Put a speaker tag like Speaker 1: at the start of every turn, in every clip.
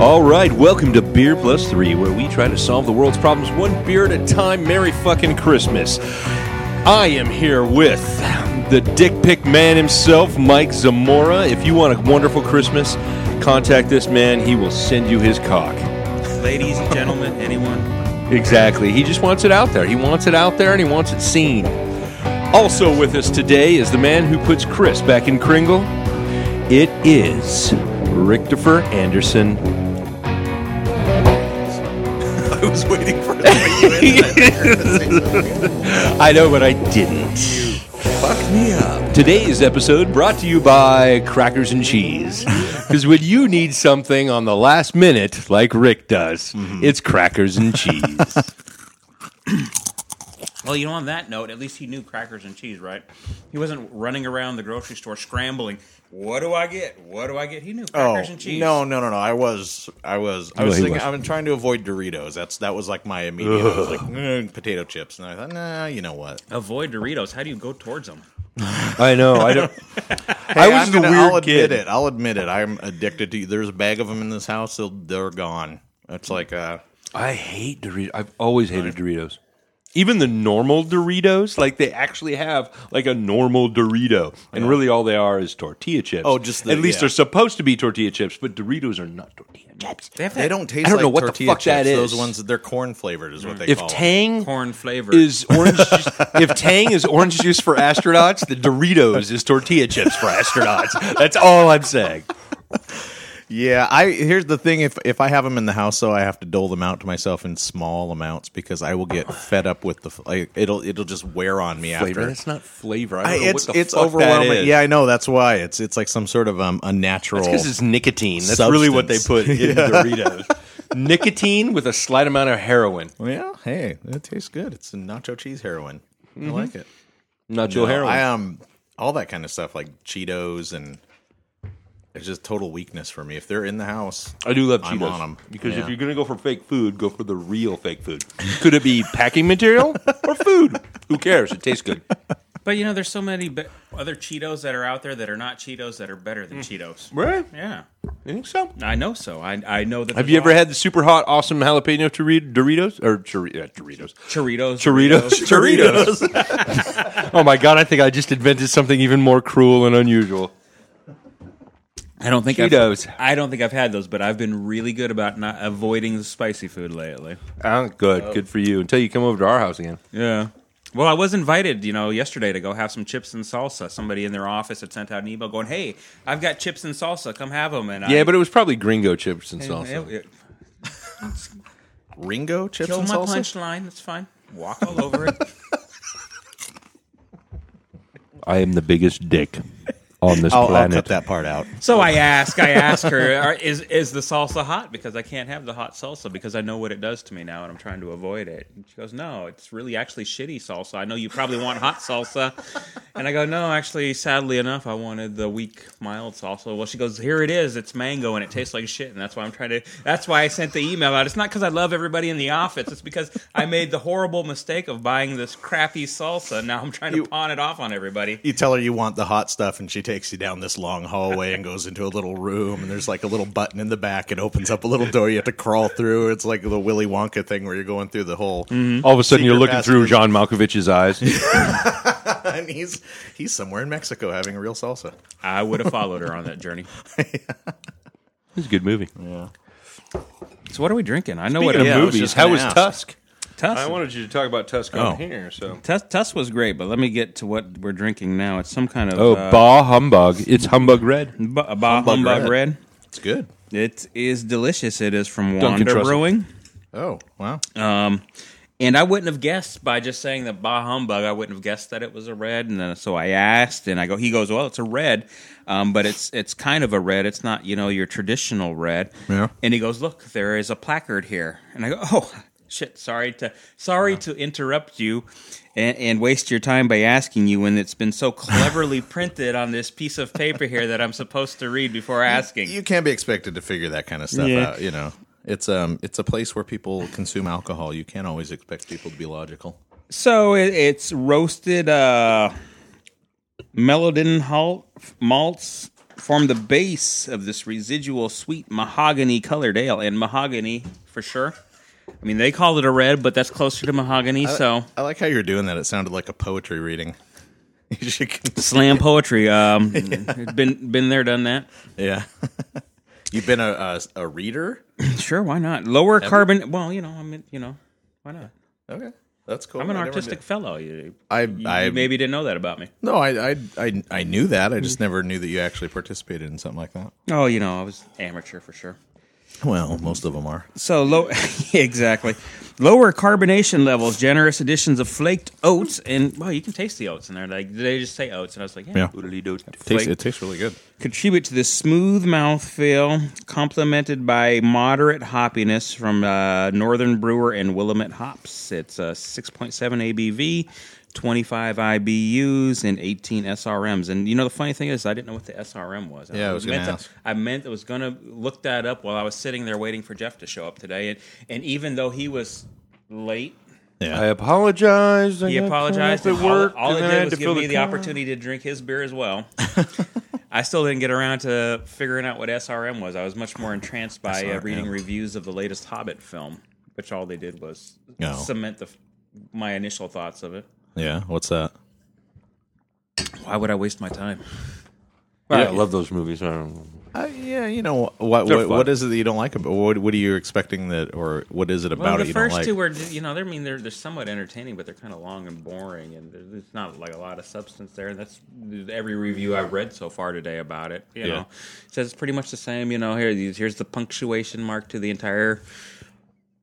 Speaker 1: All right, welcome to Beer Plus Three, where we try to solve the world's problems one beer at a time. Merry fucking Christmas. I am here with the dick pic man himself, Mike Zamora. If you want a wonderful Christmas, contact this man. He will send you his cock.
Speaker 2: Ladies, gentlemen, anyone.
Speaker 1: Exactly. He just wants it out there. He wants it out there and he wants it seen. Also with us today is the man who puts Chris back in Kringle. It is Richtofer Anderson.
Speaker 2: I was waiting for it.
Speaker 1: I know, but I didn't.
Speaker 2: Fuck me up.
Speaker 1: Today's episode brought to you by Crackers and Cheese. Because when you need something on the last minute, like Rick does,
Speaker 3: Mm-hmm.
Speaker 1: it's crackers and cheese.
Speaker 2: Well, you know, on that note, at least he knew crackers and cheese, right? He wasn't running around the grocery store scrambling. What do I get? What do I get? He knew crackers and cheese.
Speaker 3: Oh, No, no, no, no. I was, I was, I
Speaker 1: No,
Speaker 3: was
Speaker 1: he
Speaker 3: thinking.
Speaker 1: wasn't.
Speaker 3: I'm trying to avoid Doritos. That's that was like my immediate. I was like "Mm, potato chips, and I thought, nah, you know what?
Speaker 2: Avoid Doritos. How do you go towards them?
Speaker 1: I know. I don't. I
Speaker 3: Hey,
Speaker 1: was
Speaker 3: I'm
Speaker 1: the
Speaker 3: gonna-
Speaker 1: weird
Speaker 3: I'll
Speaker 1: kid.
Speaker 3: admit it. I'll admit it. I'm addicted to. There's a bag of them in this house. They'll, they're gone. It's like, uh,
Speaker 1: I hate Doritos. I've always hated Doritos. Even the normal Doritos, like they actually have like a normal Dorito, and really all they are is tortilla chips.
Speaker 3: Oh, just the-
Speaker 1: at least
Speaker 3: yeah.
Speaker 1: they're supposed to be tortilla chips, but Doritos are not tortilla chips.
Speaker 2: They have that
Speaker 3: they don't taste.
Speaker 1: I don't
Speaker 3: like
Speaker 1: know what the
Speaker 3: tortilla
Speaker 1: fuck that
Speaker 3: chips.
Speaker 1: is.
Speaker 3: Those ones, they're corn flavored, is what they
Speaker 1: If
Speaker 3: call. 'em.
Speaker 1: Tang
Speaker 2: corn flavor.
Speaker 1: is orange, juice, if Tang is orange juice for astronauts, the Doritos is tortilla chips for astronauts. That's all I'm saying.
Speaker 3: Yeah, I here's the thing. If if I have them in the house, though, I have to dole them out to myself in small amounts because I will get fed up with the. f- Like, it'll it'll just wear on me
Speaker 1: Flavor?
Speaker 3: after.
Speaker 1: That's not flavor. I
Speaker 3: I-
Speaker 1: don't know
Speaker 3: it's
Speaker 1: what the
Speaker 3: it's
Speaker 1: fuck that
Speaker 3: overwhelming.
Speaker 1: is.
Speaker 3: Yeah, I know. That's why it's it's like some sort of um unnatural.
Speaker 1: Because it's nicotine. That's really what they put
Speaker 3: substance.
Speaker 1: in the Doritos. Nicotine with a slight amount of heroin.
Speaker 3: yeah, hey, it tastes good. It's a nacho cheese heroin.
Speaker 1: Mm-hmm.
Speaker 3: I like it.
Speaker 1: Nacho heroin.
Speaker 3: I um all that kind of stuff like Cheetos and it's just total weakness for me. If they're in the house,
Speaker 1: I do love Cheetos.
Speaker 3: I'm on 'em.
Speaker 1: Because if
Speaker 3: Yeah.
Speaker 1: you're going to go for fake food, go for the real fake food. Could it be packing material or food? Who cares? It tastes good.
Speaker 2: but you know, there's so many be- other Cheetos that are out there that are not Cheetos that are better than Cheetos.
Speaker 1: Right?
Speaker 2: Yeah,
Speaker 1: I think so.
Speaker 2: I know. So I I know that.
Speaker 1: Have
Speaker 2: there's
Speaker 1: you
Speaker 2: a
Speaker 1: ever
Speaker 2: lot-
Speaker 1: had the super hot, awesome jalapeno Dori- Doritos? Or Chori- uh, Doritos.
Speaker 2: Choritos?
Speaker 1: Doritos. Doritos. oh my God, I think I just invented something even more cruel and unusual.
Speaker 2: I don't think
Speaker 1: Cheetos.
Speaker 2: I've, I don't think I've had those, but I've been really good about not avoiding the spicy food lately.
Speaker 1: Ah, good. Good for you. Until you come over to our house again.
Speaker 2: Yeah. Well, I was invited, you know, yesterday to go have some chips and salsa. Somebody in their office had sent out an email going, "Hey, I've got chips and salsa. Come have them." And I,
Speaker 1: Yeah, but it was probably gringo chips and
Speaker 2: it,
Speaker 1: salsa.
Speaker 2: it,
Speaker 3: Ringo chips
Speaker 2: kill
Speaker 3: and
Speaker 2: my
Speaker 3: salsa.
Speaker 2: punchline. That's fine. Walk all over it.
Speaker 1: I am the biggest dick on this
Speaker 3: I'll, I'll
Speaker 1: planet.
Speaker 3: cut that part out.
Speaker 2: So I ask, I ask her, "Are- "Is is the salsa hot?" Because I can't have the hot salsa because I know what it does to me now, and I'm trying to avoid it. And she goes, "No, it's really actually shitty salsa. I know you probably want hot salsa," and I go, "No, actually, sadly enough, I wanted the weak mild salsa." Well, she goes, "Here it is. It's mango, and it tastes like shit, and that's why I'm trying to. That's why I sent the email out. It's not because I love everybody in the office. It's because I made the horrible mistake of buying this crappy salsa. and Now I'm trying to pawn it off on everybody."
Speaker 3: You tell her you want the hot stuff, and she takes you down this long hallway and goes into a little room. And there's like a little button in the back. It opens up a little door. You have to crawl through. It's like the Willy Wonka thing where you're going through the whole.
Speaker 1: All of a sudden, you're
Speaker 3: Secret
Speaker 1: looking through
Speaker 3: passage.
Speaker 1: John Malkovich's eyes.
Speaker 3: And he's he's somewhere in Mexico having real salsa.
Speaker 2: I would have followed her on that journey.
Speaker 1: It's a good movie.
Speaker 2: So what are we drinking? I know
Speaker 1: Speaking of
Speaker 2: what it
Speaker 3: Yeah, I was
Speaker 1: movies,
Speaker 3: just
Speaker 1: how
Speaker 3: gonna
Speaker 1: was
Speaker 3: ask.
Speaker 1: Tusk?
Speaker 2: Tuss,
Speaker 1: wanted you to talk about Tusk
Speaker 3: on Oh.
Speaker 1: here. So,
Speaker 2: Tuss, Tuss was great, but let me get to what we're drinking now. It's some kind of
Speaker 1: oh,
Speaker 2: uh,
Speaker 1: bah humbug! It's humbug red.
Speaker 2: ba- a bah
Speaker 3: Humbug
Speaker 2: humbug red.
Speaker 3: It's good.
Speaker 2: It is delicious. It is from
Speaker 1: Duncan
Speaker 2: Wander
Speaker 1: Trussell.
Speaker 2: Brewing,
Speaker 3: Oh wow!
Speaker 2: Um, and I wouldn't have guessed by just saying the bah humbug. I wouldn't have guessed that it was a red, and then, so I asked, and I go, he goes, well, it's a red, um, but it's it's kind of a red. It's not you know your traditional red.
Speaker 3: Yeah.
Speaker 2: And he goes, look, there is a placard here, and I go, oh. Shit, sorry to sorry to interrupt you and, and waste your time by asking you when it's been so cleverly printed on this piece of paper here that I'm supposed to read before asking.
Speaker 3: You can't be expected to figure that kind of stuff
Speaker 2: Yeah.
Speaker 3: out, you know. It's um it's a place where people consume alcohol. You can't always expect people to be logical.
Speaker 2: So it, it's roasted uh, melodin halt, malts form the base of this residual sweet mahogany colored ale, and mahogany for sure. I mean, they call it a red, but that's closer to mahogany. so
Speaker 3: I like how you're doing that. It sounded like a poetry reading. You should con-
Speaker 2: slam poetry. Um, Been been there, done that.
Speaker 3: yeah. You've been a, a a reader?
Speaker 2: Sure, why not? Lower carbon. Well, you know, I mean, you know, why not?
Speaker 3: Okay. That's cool.
Speaker 2: I'm an
Speaker 3: I never
Speaker 2: artistic fellow. You,
Speaker 3: did. I
Speaker 2: you
Speaker 3: I
Speaker 2: maybe didn't know that about me.
Speaker 3: No, I I I, I knew that. I just never knew that you actually participated in something like that.
Speaker 2: Oh, you know, I was amateur for sure.
Speaker 3: Well, most of them are.
Speaker 2: So low, exactly. Lower carbonation levels, generous additions of flaked oats, and well, you can taste the oats in there. Like they just say oats, and I was like, yeah,
Speaker 3: Yeah.
Speaker 2: oodly-doo,
Speaker 3: Tastes,
Speaker 2: flaked.
Speaker 3: it tastes really good.
Speaker 2: Contribute to the smooth mouthfeel, complemented by moderate hoppiness from uh, Northern Brewer and Willamette hops. It's uh, 6.7 ABV, 25 IBUs, and 18 SRMs. And you know the funny thing is, I didn't know what the SRM was.
Speaker 3: Yeah, I was gonna
Speaker 2: meant
Speaker 3: ask.
Speaker 2: I meant I was going to look that up while I was sitting there waiting for Jeff to show up today. And and even though he was late,
Speaker 1: I apologize. I
Speaker 2: he
Speaker 1: got
Speaker 2: apologized.
Speaker 1: caught
Speaker 2: and
Speaker 1: up
Speaker 2: all-
Speaker 1: at work,
Speaker 2: all,
Speaker 1: and
Speaker 2: it
Speaker 1: then I
Speaker 2: did
Speaker 1: had
Speaker 2: was
Speaker 1: to
Speaker 2: give
Speaker 1: fill
Speaker 2: me
Speaker 1: the
Speaker 2: the
Speaker 1: car.
Speaker 2: opportunity to drink his beer as well. I still didn't get around to figuring out what SRM was. I was much more entranced by uh,
Speaker 3: SRM.
Speaker 2: reading reviews of the latest Hobbit film, which all they did was
Speaker 3: No.
Speaker 2: cement the, my initial thoughts of it.
Speaker 3: Yeah, what's that?
Speaker 2: Why would I waste my time?
Speaker 1: Yeah, I love those movies. I don't know.
Speaker 3: Uh, yeah, you know what?
Speaker 1: They're
Speaker 3: What,
Speaker 1: fun.
Speaker 3: what is it that you don't like about? What, what are you expecting that, or what is it about
Speaker 2: Well,
Speaker 3: it
Speaker 2: the
Speaker 3: you
Speaker 2: first
Speaker 3: don't like?
Speaker 2: two were, you know, they're I mean they're they're somewhat entertaining, but they're kind of long and boring, and there- there's not like a lot of substance there. And that's every review I've read so far today about it. You
Speaker 3: Yeah.
Speaker 2: know, it says it's pretty much the same. You know, here these- here's the punctuation mark to the entire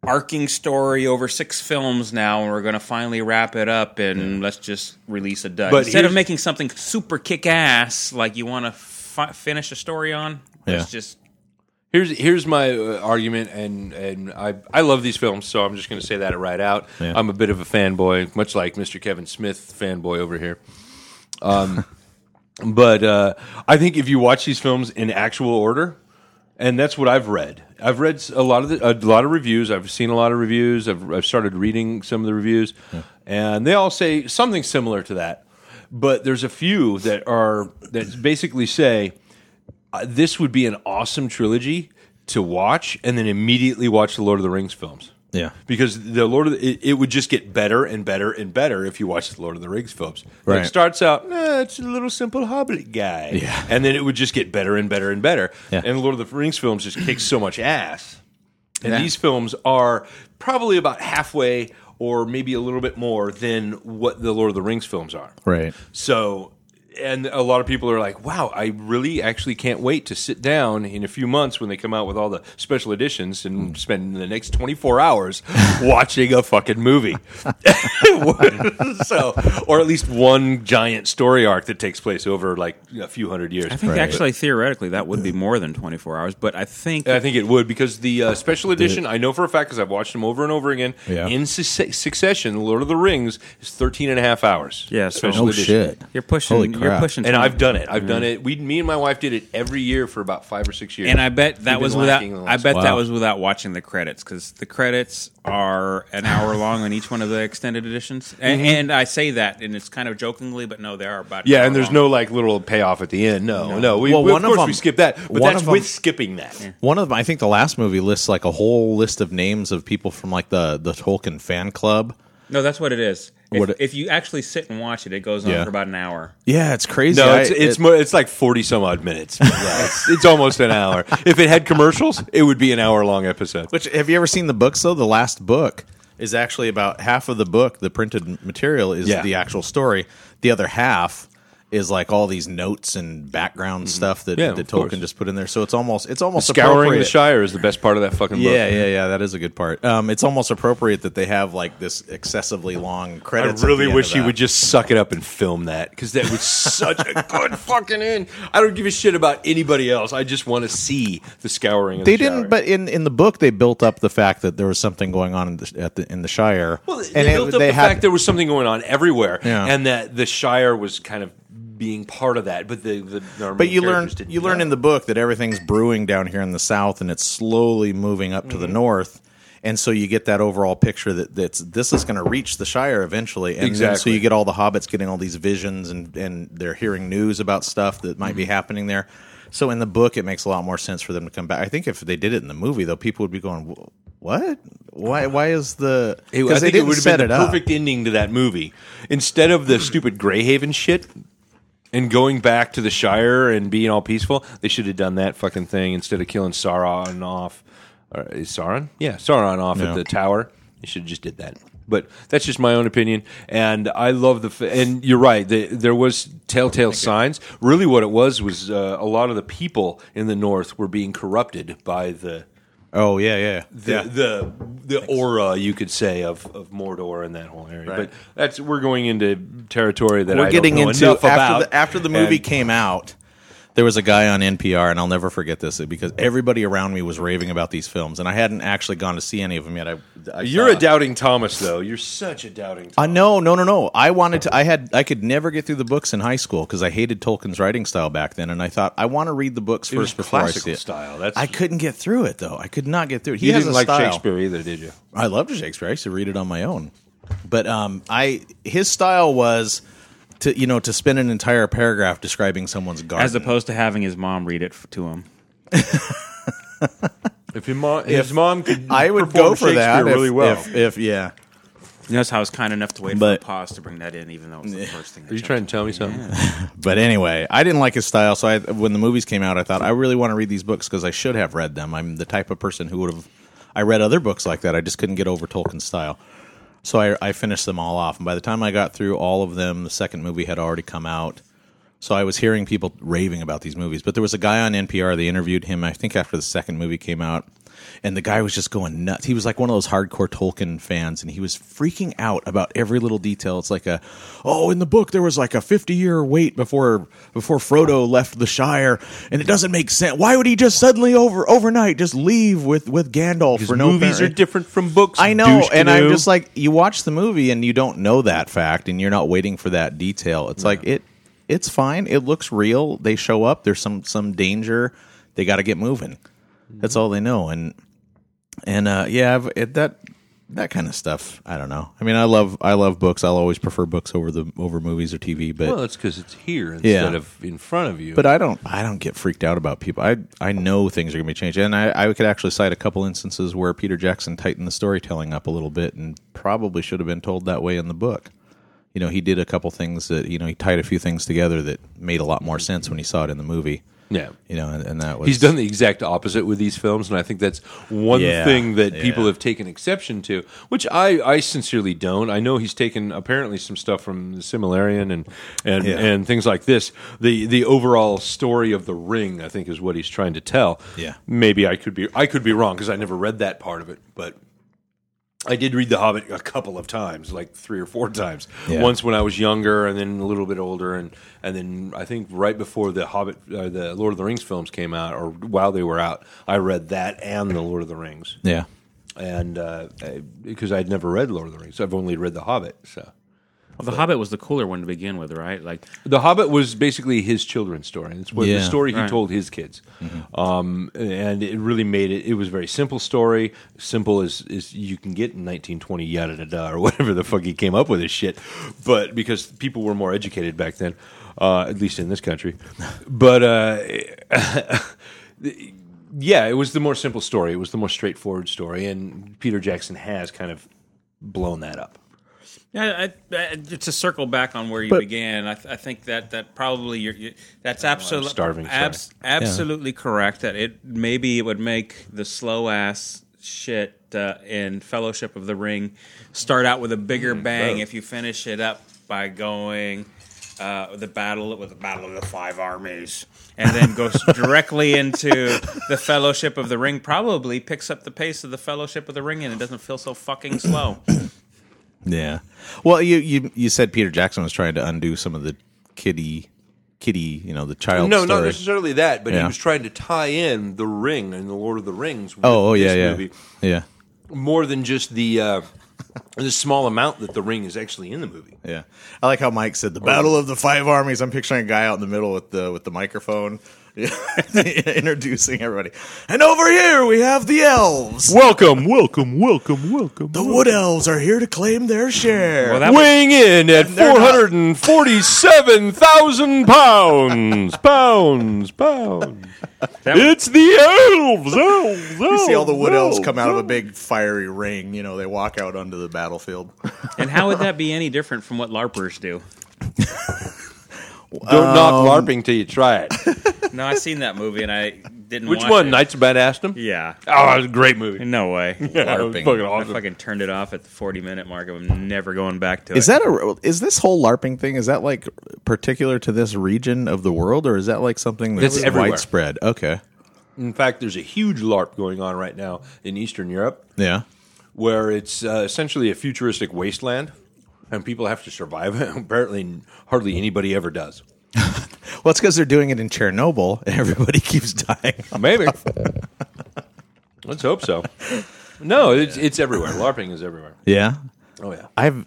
Speaker 2: arcing story over six films now, and we're going to finally wrap it up, and let's just release a dud
Speaker 1: But
Speaker 2: instead of
Speaker 1: here's-
Speaker 2: making something super kick ass like you want to fi- finish a story on.
Speaker 3: Yeah.
Speaker 2: It's just
Speaker 1: Here's here's my uh, argument, and and I I love these films, so I'm just going to say that right out.
Speaker 3: Yeah.
Speaker 1: I'm a bit of a fanboy, much like Mr. Kevin Smith fanboy over here. Um, but uh, I think if you watch these films in actual order, and that's what I've read. I've read s- a lot of the, a lot of reviews. I've seen a lot of reviews. I've I've started reading some of the reviews, and they all say something similar to that. But there's a few that are that basically say this would be an awesome trilogy to watch and then immediately watch the Lord of the Rings films.
Speaker 3: Yeah.
Speaker 1: Because the Lord of the, it, it would just get better and better and better if you watch the Lord of the Rings films. It
Speaker 3: Right.
Speaker 1: starts out, nah, it's a little simple hobbit guy.
Speaker 3: Yeah.
Speaker 1: And then it would just get better and better and better.
Speaker 3: Yeah.
Speaker 1: And the Lord of the Rings films just kicks so much ass. And
Speaker 3: Yeah.
Speaker 1: these films are probably about halfway or maybe a little bit more than what the Lord of the Rings films are.
Speaker 3: right.
Speaker 1: So, and a lot of people are like, wow, I really actually can't wait to sit down in a few months when they come out with all the special editions and spend the next 24 hours watching a fucking movie. so, or at least one giant story arc that takes place over like a few hundred years.
Speaker 2: I think
Speaker 3: Right.
Speaker 2: actually theoretically that would be more than 24 hours, but I think
Speaker 1: I think it would because the uh, special edition, I know for a fact because I've watched them over and over again
Speaker 3: Yeah.
Speaker 1: in suc- succession, The Lord of the Rings is 13 and a half hours.
Speaker 2: Yeah, so-
Speaker 1: special
Speaker 3: Oh
Speaker 1: edition.
Speaker 3: shit.
Speaker 2: You're pushing.
Speaker 3: Holy
Speaker 2: You're
Speaker 3: crap.
Speaker 2: pushing.
Speaker 1: and
Speaker 2: 20.
Speaker 1: I've done it. I've done
Speaker 3: Mm.
Speaker 1: it. We, me and my wife did it every year for about five or six years.
Speaker 2: And I bet
Speaker 1: We've
Speaker 2: that
Speaker 1: been
Speaker 2: was without.
Speaker 1: lacking the
Speaker 2: I
Speaker 1: last-
Speaker 2: bet that
Speaker 3: Wow.
Speaker 2: was without watching the credits because the credits are an hour long on each one of the extended editions. And, and I say that, and it's kind of jokingly, but no, they are about. an
Speaker 1: Yeah,
Speaker 2: hour
Speaker 1: and there's
Speaker 2: long.
Speaker 1: no like little payoff at the end. No, no. We,
Speaker 3: Well,
Speaker 1: we-
Speaker 3: one
Speaker 1: of
Speaker 3: of
Speaker 1: course we
Speaker 3: them-
Speaker 1: skip that, but
Speaker 3: one
Speaker 1: that's
Speaker 3: of them-
Speaker 1: with skipping that.
Speaker 3: One of them, I think the last movie lists like a whole list of names of people from like the the Tolkien fan club.
Speaker 2: No, that's what it is. If,
Speaker 3: What it-
Speaker 2: if you actually sit and watch it, it goes on
Speaker 3: Yeah.
Speaker 2: for about an hour.
Speaker 3: Yeah, it's crazy.
Speaker 1: No,
Speaker 3: I-
Speaker 1: it's it's
Speaker 3: it-
Speaker 1: mo- it's like forty some odd minutes. Yeah, it's, it's almost an hour. If it had commercials, it would be an hour long episode.
Speaker 3: Which have you ever seen the books though? The last book is actually about half of the book, the printed material is
Speaker 1: Yeah.
Speaker 3: the actual story. The other half is like all these notes and background stuff that,
Speaker 1: Mm-hmm. Yeah,
Speaker 3: that
Speaker 1: of
Speaker 3: Tolkien
Speaker 1: course.
Speaker 3: just put in there. So it's almost it's almost
Speaker 1: Scouring the
Speaker 3: appropriate.
Speaker 1: Shire is the best part of that fucking book.
Speaker 3: Yeah, yeah, yeah. That is a good part. Um, it's almost appropriate that they have like this excessively long
Speaker 1: I
Speaker 3: credits. at the
Speaker 1: really
Speaker 3: end
Speaker 1: wish
Speaker 3: of
Speaker 1: he
Speaker 3: that.
Speaker 1: would just suck it up and film that because that was such a good fucking end. I don't give a shit about anybody else. I just want to see the scouring. Of
Speaker 3: They
Speaker 1: the Shire.
Speaker 3: didn't, but in, in the book, they built up the fact that there was something going on in the, at the, in the Shire.
Speaker 1: Well, they,
Speaker 3: and
Speaker 1: they
Speaker 3: it-
Speaker 1: built up
Speaker 3: they
Speaker 1: the
Speaker 3: had-
Speaker 1: fact there was something going on everywhere,
Speaker 3: Yeah.
Speaker 1: and that the Shire was kind of being part of that. But the, the, our
Speaker 3: But
Speaker 1: main
Speaker 3: you learn
Speaker 1: characters didn't
Speaker 3: you learn
Speaker 1: know.
Speaker 3: in the book that everything's brewing down here in the south, and it's slowly moving up to
Speaker 1: Mm-hmm.
Speaker 3: the north, and so you get that overall picture that that's this is going to reach the Shire eventually, and then- so
Speaker 1: Exactly.
Speaker 3: you get all the hobbits getting all these visions, and and they're hearing news about stuff that might be
Speaker 1: Mm-hmm.
Speaker 3: happening there. So in the book, it makes a lot more sense for them to come back. I think if they did it in the movie, though, people would be going, "Wh- "What? Why? Why is the?"
Speaker 1: It- I
Speaker 3: Because they
Speaker 1: think it
Speaker 3: didn't
Speaker 1: would have
Speaker 3: set
Speaker 1: been the
Speaker 3: it up.
Speaker 1: perfect ending to that movie. Instead of the stupid Greyhaven shit and going back to the Shire and being all peaceful, they should have done that fucking thing instead of killing Sauron off. Or is Sauron? Yeah, Sauron off
Speaker 3: Yeah.
Speaker 1: at the tower. They should have just did that. But that's just my own opinion, and I love the. F- and you're right. The, there was telltale signs. Really, what it was was uh, a lot of the people in the north were being corrupted by the
Speaker 3: Oh yeah, yeah,
Speaker 1: the
Speaker 3: yeah.
Speaker 1: the, the aura you could say of, of Mordor and that whole area.
Speaker 3: Right.
Speaker 1: But that's we're going into territory that I
Speaker 3: we're
Speaker 1: don't
Speaker 3: getting
Speaker 1: know
Speaker 3: into
Speaker 1: enough
Speaker 3: after
Speaker 1: about.
Speaker 3: the, after the movie
Speaker 1: And
Speaker 3: came out. There was a guy on NPR, and I'll never forget this because everybody around me was raving about these films, and I hadn't actually gone to see any of them yet. I, I
Speaker 1: you're
Speaker 3: saw-
Speaker 1: a doubting Thomas, though. You're such a doubting. Thomas.
Speaker 3: Uh, no, no, no, no. I wanted to. I had. I could never get through the books in high school because I hated Tolkien's writing style back then, and I thought I want to read the books
Speaker 1: It was
Speaker 3: first before I see
Speaker 1: classical
Speaker 3: it.
Speaker 1: style. That's
Speaker 3: I couldn't get through it though. I could not get through it. He
Speaker 1: you
Speaker 3: has
Speaker 1: didn't
Speaker 3: a
Speaker 1: like
Speaker 3: style.
Speaker 1: Shakespeare either, did you?
Speaker 3: I loved Shakespeare. I used to read it on my own. But um, I his style was to you know to spend an entire paragraph describing someone's garden.
Speaker 2: as opposed to having his mom read it f- to him.
Speaker 1: If your mom, his mom could,
Speaker 3: I would
Speaker 1: perform
Speaker 3: go for that
Speaker 1: Shakespeare
Speaker 3: if-
Speaker 1: really well.
Speaker 3: If, if yeah,
Speaker 2: Notice how I was kind enough to wait
Speaker 3: But-
Speaker 2: for a pause to bring that in, even though it was the first thing.
Speaker 1: Are you trying to tell me something?
Speaker 3: but anyway, I didn't like his style. So I, when the movies came out, I thought I really want to read these books because I should have read them. I'm the type of person who would have. I read other books like that. I just couldn't get over Tolkien's style. So I, I finished them all off, and by the time I got through all of them, the second movie had already come out. So I was hearing people raving about these movies, but there was a guy on NPR. They interviewed him, I think, after the second movie came out, and the guy was just going nuts. He was like one of those hardcore Tolkien fans, and he was freaking out about every little detail. It's like a, oh, in the book there was like a fifty-year wait before before Frodo left the Shire, and it doesn't make sense. Why would he just suddenly over overnight just leave with with Gandalf for no
Speaker 1: Movies are
Speaker 3: apparent-
Speaker 1: different from books.
Speaker 3: I know, and I'm
Speaker 1: douche-canoe.
Speaker 3: just like you watch the movie and you don't know that fact, and you're not waiting for that detail. It's like it, it's fine. It looks real. They show up. There's some some danger. They got to get moving. That's all they know, and and uh, yeah, I've, it, that that kind of stuff. I don't know. I mean, I love I love books. I'll always prefer books over the over movies or TV. But
Speaker 1: well, it's because it's here instead
Speaker 3: Yeah.
Speaker 1: of in front of you.
Speaker 3: but I don't I don't get freaked out about people. I I know things are gonna be changed, and I, I could actually cite a couple instances where Peter Jackson tightened the storytelling up a little bit, and probably should have been told that way in the book. You know, he did a couple things that you know he tied a few things together that made a lot more sense when he saw it in the movie.
Speaker 1: yeah,
Speaker 3: You know, and, and that was
Speaker 1: He's done the exact opposite with these films, and I think that's one
Speaker 3: Yeah,
Speaker 1: thing that people
Speaker 3: yeah.
Speaker 1: have taken exception to, which I, I sincerely don't. I know he's taken apparently some stuff from the Similarian and and,
Speaker 3: Yeah.
Speaker 1: and things like this. The the overall story of the ring, I think, is what he's trying to tell.
Speaker 3: Yeah.
Speaker 1: maybe I could be I could be wrong because I never read that part of it, but. I did read The Hobbit a couple of times, like three or four times.
Speaker 3: Yeah.
Speaker 1: Once when I was younger, and then a little bit older, and and then I think right before the Hobbit, uh, the Lord of the Rings films came out, or while they were out, I read that and the Lord of the Rings,
Speaker 3: yeah.
Speaker 1: and uh, I- because I'd never read Lord of the Rings, I've only read The Hobbit. So
Speaker 2: Well, the Hobbit was the cooler one to begin with, right? Like
Speaker 1: The Hobbit was basically his children's story. It's what the
Speaker 3: Yeah.
Speaker 1: story he
Speaker 2: Right.
Speaker 1: told his kids, um, and it really made it. It was a very simple story, simple as, as you can get in 1920 yada da da or whatever the fuck he came up with his shit. But because people were more educated back then, uh, at least in this country, but. Uh, yeah, it was the more simple story. It was the more straightforward story, and Peter Jackson has kind of blown that up.
Speaker 2: Yeah, I, I, to circle back on where you began, I, th- I think that that probably you're, you, that's absolutely
Speaker 1: starving, sorry.
Speaker 2: absolutely correct. That it maybe it would make the slow ass shit uh, in Fellowship
Speaker 1: Mm,
Speaker 2: of the Ring start out with a bigger bang if you finish it up by going. uh, the battle with the battle of the five armies, and then goes directly into the Fellowship of the Ring. Probably picks up the pace of the Fellowship of the Ring, and it doesn't feel so fucking slow.
Speaker 3: Yeah. Well, you you you said Peter Jackson was trying to undo some of the kiddie kiddie, you know, the child
Speaker 1: No,
Speaker 3: story.
Speaker 1: not necessarily that, but he
Speaker 3: Yeah.
Speaker 1: was trying to tie in the Ring and the Lord of the Rings. With
Speaker 3: oh, oh yeah,
Speaker 1: this
Speaker 3: yeah.
Speaker 1: movie,
Speaker 3: Yeah.
Speaker 1: more than just the uh, the small amount that the Ring is actually in the movie.
Speaker 3: Yeah. I like how Mike said the Battle of the Five Armies. I'm picturing a guy out in the middle with the with the microphone introducing everybody. And over here we have the elves.
Speaker 1: Welcome, welcome, welcome, welcome.
Speaker 3: The wood elves are here to claim their share.
Speaker 2: Well, that was,
Speaker 1: weighing in at
Speaker 3: they're not-
Speaker 1: 447,000 pounds. Pounds, pounds.
Speaker 2: That was-
Speaker 1: the elves, elves, elves.
Speaker 3: you see all the wood elves come out of a big fiery ring, you know, they walk out onto the battlefield.
Speaker 2: and how would that be any different from what LARPers do?
Speaker 1: Don't knock LARPing till you try it.
Speaker 2: No, I seen that movie and I didn't.
Speaker 1: Which
Speaker 2: watch
Speaker 1: one?
Speaker 2: it.
Speaker 1: Knights of Bad Aston?
Speaker 2: Yeah.
Speaker 1: Oh, it was a great movie.
Speaker 2: No way.
Speaker 1: Yeah, it was
Speaker 3: LARPing.
Speaker 1: fucking
Speaker 2: I
Speaker 1: awesome.
Speaker 2: fucking turned it off at the 40 minute mark. I'm never going back to it.
Speaker 3: Is that a is this whole LARPing thing? Is that like particular to this region of the world, or is that like something that's
Speaker 1: It's everywhere.
Speaker 3: widespread? Okay,
Speaker 1: In fact, there's a huge LARP going on right now in Eastern Europe
Speaker 3: yeah,
Speaker 1: where it's uh, essentially a futuristic wasteland and people have to survive. Apparently, hardly anybody ever does.
Speaker 3: well, it's because they're doing it in Chernobyl, and everybody keeps dying.
Speaker 1: Oh, Maybe. Let's hope so. No, it's it's everywhere. LARPing is everywhere.
Speaker 3: Yeah,
Speaker 1: Oh yeah.
Speaker 3: I've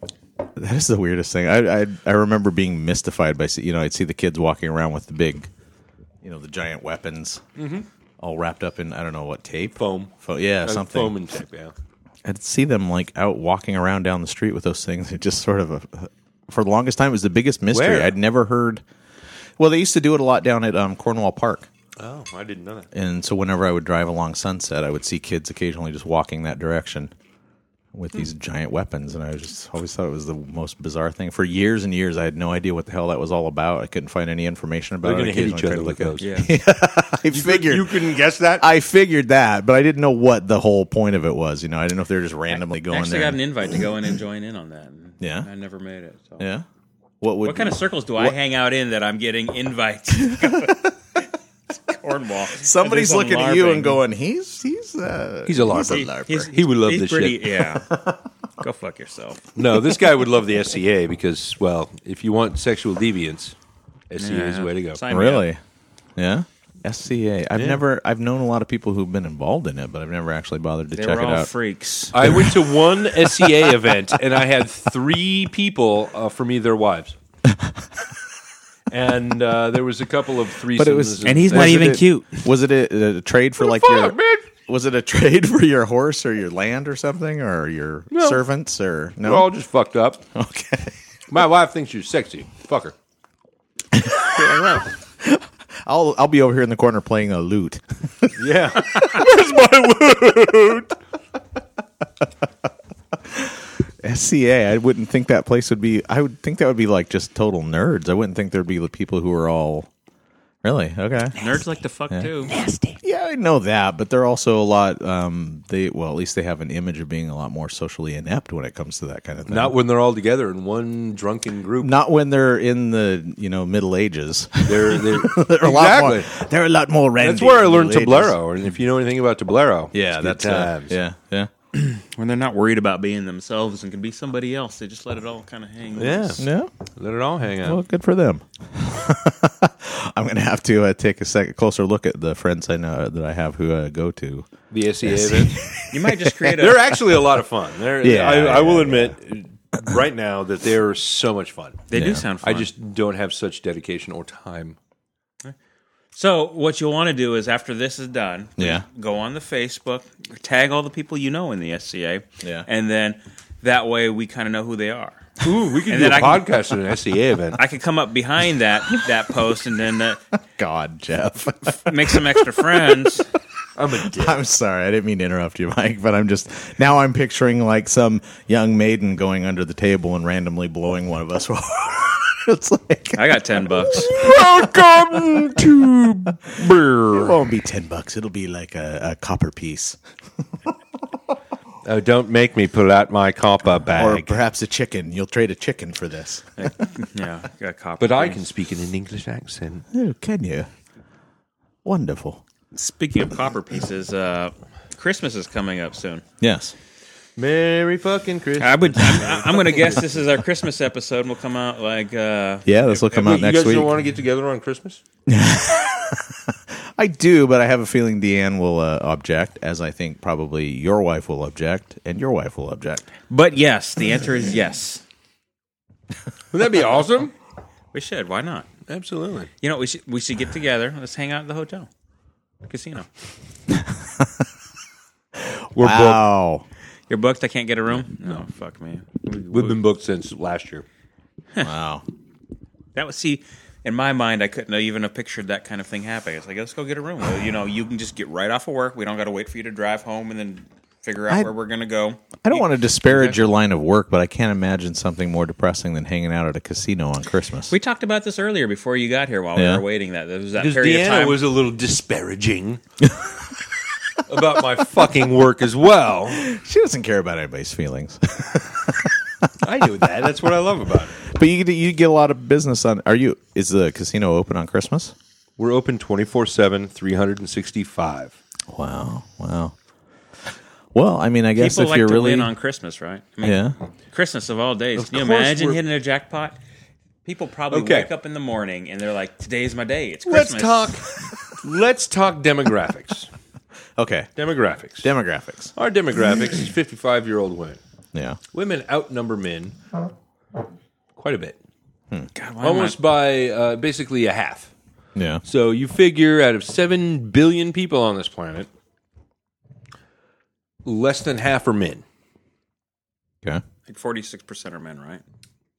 Speaker 3: that is the weirdest thing. I I, I remember being mystified by see- you know I'd see the kids walking around with the big, you know, the giant weapons, all wrapped up in I don't know what tape,
Speaker 1: Mm-hmm. Foam.
Speaker 3: Fo- yeah,
Speaker 1: Uh,
Speaker 3: something.
Speaker 1: Foam and tape, yeah.
Speaker 3: I'd see them like out walking around down the street with those things. It just sort of, a, for the longest time, it was the biggest mystery.
Speaker 1: Where?
Speaker 3: I'd never heard. Well, they used to do it a lot down at um, Cornwall Park,
Speaker 1: Oh, I didn't know that.
Speaker 3: and so whenever I would drive along Sunset, I would see kids occasionally just walking that direction with
Speaker 2: Hmm.
Speaker 3: these giant weapons, and I was just always thought it was the most bizarre thing. For years and years, I had no idea what the hell that was all about. I couldn't find any information about
Speaker 1: They're going
Speaker 3: it.
Speaker 1: to hit
Speaker 3: Occasionally
Speaker 1: each
Speaker 3: tried
Speaker 1: other
Speaker 3: to
Speaker 1: with
Speaker 3: look
Speaker 1: those.
Speaker 3: it up.
Speaker 1: Yeah.
Speaker 3: I figured
Speaker 1: You couldn't guess that?
Speaker 3: I figured that, but I didn't know what the whole point of it was. You know, I didn't know if they were just randomly
Speaker 2: I
Speaker 3: going
Speaker 2: actually
Speaker 3: there.
Speaker 2: got an invite to go in and join in on that. and
Speaker 3: Yeah.
Speaker 2: I never made it. So.
Speaker 3: Yeah. What would
Speaker 2: What kind of circles do I hang out in that I'm getting invites? Cornwall.
Speaker 3: somebody's
Speaker 2: There's a
Speaker 3: looking at you
Speaker 2: LARPing.
Speaker 3: and going, he's he's uh,
Speaker 1: He's a LARPer.
Speaker 3: He's a LARPer.
Speaker 2: He's-
Speaker 1: He would love
Speaker 2: he's
Speaker 1: this
Speaker 2: pretty,
Speaker 1: shit.
Speaker 2: Yeah. Go fuck yourself.
Speaker 1: No, this guy would love the SCA because, well, if you want sexual deviance, SCA is the way to go.
Speaker 2: Sign me up.
Speaker 3: really? Yeah. SCA. I've never. I've known a lot of people who've been involved in it, but I've never actually bothered to
Speaker 2: They
Speaker 3: check
Speaker 2: were
Speaker 3: it
Speaker 2: all
Speaker 3: out.
Speaker 2: freaks.
Speaker 1: I went to one SCA event and I had three people uh, from either wives. And uh, there was a couple of threesomes.
Speaker 3: But it was,
Speaker 2: And he's not
Speaker 3: was it
Speaker 2: even
Speaker 3: a-
Speaker 2: cute.
Speaker 3: Was it a, a trade for like your?
Speaker 1: fuck, bitch?
Speaker 3: Was it a trade for your horse or your land or something or your
Speaker 1: No.
Speaker 3: servants or no?
Speaker 1: We're all just fucked up.
Speaker 3: okay,
Speaker 1: My wife thinks you're sexy. Fuck her.
Speaker 3: I'll I'll be over here in the corner playing a lute.
Speaker 1: Yeah.
Speaker 3: SCA, I wouldn't think that place would be. I would think that would be like just total nerds. I wouldn't think there'd be the people who are all really okay.
Speaker 2: Nerds like to fuck too.
Speaker 3: Yeah, I know that, but they're also a lot. Um, they well, at least they have an image of being a lot more socially inept when it comes to that kind of thing.
Speaker 1: Not when they're all together in one drunken group.
Speaker 3: Not when they're in the you know Middle Ages.
Speaker 1: They're, they're,
Speaker 3: they're a
Speaker 1: exactly.
Speaker 3: lot more. They're a lot more randy.
Speaker 1: That's where I
Speaker 3: in the
Speaker 1: learned
Speaker 3: Middle Ages.
Speaker 1: Tablero. And if you know anything about Tablero,
Speaker 3: Yeah,
Speaker 1: it's good
Speaker 3: that's uh, yeah, yeah,
Speaker 2: When they're not worried about being themselves and can be somebody else, they just let it all kind of hang.
Speaker 1: Yeah.
Speaker 2: loose.
Speaker 3: yeah.
Speaker 1: Let it all hang out.
Speaker 3: Well, good for them. I'm gonna have to uh, take a second closer look at the friends I know that I have who uh, go to.
Speaker 1: the E SCA
Speaker 3: E
Speaker 1: events.
Speaker 2: You might just create
Speaker 1: They're
Speaker 2: a.
Speaker 1: actually a lot of fun. They're,
Speaker 3: Yeah,
Speaker 1: I,
Speaker 3: yeah,
Speaker 1: I will
Speaker 3: yeah.
Speaker 1: admit right now that they're so much fun.
Speaker 2: They
Speaker 3: Yeah.
Speaker 2: do sound
Speaker 1: I
Speaker 2: fun.
Speaker 1: just don't have such dedication or time.
Speaker 2: So what you'll want to do is after this is done,
Speaker 3: Yeah.
Speaker 2: go on the Facebook, tag all the people you know in the SCA,
Speaker 3: Yeah.
Speaker 2: and then that way we kind of know who they are.
Speaker 1: Ooh, we could
Speaker 2: And
Speaker 1: do
Speaker 2: then
Speaker 1: a
Speaker 2: I can-
Speaker 1: podcast at an SCA E event.
Speaker 2: I could come up behind that that post and then uh,
Speaker 3: God, Jeff.
Speaker 2: make some extra friends.
Speaker 1: I'm a dick.
Speaker 3: I'm sorry, I didn't mean to interrupt you, Mike, but I'm just now I'm picturing like some young maiden going under the table and randomly blowing one of us. it's like
Speaker 2: I got ten bucks.
Speaker 1: Welcome to beer.
Speaker 3: it won't be ten bucks. It'll be like a, a copper piece.
Speaker 1: Oh, don't make me pull out my copper
Speaker 3: Or
Speaker 1: bag.
Speaker 3: perhaps a chicken. You'll trade a chicken for this.
Speaker 2: Yeah, a copy.
Speaker 1: but I can speak in an English accent.
Speaker 3: Oh, can you? Wonderful.
Speaker 2: Speaking of copper pieces, uh, Christmas is coming up soon.
Speaker 3: Yes.
Speaker 1: Merry fucking Christmas.
Speaker 2: I would. I'm, I'm going to guess this is our Christmas episode. and We'll come out like. Uh,
Speaker 3: Yeah, this will come out
Speaker 1: you
Speaker 3: next
Speaker 1: guys
Speaker 3: week.
Speaker 1: don't want to get together on Christmas?
Speaker 3: I do, but I have a feeling Deanne will uh, object, as I think probably your wife will object, and your wife will object.
Speaker 2: But yes, the answer is yes.
Speaker 1: Wouldn't that be awesome?
Speaker 2: We should. Why not?
Speaker 1: Absolutely.
Speaker 2: You know, we should we should get together. Let's hang out at the hotel, casino.
Speaker 1: We're
Speaker 3: Wow.
Speaker 2: You're booked. I can't get a room. No, fuck me.
Speaker 1: booked. We've been booked since last year.
Speaker 3: wow.
Speaker 2: That was see. In my mind, I couldn't even have pictured that kind of thing happening. It's like, let's go get a room. Well, you know, you can just get right off of work. We don't got to wait for you to drive home and then figure out
Speaker 3: I-
Speaker 2: where we're gonna go.
Speaker 3: I don't want to disparage your line of work, but I can't imagine something more depressing than hanging out at a casino on Christmas.
Speaker 2: We talked about this earlier before you got here while
Speaker 3: Yeah.
Speaker 2: we were waiting. That there was that
Speaker 1: Because
Speaker 2: period of
Speaker 1: Deanna
Speaker 2: time.
Speaker 1: was a little disparaging about my fucking work as well.
Speaker 3: she doesn't care about anybody's feelings,
Speaker 1: I knew that. That's what I love about it.
Speaker 3: but you get- you get a lot of business on. Are you? Is the casino open on Christmas?
Speaker 1: We're open 24 7, 365.
Speaker 3: Wow, wow. Well, I mean, I guess
Speaker 2: People
Speaker 3: if
Speaker 2: like
Speaker 3: you're
Speaker 2: to
Speaker 3: really
Speaker 2: win on Christmas, right? I mean,
Speaker 3: yeah,
Speaker 2: Christmas of all days. Can you
Speaker 1: course
Speaker 2: imagine
Speaker 1: we're-
Speaker 2: hitting a jackpot? People probably
Speaker 1: Okay.
Speaker 2: wake up in the morning and they're like, "Today's my day. It's
Speaker 1: Let's
Speaker 2: Christmas."
Speaker 1: talk. Let's talk demographics.
Speaker 3: okay,
Speaker 1: Demographics.
Speaker 3: demographics.
Speaker 1: Our demographics is 55 year old women.
Speaker 3: Yeah,
Speaker 1: Women outnumber men quite a bit,
Speaker 2: God, why am I-
Speaker 1: almost by uh, basically a half.
Speaker 3: yeah.
Speaker 1: So you figure out of 7 billion people on this planet, less than half are men.
Speaker 3: Okay,
Speaker 2: like forty-six percent are men, right?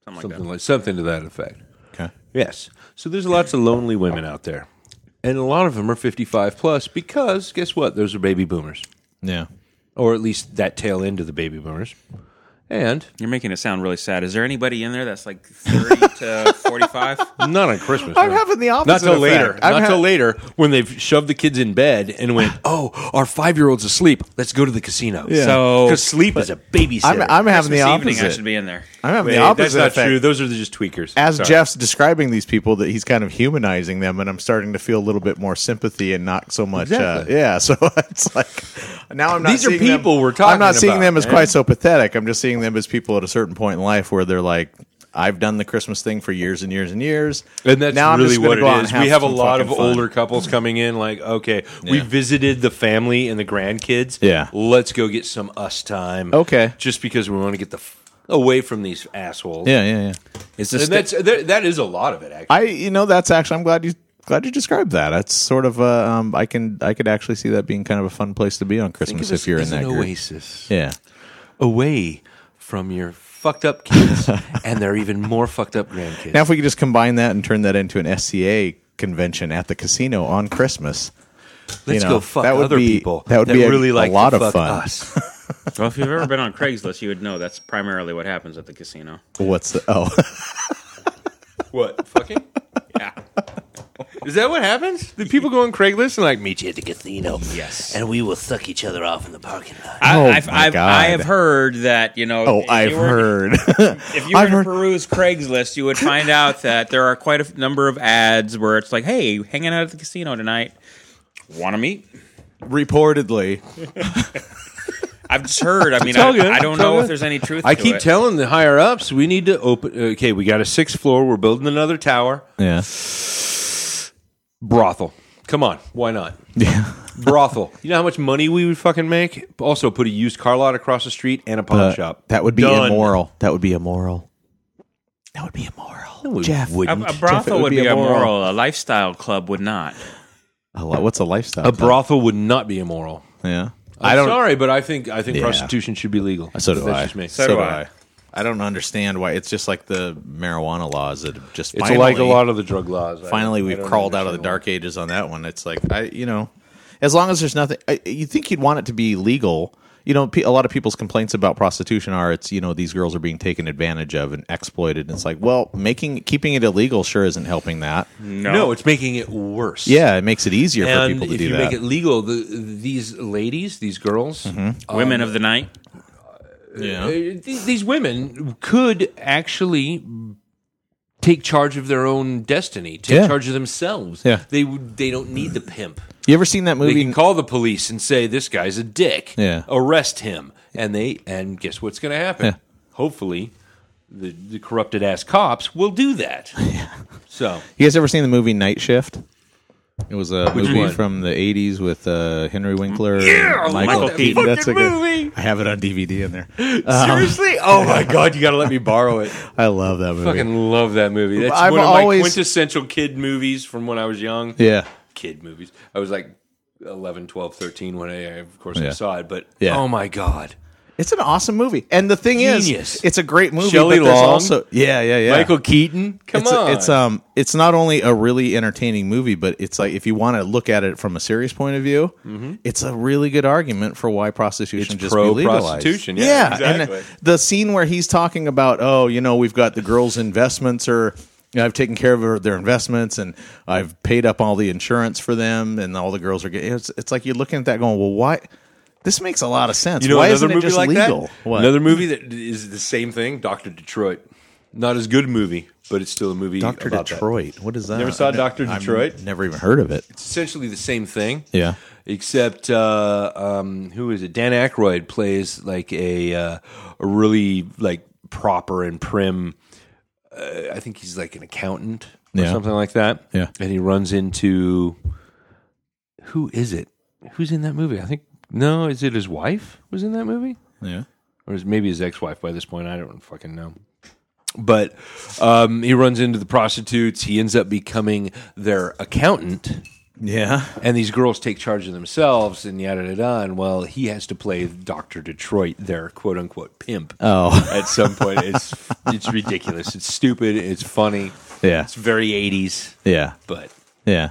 Speaker 2: Something like
Speaker 1: Something
Speaker 2: that.
Speaker 1: like something to that effect.
Speaker 3: okay.
Speaker 1: Yes. So there's lots of lonely women out there. And a lot of them are 55 plus because guess what? Those are baby boomers,
Speaker 3: Yeah.
Speaker 1: or at least that tail end of the baby boomers. And
Speaker 2: You're making it sound really sad. Is there anybody in there that's like thirty to forty-five?
Speaker 1: not on Christmas.
Speaker 3: I'm
Speaker 1: no.
Speaker 3: having the opposite.
Speaker 1: Not till
Speaker 3: effect.
Speaker 1: later.
Speaker 3: I'm
Speaker 1: Not
Speaker 3: ha-
Speaker 1: till later when they've shoved the kids in bed and went, "Oh, our five year old's asleep. Let's go to the casino."
Speaker 3: Yeah.
Speaker 2: So-
Speaker 1: because sleep is a babysitter.
Speaker 3: I'm, I'm having
Speaker 2: This
Speaker 3: the
Speaker 2: evening,
Speaker 3: opposite.
Speaker 2: I should be in there.
Speaker 3: I'm having
Speaker 1: Wait,
Speaker 3: the opposite.
Speaker 1: that's not
Speaker 3: effect.
Speaker 1: true. Those are just tweakers.
Speaker 3: As
Speaker 1: Sorry.
Speaker 3: Jeff's describing these people, that he's kind of humanizing them, and I'm starting to feel a little bit more sympathy and not so much.
Speaker 1: Exactly.
Speaker 3: Uh, yeah, so it's like now I'm not.
Speaker 1: These are
Speaker 3: seeing them-
Speaker 1: people we're
Speaker 3: I'm not
Speaker 1: talking
Speaker 3: seeing
Speaker 1: about,
Speaker 3: them as
Speaker 1: man.
Speaker 3: quite so pathetic. I'm just seeing them as people at a certain point in life where they're like, "I've done the Christmas thing for years and years and years,
Speaker 1: And that's
Speaker 3: now I'm
Speaker 1: really
Speaker 3: just gonna
Speaker 1: what it
Speaker 3: go out and
Speaker 1: is. we have a
Speaker 3: some
Speaker 1: lot of
Speaker 3: fucking fun."
Speaker 1: older couples coming in, like, okay, we
Speaker 3: Yeah.
Speaker 1: visited the family and the grandkids.
Speaker 3: Yeah.
Speaker 1: Let's go get some us time.
Speaker 3: Okay.
Speaker 1: Just because we want to get the f- away from these assholes.
Speaker 3: Yeah, yeah, yeah.
Speaker 2: Is
Speaker 1: And
Speaker 2: this
Speaker 1: that's, that, that is a lot of it, actually.
Speaker 3: I, you know, that's actually. I'm glad you glad you described that. That's sort of. Uh, um, I can I could actually see that being kind of a fun place to be on Christmas if you're in that group.
Speaker 1: oasis
Speaker 3: Yeah.
Speaker 1: away from your fucked up kids and their even more fucked up grandkids.
Speaker 3: Now, if we could just combine that and turn that into an SCA convention at the casino on Christmas,
Speaker 1: Let's
Speaker 3: you know,
Speaker 1: go fuck
Speaker 3: that would
Speaker 1: other
Speaker 3: be-
Speaker 1: people.
Speaker 3: that would be a-
Speaker 1: really
Speaker 3: a
Speaker 1: like to
Speaker 3: lot of
Speaker 1: fuck
Speaker 3: fun.
Speaker 1: us.
Speaker 2: well? If you've ever been on Craigslist, you would know that's primarily what happens at the casino.
Speaker 3: what's the oh?
Speaker 1: what? Fucking?
Speaker 2: Yeah.
Speaker 1: Is that what happens? Do people go on Craigslist and like meet you at the casino?
Speaker 2: Yes.
Speaker 4: and we will suck each other off in the parking lot.
Speaker 2: I,
Speaker 3: Oh,
Speaker 2: I've,
Speaker 3: my
Speaker 2: I've, I have
Speaker 3: God.
Speaker 2: heard that you know.
Speaker 3: Oh,
Speaker 2: if
Speaker 3: I've
Speaker 2: you were-
Speaker 3: heard.
Speaker 2: If you were
Speaker 3: I've
Speaker 2: to
Speaker 3: heard-
Speaker 2: peruse Craigslist, you would find out that there are quite a f- number of ads where it's like, "Hey, hanging out at the casino tonight. Want to meet?"
Speaker 3: Reportedly,
Speaker 2: I've just heard. I mean,
Speaker 1: all
Speaker 2: I,
Speaker 1: good.
Speaker 2: I don't
Speaker 1: It's all
Speaker 2: know if
Speaker 1: good.
Speaker 2: there's any truth.
Speaker 1: I
Speaker 2: to
Speaker 1: keep
Speaker 2: it.
Speaker 1: telling the higher ups we need to open. Okay, we got a sixth floor. We're building another tower.
Speaker 3: yeah,
Speaker 1: Brothel. Come on, why not?
Speaker 3: yeah.
Speaker 1: Brothel. You know how much money we would fucking make? Also, put a used car lot across the street and a pawn
Speaker 3: Uh,
Speaker 1: shop.
Speaker 3: that would be
Speaker 1: Done.
Speaker 3: immoral. That would be immoral. That would be immoral. Jeff,
Speaker 2: A,
Speaker 1: Wouldn't.
Speaker 2: a brothel
Speaker 3: would
Speaker 2: would
Speaker 3: be
Speaker 2: be
Speaker 3: immoral.
Speaker 2: immoral. A lifestyle club would not.
Speaker 3: A lo- what's a lifestyle?
Speaker 1: A brothel would not be immoral.
Speaker 3: yeah,
Speaker 1: I'm sorry, but I think I think
Speaker 3: Yeah.
Speaker 1: prostitution should be legal.
Speaker 3: So do
Speaker 1: But that's
Speaker 3: I.
Speaker 1: Just me.
Speaker 2: So do I.
Speaker 3: I don't understand why it's just like the marijuana laws that have just
Speaker 1: it's
Speaker 3: finally,
Speaker 1: like a lot of the drug laws. I-
Speaker 3: finally
Speaker 1: I
Speaker 3: we've
Speaker 1: don't
Speaker 3: crawled out of the
Speaker 1: understand
Speaker 3: dark ages on that one. It's like I, you know, as long as there's nothing, I, you think you'd want it to be legal. You know, pe- a lot of people's complaints about prostitution are it's you know these girls are being taken advantage of and exploited. And it's like, well, making keeping it illegal sure isn't helping that.
Speaker 1: why. No, it's making it worse.
Speaker 3: Yeah, it makes it easier for
Speaker 1: Mm. and
Speaker 3: people to
Speaker 1: if
Speaker 3: do
Speaker 1: you
Speaker 3: that.
Speaker 1: make it legal, the, these ladies, these girls,
Speaker 2: Women of the night.
Speaker 3: Yeah.
Speaker 1: uh, th- these women could actually take charge of their own destiny, take
Speaker 3: Yeah.
Speaker 1: charge of themselves.
Speaker 3: Yeah.
Speaker 1: They would they don't need the pimp.
Speaker 3: You ever seen that
Speaker 1: They
Speaker 3: movie?
Speaker 1: can call the police and say this guy's a dick.
Speaker 3: Yeah.
Speaker 1: Arrest him. And they and guess what's going to happen?
Speaker 3: Yeah.
Speaker 1: Hopefully the, the corrupted ass cops will do that. So
Speaker 3: you guys ever seen the movie Night Shift? It was a movie
Speaker 1: one?
Speaker 3: from the '80s with uh, Henry Winkler. Yeah, and Michael
Speaker 2: love that
Speaker 3: Keaton.
Speaker 1: fucking
Speaker 3: That's a good
Speaker 1: movie.
Speaker 3: I have it on DVD in there.
Speaker 1: seriously? Oh my god, you got to let me borrow it.
Speaker 3: I love that movie.
Speaker 1: Fucking love that movie. That's
Speaker 3: I've
Speaker 1: one of my
Speaker 3: always-
Speaker 1: quintessential kid movies from when I was young.
Speaker 3: yeah,
Speaker 1: Kid movies. I was like 11, 12, 13 when I, of course, I
Speaker 3: Yeah.
Speaker 1: saw it. But
Speaker 3: Yeah.
Speaker 1: oh my god,
Speaker 3: it's an awesome movie. And the thing
Speaker 1: Genius.
Speaker 3: is, it's a great movie.
Speaker 1: Shelley
Speaker 3: but there's
Speaker 1: Long,
Speaker 3: also yeah, yeah, yeah.
Speaker 1: Michael Keaton. Come
Speaker 3: it's,
Speaker 1: on,
Speaker 3: it's um, it's not only a really entertaining movie, but it's like if you want to look at it from a serious point of view, it's a really good argument for why prostitution
Speaker 1: Mm-hmm. It's
Speaker 3: just be legalized.
Speaker 1: pro-prostitution, yeah, exactly.
Speaker 3: and the scene where he's talking about, oh, you know, we've got the girls' investments, or you know, I've taken care of her- their investments, and I've paid up all the insurance for them, and all the girls are getting. It's, it's like you're looking at that, going, well, why? This makes a lot of sense.
Speaker 1: You know
Speaker 3: why
Speaker 1: another
Speaker 3: isn't it
Speaker 1: movie
Speaker 3: just
Speaker 1: like
Speaker 3: legal?
Speaker 1: that?
Speaker 3: What?
Speaker 1: Another movie that is the same thing, Doctor Detroit. Not as good a movie, but it's still a movie.
Speaker 3: Doctor
Speaker 1: about that.
Speaker 3: Detroit. What is that?
Speaker 1: Never saw
Speaker 3: I've ne-
Speaker 1: Dr.
Speaker 3: I've
Speaker 1: Detroit?
Speaker 3: Never even heard of it.
Speaker 1: It's essentially the same thing.
Speaker 3: Yeah.
Speaker 1: Except, uh, um, who is it? Dan Aykroyd plays like a, uh, a really like proper and prim. Uh, I think he's like an accountant or
Speaker 3: Yeah.
Speaker 1: something like that.
Speaker 3: Yeah.
Speaker 1: And he runs into who is it? Who's in that movie? I think no. Is it his wife? Was in that movie?
Speaker 3: Yeah.
Speaker 1: or his, maybe his ex-wife by this point. I don't fucking know. But um, he runs into the prostitutes. He ends up becoming their accountant,
Speaker 3: Yeah.
Speaker 1: and these girls take charge of themselves, and yada yada. yada. And well, he has to play Doctor Detroit, their quote unquote pimp.
Speaker 3: Oh.
Speaker 1: At some point, it's it's ridiculous. It's stupid. It's funny.
Speaker 3: Yeah.
Speaker 1: it's very eighties.
Speaker 3: Yeah.
Speaker 1: But
Speaker 3: Yeah.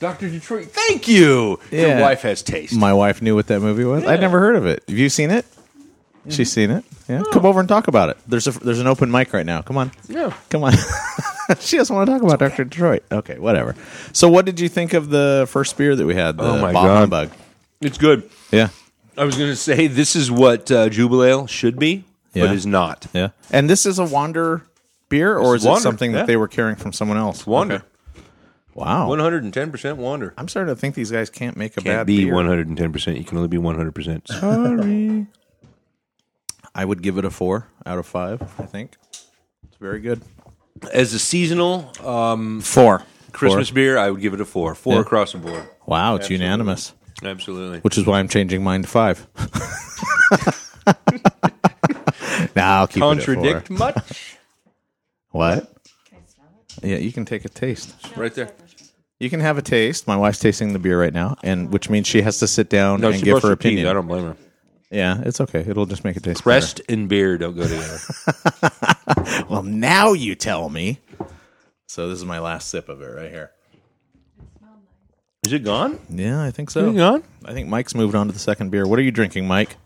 Speaker 1: Doctor Detroit, thank you. Your
Speaker 3: Yeah.
Speaker 1: wife has taste.
Speaker 3: My wife knew what that movie was. I'd never heard of it. Have you seen it? She's seen it. Yeah.
Speaker 1: Oh.
Speaker 3: Come over and talk about it. There's a there's an open mic right now. Come on.
Speaker 1: Yeah.
Speaker 3: Come on. she doesn't want to talk about Dr. Detroit. Okay, whatever. So what did you think of the first beer that we had? The
Speaker 1: Oh, my
Speaker 3: Bah
Speaker 1: God.
Speaker 3: Humbug?
Speaker 1: it's good.
Speaker 3: Yeah.
Speaker 1: I was going to say this is what uh, Jubilale should be,
Speaker 3: Yeah.
Speaker 1: but is not.
Speaker 3: Yeah. And this is a Wander beer or
Speaker 1: This is
Speaker 3: is it
Speaker 1: Wander,
Speaker 3: something
Speaker 1: yeah.
Speaker 3: that they were carrying from someone else?
Speaker 1: Wander.
Speaker 3: Wow.
Speaker 1: One hundred and ten percent wander.
Speaker 3: I'm starting to think these guys can't make a
Speaker 1: Can't
Speaker 3: bad
Speaker 1: be
Speaker 3: beer.
Speaker 1: one hundred and ten percent. You can only be one hundred percent.
Speaker 3: I would give it a 4 out of 5, I think. It's very good.
Speaker 1: As a seasonal um,
Speaker 3: 4.
Speaker 1: Christmas beer, I would give it a four. Four
Speaker 3: Yeah.
Speaker 1: across the board.
Speaker 3: Wow, it's unanimous.
Speaker 1: Absolutely.
Speaker 3: which is why I'm changing mine to five. now I'll keep it at
Speaker 1: Contradict
Speaker 3: four.
Speaker 1: much?
Speaker 3: What? Yeah, you can take a taste.
Speaker 1: right there.
Speaker 3: You can have a taste. My wife's tasting the beer right now, and which means she has to sit down and give her opinion.
Speaker 1: I don't blame her.
Speaker 3: yeah, it's okay. It'll just make it taste
Speaker 1: Breast and beer don't go together.
Speaker 3: better. Well, now you tell me. So this is my last sip of it right here.
Speaker 1: is it gone?
Speaker 3: Yeah, I think so.
Speaker 1: Is it gone?
Speaker 3: I think Mike's moved on to the second beer. What are you drinking, Mike?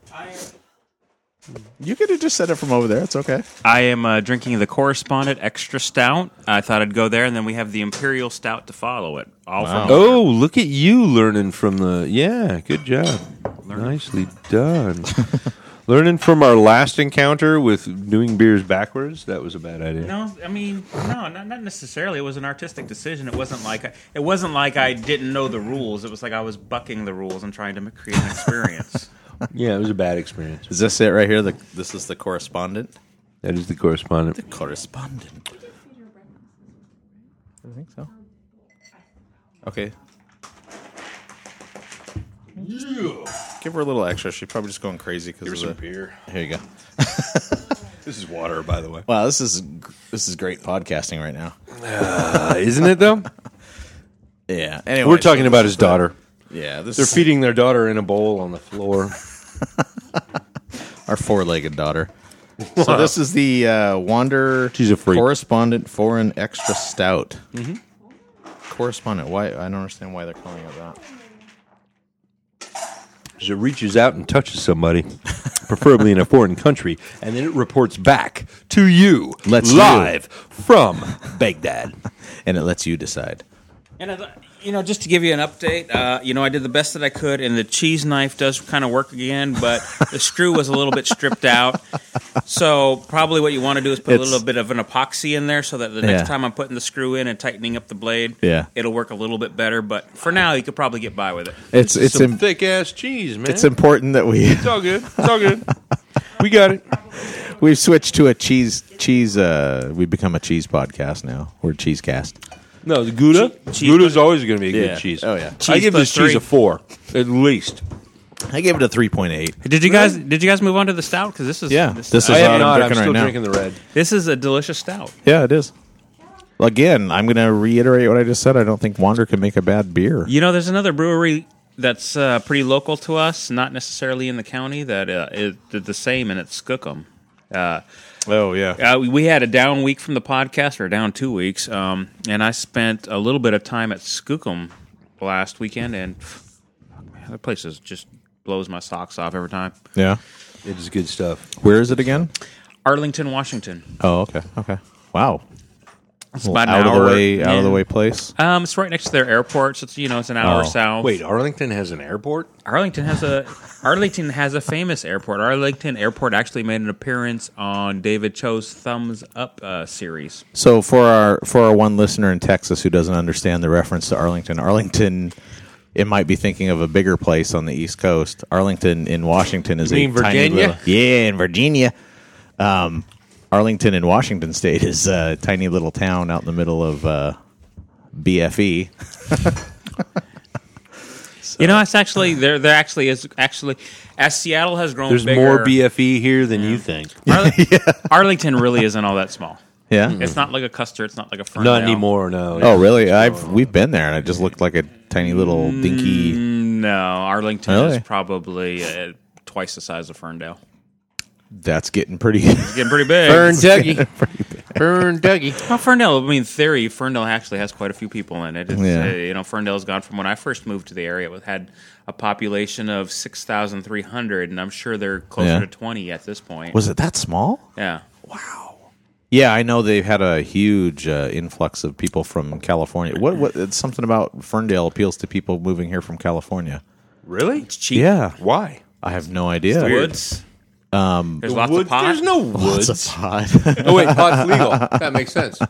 Speaker 3: You could have just said it from over there. It's okay.
Speaker 2: I am uh, drinking the correspondent extra stout. I thought I'd go there, and then we have the imperial stout to follow it. All from
Speaker 1: Oh, look at you learning from the. Yeah, good job. Nicely done. learning from our last encounter with doing beers backwards. That was a bad idea.
Speaker 2: No, I mean, no, not, not necessarily. It was an artistic decision. It wasn't like I, it wasn't like I didn't know the rules. It was like I was bucking the rules and trying to m- create an experience.
Speaker 1: Yeah, it was a bad experience.
Speaker 3: Is this it right here? The, this is the correspondent.
Speaker 1: That is the correspondent.
Speaker 3: correspondent. I think so. Okay. Give her a little extra. She's probably just going crazy because of the-
Speaker 1: beer.
Speaker 3: Here you go.
Speaker 1: This is water, by the way.
Speaker 3: Wow, this is this is great podcasting right now.
Speaker 1: Uh, isn't it though?
Speaker 3: Yeah. Anyway,
Speaker 1: We're talking about his daughter.
Speaker 3: Yeah, this
Speaker 1: They're
Speaker 3: is
Speaker 1: feeding their daughter in a bowl on the floor.
Speaker 3: our four-legged daughter. so this is the uh, Wander.
Speaker 1: She's a freak.
Speaker 3: correspondent foreign extra stout. Mm-hmm. Correspondent. Why? I don't understand why they're calling it that.
Speaker 1: It reaches out and touches somebody, preferably in a foreign country, and then it reports back to you
Speaker 3: Let's
Speaker 1: live from Baghdad.
Speaker 3: and it lets you decide.
Speaker 2: and I thought, you know, just to give you an update, uh, you know, I did the best that I could, and the cheese knife does kind of work again, but the screw was a little bit stripped out. So probably what you want to do is put
Speaker 3: It's-
Speaker 2: a little bit of an epoxy in there, so that the next
Speaker 3: Yeah.
Speaker 2: time I'm putting the screw in and tightening up the blade,
Speaker 3: Yeah.
Speaker 2: it'll work a little bit better. But for now, you could probably get by with it.
Speaker 3: It's it's
Speaker 1: Some
Speaker 3: im-
Speaker 1: thick ass cheese, man.
Speaker 3: it's important that we
Speaker 1: It's all good. It's all good. we got it.
Speaker 3: we've switched to a cheese cheese. Uh, we've become a cheese podcast now. We're cheesecast.
Speaker 1: No, the Gouda.
Speaker 2: cheese-
Speaker 1: Gouda's always going to be a
Speaker 3: Yeah.
Speaker 1: good cheese.
Speaker 3: Oh, yeah.
Speaker 1: I
Speaker 2: Cheese
Speaker 1: give this
Speaker 2: plus
Speaker 1: cheese a
Speaker 2: three.
Speaker 1: four at least.
Speaker 3: I gave it a three point eight.
Speaker 2: Did you guys did you guys move on to the stout? Because this is
Speaker 3: Yeah,
Speaker 2: this,
Speaker 3: this is-
Speaker 1: I
Speaker 3: what
Speaker 1: am
Speaker 3: I'm
Speaker 1: not. I'm
Speaker 3: drinking
Speaker 1: still
Speaker 3: right now.
Speaker 1: drinking the red.
Speaker 2: this is a delicious stout.
Speaker 3: Yeah, it is. Again, I'm going to reiterate what I just said. I don't think Wander can make a bad beer.
Speaker 2: You know, there's another brewery that's uh, pretty local to us, not necessarily in the county, that uh, is did the same, and it's Skookum. Uh,
Speaker 3: Oh yeah.
Speaker 2: uh, we- we had a down week from the podcast, or down two weeks, um, and I spent a little bit of time at Skookum last weekend, and fuck, man, that place is just blows my socks off every time.
Speaker 3: Yeah.
Speaker 1: It is good stuff.
Speaker 3: Where is it again?
Speaker 2: Arlington, Washington.
Speaker 3: Oh, okay. Okay. Wow.
Speaker 2: It's about an
Speaker 3: Oh, out of
Speaker 2: hour
Speaker 3: the way, out of the
Speaker 2: in.
Speaker 3: way place.
Speaker 2: Um, it's right next to their airport, so it's you know it's an hour
Speaker 3: Oh.
Speaker 2: south.
Speaker 1: Wait, Arlington has an airport.
Speaker 2: Arlington has a Arlington has a famous airport. Arlington Airport actually made an appearance on David Cho's Thumbs Up uh, series.
Speaker 3: So for our for our one listener in Texas who doesn't understand the reference to Arlington, Arlington, it might be thinking of a bigger place on the East Coast. Arlington in Washington is
Speaker 1: You mean
Speaker 3: a tiny
Speaker 1: Virginia?
Speaker 3: little- yeah, in Virginia. Um, Arlington in Washington State is a tiny little town out in the middle of uh, E. BFE.
Speaker 2: You know, it's actually there. There actually is actually as Seattle has grown.
Speaker 1: There's
Speaker 2: bigger,
Speaker 1: more BFE here than you think.
Speaker 2: Arli- Arlington really isn't all that small.
Speaker 3: Yeah.
Speaker 2: It's not like a Custer. It's not like a Ferndale.
Speaker 1: Not anymore. No.
Speaker 3: Oh, really? I've we've been there, and it just looked like a tiny little dinky.
Speaker 2: No, Arlington
Speaker 3: Really?
Speaker 2: is probably uh, twice the size of Ferndale.
Speaker 3: That's getting pretty.
Speaker 2: It's getting pretty big.
Speaker 1: Burn Dougie. Burn Dougie.
Speaker 2: Well, Ferndale. I mean, in theory, Ferndale actually has quite a few people in it. It's,
Speaker 3: Yeah.
Speaker 2: uh, you know, Ferndale's gone from when I first moved to the area, it had a population of six thousand three hundred, and I'm sure they're closer
Speaker 3: Yeah.
Speaker 2: to twenty at this point.
Speaker 3: Was it that small?
Speaker 2: yeah,
Speaker 3: Yeah, I know they've had a huge uh, influx of people from California. What? What? It's something about Ferndale appeals to people moving here from California.
Speaker 1: Really?
Speaker 2: it's cheap.
Speaker 3: Yeah,
Speaker 1: Why?
Speaker 3: I have no idea.
Speaker 2: woods. Um, there's lots
Speaker 1: Woods-
Speaker 2: of pot.
Speaker 1: There's no woods.
Speaker 3: Lots of pot.
Speaker 1: oh wait, pot's legal. That makes sense.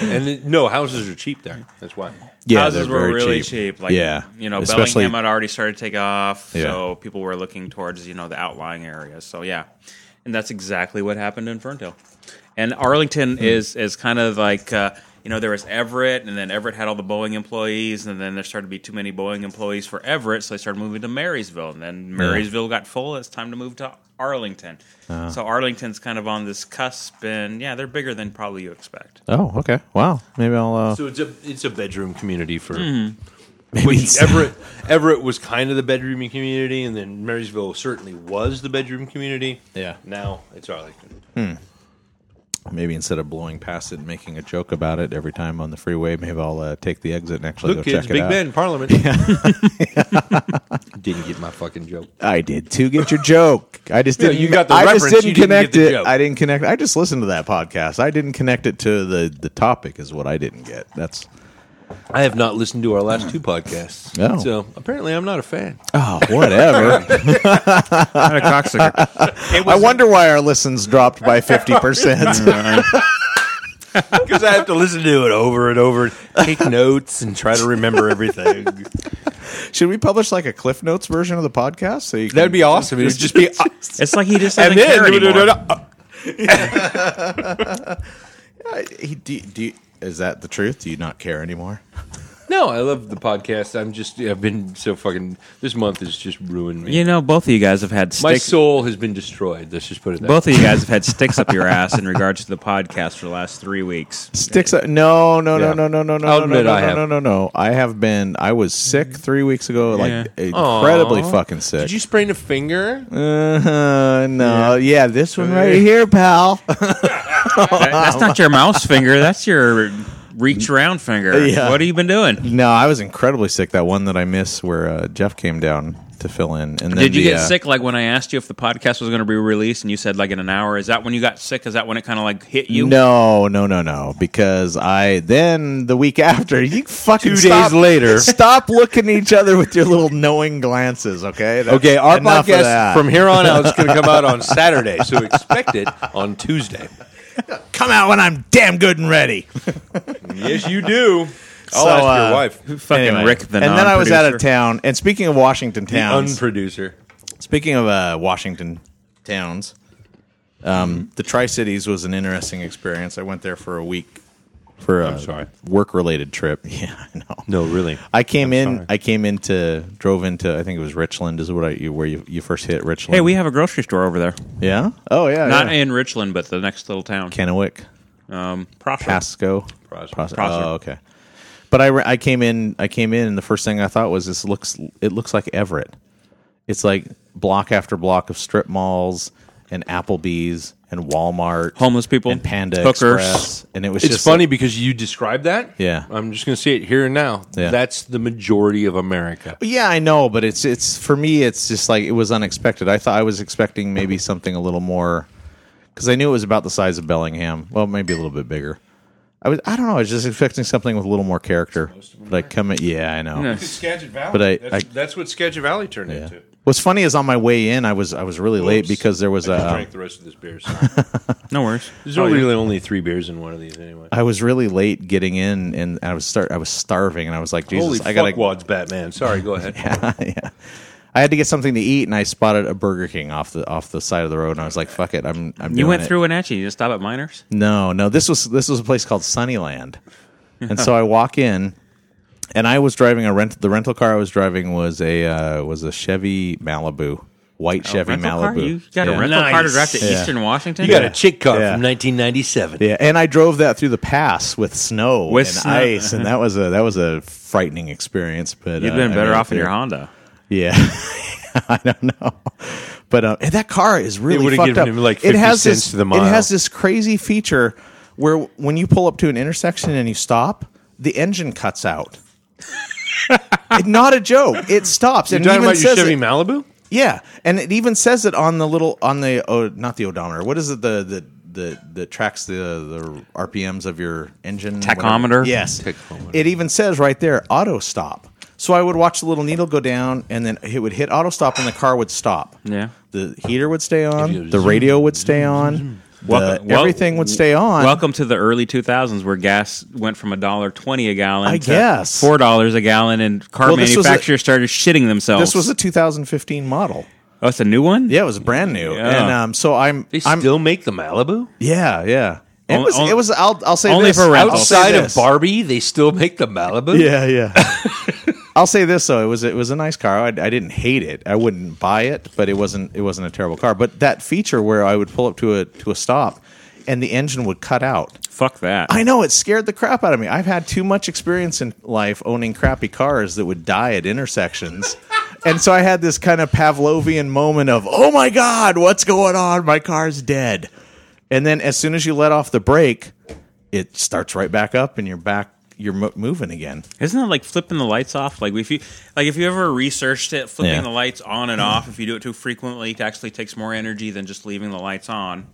Speaker 1: And it- no, houses are cheap there. That's why.
Speaker 3: yeah,
Speaker 2: Houses
Speaker 3: they're
Speaker 2: were
Speaker 3: very
Speaker 2: really cheap. Like,
Speaker 3: yeah,
Speaker 2: you know,
Speaker 3: especially
Speaker 2: Bellingham had already started to take off,
Speaker 3: Yeah.
Speaker 2: so people were looking towards you know the outlying areas. So yeah, and that's exactly what happened in Ferndale. And Arlington
Speaker 3: Hmm.
Speaker 2: is is kind of like uh, you know there was Everett, and then Everett had all the Boeing employees, and then there started to be too many Boeing employees for Everett, so they started moving to Marysville, and then Marysville got full. It's time to move to Arlington.
Speaker 3: Uh-huh.
Speaker 2: So Arlington's kind of on this cusp, and yeah, they're bigger than probably you expect.
Speaker 3: Oh, okay. Wow. Maybe I'll. Uh,
Speaker 1: So it's a it's a bedroom community for
Speaker 3: Hmm. maybe
Speaker 1: which
Speaker 3: it's-
Speaker 1: Everett Everett was kind of the bedroom community, and then Marysville certainly was the bedroom community.
Speaker 3: Yeah.
Speaker 1: Now it's Arlington.
Speaker 3: maybe instead of blowing past it and making a joke about it every time on the freeway, maybe I'll uh, take the exit and actually
Speaker 1: Look,
Speaker 3: go
Speaker 1: kids,
Speaker 3: check it
Speaker 1: Big
Speaker 3: out.
Speaker 1: Ben, Parliament. Didn't get my fucking joke.
Speaker 3: I did too. Get your joke. I just
Speaker 1: Yeah,
Speaker 3: didn't.
Speaker 1: you got the
Speaker 3: I just
Speaker 1: reference,
Speaker 3: didn't
Speaker 1: you didn't
Speaker 3: connect
Speaker 1: get the
Speaker 3: it.
Speaker 1: joke.
Speaker 3: I didn't connect. I just listened to that podcast. I didn't connect it to the the topic. Is what I didn't get. That's
Speaker 1: I have not listened to our last two podcasts,
Speaker 3: Oh.
Speaker 1: so apparently I'm not a fan.
Speaker 3: oh whatever.
Speaker 2: Kind of cocksucker.
Speaker 3: I wonder why our listens dropped by fifty percent.
Speaker 1: Because I have to listen to it over and over, take notes, and try to remember everything.
Speaker 3: Should we publish like a Cliff Notes version of the podcast? So you can,
Speaker 1: That'd be awesome. It would just be.
Speaker 2: It's like he just doesn't
Speaker 1: And then.
Speaker 2: care anymore.
Speaker 3: I- he- do- do- is that the truth? Do you not care anymore?
Speaker 1: No, I love the podcast. I'm just. I've been so fucking. This month has just ruined me.
Speaker 2: You know, both of you guys have had
Speaker 1: My
Speaker 2: sticks.
Speaker 1: soul has been destroyed. Let's just put it that
Speaker 2: both of you guys have had sticks up your ass in regards to the podcast for the last three weeks.
Speaker 3: Sticks. Up, no, no,
Speaker 1: Yeah.
Speaker 3: no, no, no, no, no,
Speaker 1: I'll
Speaker 3: no,
Speaker 1: admit
Speaker 3: no,
Speaker 1: I
Speaker 3: no,
Speaker 1: have.
Speaker 3: no, no, no. I have been. I was sick three weeks ago.
Speaker 2: Yeah.
Speaker 3: Like incredibly
Speaker 1: Aw.
Speaker 3: fucking sick.
Speaker 1: Did you sprain a finger?
Speaker 3: Uh,
Speaker 1: Uh-huh.
Speaker 3: no, yeah. this one right here, pal.
Speaker 2: That- that's not your mouse finger. That's your reach round finger.
Speaker 3: Yeah.
Speaker 2: What have you been doing?
Speaker 3: no, I was incredibly sick. That one that I missed where uh, Jeff came down to fill in. And then
Speaker 2: Did you
Speaker 3: the,
Speaker 2: get
Speaker 3: uh,
Speaker 2: sick like when I asked you if the podcast was going to be released and you said like in an hour? Is that when you got sick? Is that when it kind of like hit you?
Speaker 3: No, no, no, no. Because I then the week after, you fucking
Speaker 1: Two days
Speaker 3: stop-
Speaker 1: later.
Speaker 3: stop looking at each other with your little knowing glances. Okay. That-
Speaker 1: Okay, our
Speaker 3: enough of
Speaker 1: podcast
Speaker 3: that.
Speaker 1: from here on out is going to come out on Saturday, so expect it on Tuesday.
Speaker 3: come out when I'm damn good and ready.
Speaker 1: Yes, you do. I'll
Speaker 3: So,
Speaker 1: ask your
Speaker 3: uh,
Speaker 1: wife,
Speaker 2: Fucking Rick the
Speaker 3: and then I was out of
Speaker 2: non-producer.
Speaker 3: town. And speaking of Washington
Speaker 1: the
Speaker 3: towns,
Speaker 1: unproducer.
Speaker 3: Speaking of uh, Washington towns, um, the Tri Cities was an interesting experience. I went there for a week for a
Speaker 1: sorry.
Speaker 3: work related trip. Yeah, I know.
Speaker 1: No, really.
Speaker 3: I came in. I came into drove into. I think it was Richland. Is what I, you where you, you first hit Richland.
Speaker 2: Hey, we have a grocery store over there.
Speaker 3: yeah. Oh yeah.
Speaker 2: Not
Speaker 3: yeah.
Speaker 2: in Richland, but the next little town.
Speaker 3: Kennewick,
Speaker 2: Um, Prosser.
Speaker 3: Pasco,
Speaker 1: Prosser.
Speaker 3: Pros-
Speaker 2: Prosser.
Speaker 3: Oh, okay. But I, re- I came in. I came in, and the first thing I thought was this looks. It looks like Everett. It's like block after block of strip malls and Applebee's and Walmart,
Speaker 2: Homeless people.
Speaker 3: and Panda
Speaker 2: Hookers.
Speaker 3: Express, and it was
Speaker 1: It's
Speaker 3: just
Speaker 1: funny because you describe that.
Speaker 3: Yeah.
Speaker 1: I'm just going to say it here and now.
Speaker 3: Yeah.
Speaker 1: That's the majority of America.
Speaker 3: Like, yeah, I know, but it's it's for me. It's just like it was unexpected. I thought I was expecting maybe something a little more because I knew it was about the size of Bellingham. Well, maybe a little bit bigger. I was I don't know. I was just expecting something with a little more character. But I come at yeah, I know.
Speaker 1: Skagit Valley.
Speaker 3: But I- That's- I-
Speaker 1: what Skagit Valley turned
Speaker 3: Yeah. What's funny is on my way in, I was I was really late because there was a um,
Speaker 1: the rest of this beer.
Speaker 2: No worries.
Speaker 1: There's really only three beers in one of these anyway.
Speaker 3: I was really late getting in, and I was start I was starving, and I was like, Jesus,
Speaker 1: Holy
Speaker 3: I gotta
Speaker 1: fuckwads, Batman. Sorry, go ahead.
Speaker 3: yeah. I had to get something to eat, and I spotted a Burger King off the off the side of the road, and I was like, "Fuck it, I'm I'm."
Speaker 2: You
Speaker 3: doing
Speaker 2: went
Speaker 3: it.
Speaker 2: through Wenatchee. You just stop at Miners.
Speaker 3: No, no. This was this was a place called Sunnyland, and so I walk in, and I was driving a rent. The rental car I was driving was a uh, was a Chevy Malibu, white Chevy
Speaker 2: rental
Speaker 3: Malibu.
Speaker 2: car? You got
Speaker 3: Yeah.
Speaker 2: a rental car to drive to
Speaker 3: Nice.
Speaker 2: Eastern Washington?
Speaker 1: You got a chick car
Speaker 3: Yeah.
Speaker 1: from 1997.
Speaker 3: Yeah, and I drove that through the pass with snow
Speaker 2: With
Speaker 3: and
Speaker 2: snow.
Speaker 3: ice, and that was a that was a frightening experience. But
Speaker 2: You'd
Speaker 3: uh,
Speaker 2: been
Speaker 3: I
Speaker 2: better
Speaker 3: made it
Speaker 2: off in your
Speaker 3: through.
Speaker 2: Honda.
Speaker 3: Yeah, I don't know, but uh, and that car is really
Speaker 1: would've
Speaker 3: fucked
Speaker 1: given
Speaker 3: up.
Speaker 1: him, like,
Speaker 3: it
Speaker 1: 50
Speaker 3: has
Speaker 1: cents
Speaker 3: this,
Speaker 1: to the mile.
Speaker 3: It has this crazy feature where when you pull up to an intersection and you stop, the engine cuts out. It- not a joke. It stops.
Speaker 1: You're
Speaker 3: and
Speaker 1: talking
Speaker 3: even
Speaker 1: about your
Speaker 3: says
Speaker 1: Chevy
Speaker 3: it-
Speaker 1: Malibu?
Speaker 3: yeah, and it even says it on the little on the oh, not the odometer. What is it? The the the that tracks the the RPMs of your engine whatever.
Speaker 2: Tachometer?
Speaker 3: Yes, it even says right there auto stop. So I would watch the little needle go down, and then it would hit auto stop, and the car would stop.
Speaker 2: Yeah.
Speaker 3: the heater would stay on,
Speaker 1: goes
Speaker 3: the radio would stay on, the,
Speaker 2: Welcome- wel-
Speaker 3: everything would stay on.
Speaker 2: Welcome to the early 2000s, where gas went from a dollar twenty a gallon.
Speaker 3: I
Speaker 2: to
Speaker 3: guess.
Speaker 2: four dollars a gallon, and car
Speaker 3: Well, this was a-
Speaker 2: manufacturers started shitting themselves.
Speaker 3: This was a 2015 model.
Speaker 2: oh, it's a new one.
Speaker 3: Yeah, it was brand new,
Speaker 2: Yeah.
Speaker 3: and um, so I'm
Speaker 1: They
Speaker 3: I'm
Speaker 1: still make the Malibu?
Speaker 3: yeah yeah. It
Speaker 2: Only-
Speaker 3: was.
Speaker 2: only-
Speaker 3: It was. I'll. I'll say
Speaker 2: only
Speaker 3: this.
Speaker 2: for
Speaker 3: I'll
Speaker 2: rentals.
Speaker 3: say
Speaker 1: Outside of
Speaker 3: this.
Speaker 1: Barbie, they still make the Malibu?
Speaker 3: Yeah, yeah. I'll say this though: it was it was a nice car. I, I didn't hate it. I wouldn't buy it, but it wasn't it wasn't a terrible car. But that feature where I would pull up to a to a stop, and the engine would cut out.
Speaker 2: Fuck that.
Speaker 3: I know it scared the crap out of me. I've had too much experience in life owning crappy cars that would die at intersections. And so I had this kind of Pavlovian moment of, oh my God, what's going on? My car's dead. And then as soon as you let off the brake, it starts right back up and you're back, you're mo- moving again.
Speaker 2: Isn't that like flipping the lights off? Like if you like if you ever researched it, flipping
Speaker 3: Yeah.
Speaker 2: the lights on and off. If you do it too frequently, it actually takes more energy than just leaving the lights on.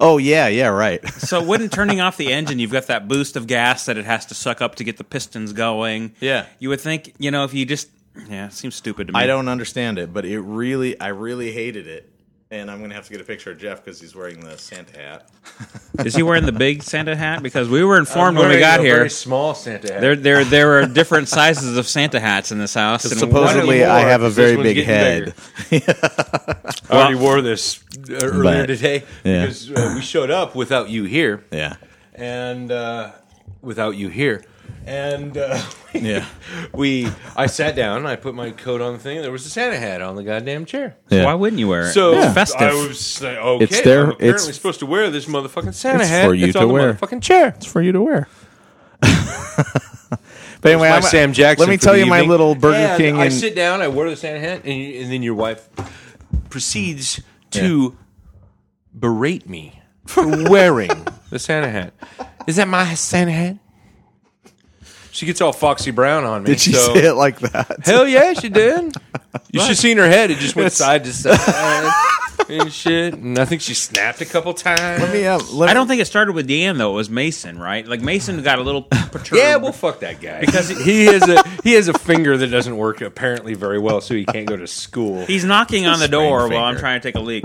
Speaker 3: Oh, yeah, yeah, right.
Speaker 2: So when turning off the engine, you've got that boost of gas that it has to suck up to get the pistons going.
Speaker 3: Yeah.
Speaker 2: you would think you know if you just yeah, it seems stupid to me.
Speaker 3: I don't understand it, but it really, I really hated it. And I'm going to have to get a picture of Jeff because he's wearing the Santa hat.
Speaker 2: Is he wearing the big Santa hat? Because we were informed when we
Speaker 1: Wearing
Speaker 2: got
Speaker 1: a
Speaker 2: here.
Speaker 1: Very small Santa hat.
Speaker 2: There, there, there are different sizes of Santa hats in this house. And
Speaker 3: Supposedly,
Speaker 1: One
Speaker 3: I
Speaker 1: more,
Speaker 3: have a
Speaker 1: 'cause
Speaker 3: very
Speaker 1: this one's
Speaker 3: big
Speaker 1: getting
Speaker 3: head.
Speaker 1: I already wore this uh, earlier
Speaker 3: But-
Speaker 1: today
Speaker 3: yeah.
Speaker 1: because uh, we showed up without you here.
Speaker 3: Yeah.
Speaker 1: And uh, without you here. And uh,
Speaker 3: Yeah.
Speaker 1: we, I sat down, I put my coat on the thing, and there was a Santa hat on the goddamn chair.
Speaker 3: Yeah.
Speaker 2: why wouldn't you wear it?
Speaker 1: So
Speaker 2: it's festive.
Speaker 1: I was like, okay,
Speaker 3: It's there-
Speaker 1: I'm apparently
Speaker 3: it's-
Speaker 1: supposed to wear this motherfucking Santa
Speaker 3: It's
Speaker 1: hat.
Speaker 3: for you
Speaker 1: it's
Speaker 3: to
Speaker 1: on the
Speaker 3: wear.
Speaker 1: motherfucking chair.
Speaker 3: It's for you to wear. but anyway,
Speaker 1: my
Speaker 3: I'm-
Speaker 1: Sam Jackson.
Speaker 3: Let me
Speaker 1: for
Speaker 3: tell
Speaker 1: the
Speaker 3: you my
Speaker 1: evening.
Speaker 3: little Burger
Speaker 1: And
Speaker 3: King.
Speaker 1: I
Speaker 3: And,
Speaker 1: sit down. I wear the Santa hat, and, you- and then your wife proceeds to berate me for wearing the Santa hat. Is that my Santa hat? She gets all Foxy Brown on me.
Speaker 3: Did she
Speaker 1: so-
Speaker 3: say it like that?
Speaker 1: Hell yeah, she did. You should have seen her head. It just went side to side and shit. And I think she snapped a couple times.
Speaker 3: Let me, uh, let
Speaker 2: I
Speaker 3: me-
Speaker 2: don't think it started with Deanne though. It was Mason, right? Like Mason got a little perturbed.
Speaker 1: Yeah, well, fuck that guy because he has a he has a finger that doesn't work apparently very well, so he can't go to school.
Speaker 2: He's knocking on the
Speaker 1: Sprained
Speaker 2: door while I'm
Speaker 1: finger.
Speaker 2: trying to take a leak.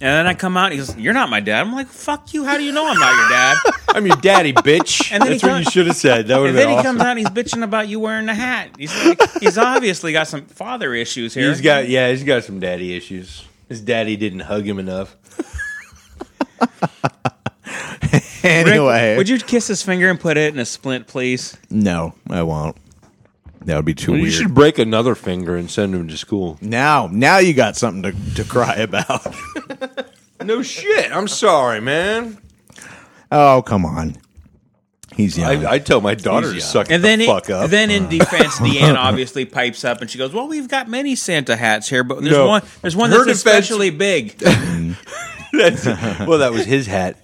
Speaker 2: And then I come out. He goes, "You're not my dad." I'm like, "Fuck you! How do you know I'm not your dad?"
Speaker 1: I'm your daddy, bitch.
Speaker 2: And then he
Speaker 1: That's what
Speaker 2: comes-
Speaker 1: you should have said. That would have been
Speaker 2: And then he
Speaker 1: awesome.
Speaker 2: comes out. and He's bitching about you wearing a hat. He's like, he's obviously got some father issues here.
Speaker 1: He's got yeah, he's got some daddy issues. His daddy didn't hug him enough.
Speaker 2: Rick,
Speaker 3: Anyway,
Speaker 2: Would you kiss his finger and put it in a splint, please?
Speaker 3: No, I won't. That would be too
Speaker 1: You
Speaker 3: weird.
Speaker 1: should break another finger and send him to school.
Speaker 3: Now, now you got something to, to cry about.
Speaker 1: No shit. I'm sorry, man.
Speaker 3: oh, come on. He's young.
Speaker 1: I, I tell my daughter to
Speaker 3: He's young.
Speaker 1: suck
Speaker 2: And
Speaker 1: the
Speaker 2: then, it-
Speaker 1: fuck up.
Speaker 2: then in defense, Deanne obviously pipes up and she goes, "Well, we've got many Santa hats here, but there's
Speaker 1: No.
Speaker 2: one. There's one
Speaker 1: Her
Speaker 2: that's
Speaker 1: defense-
Speaker 2: especially big."
Speaker 1: That's- well, that was his hat.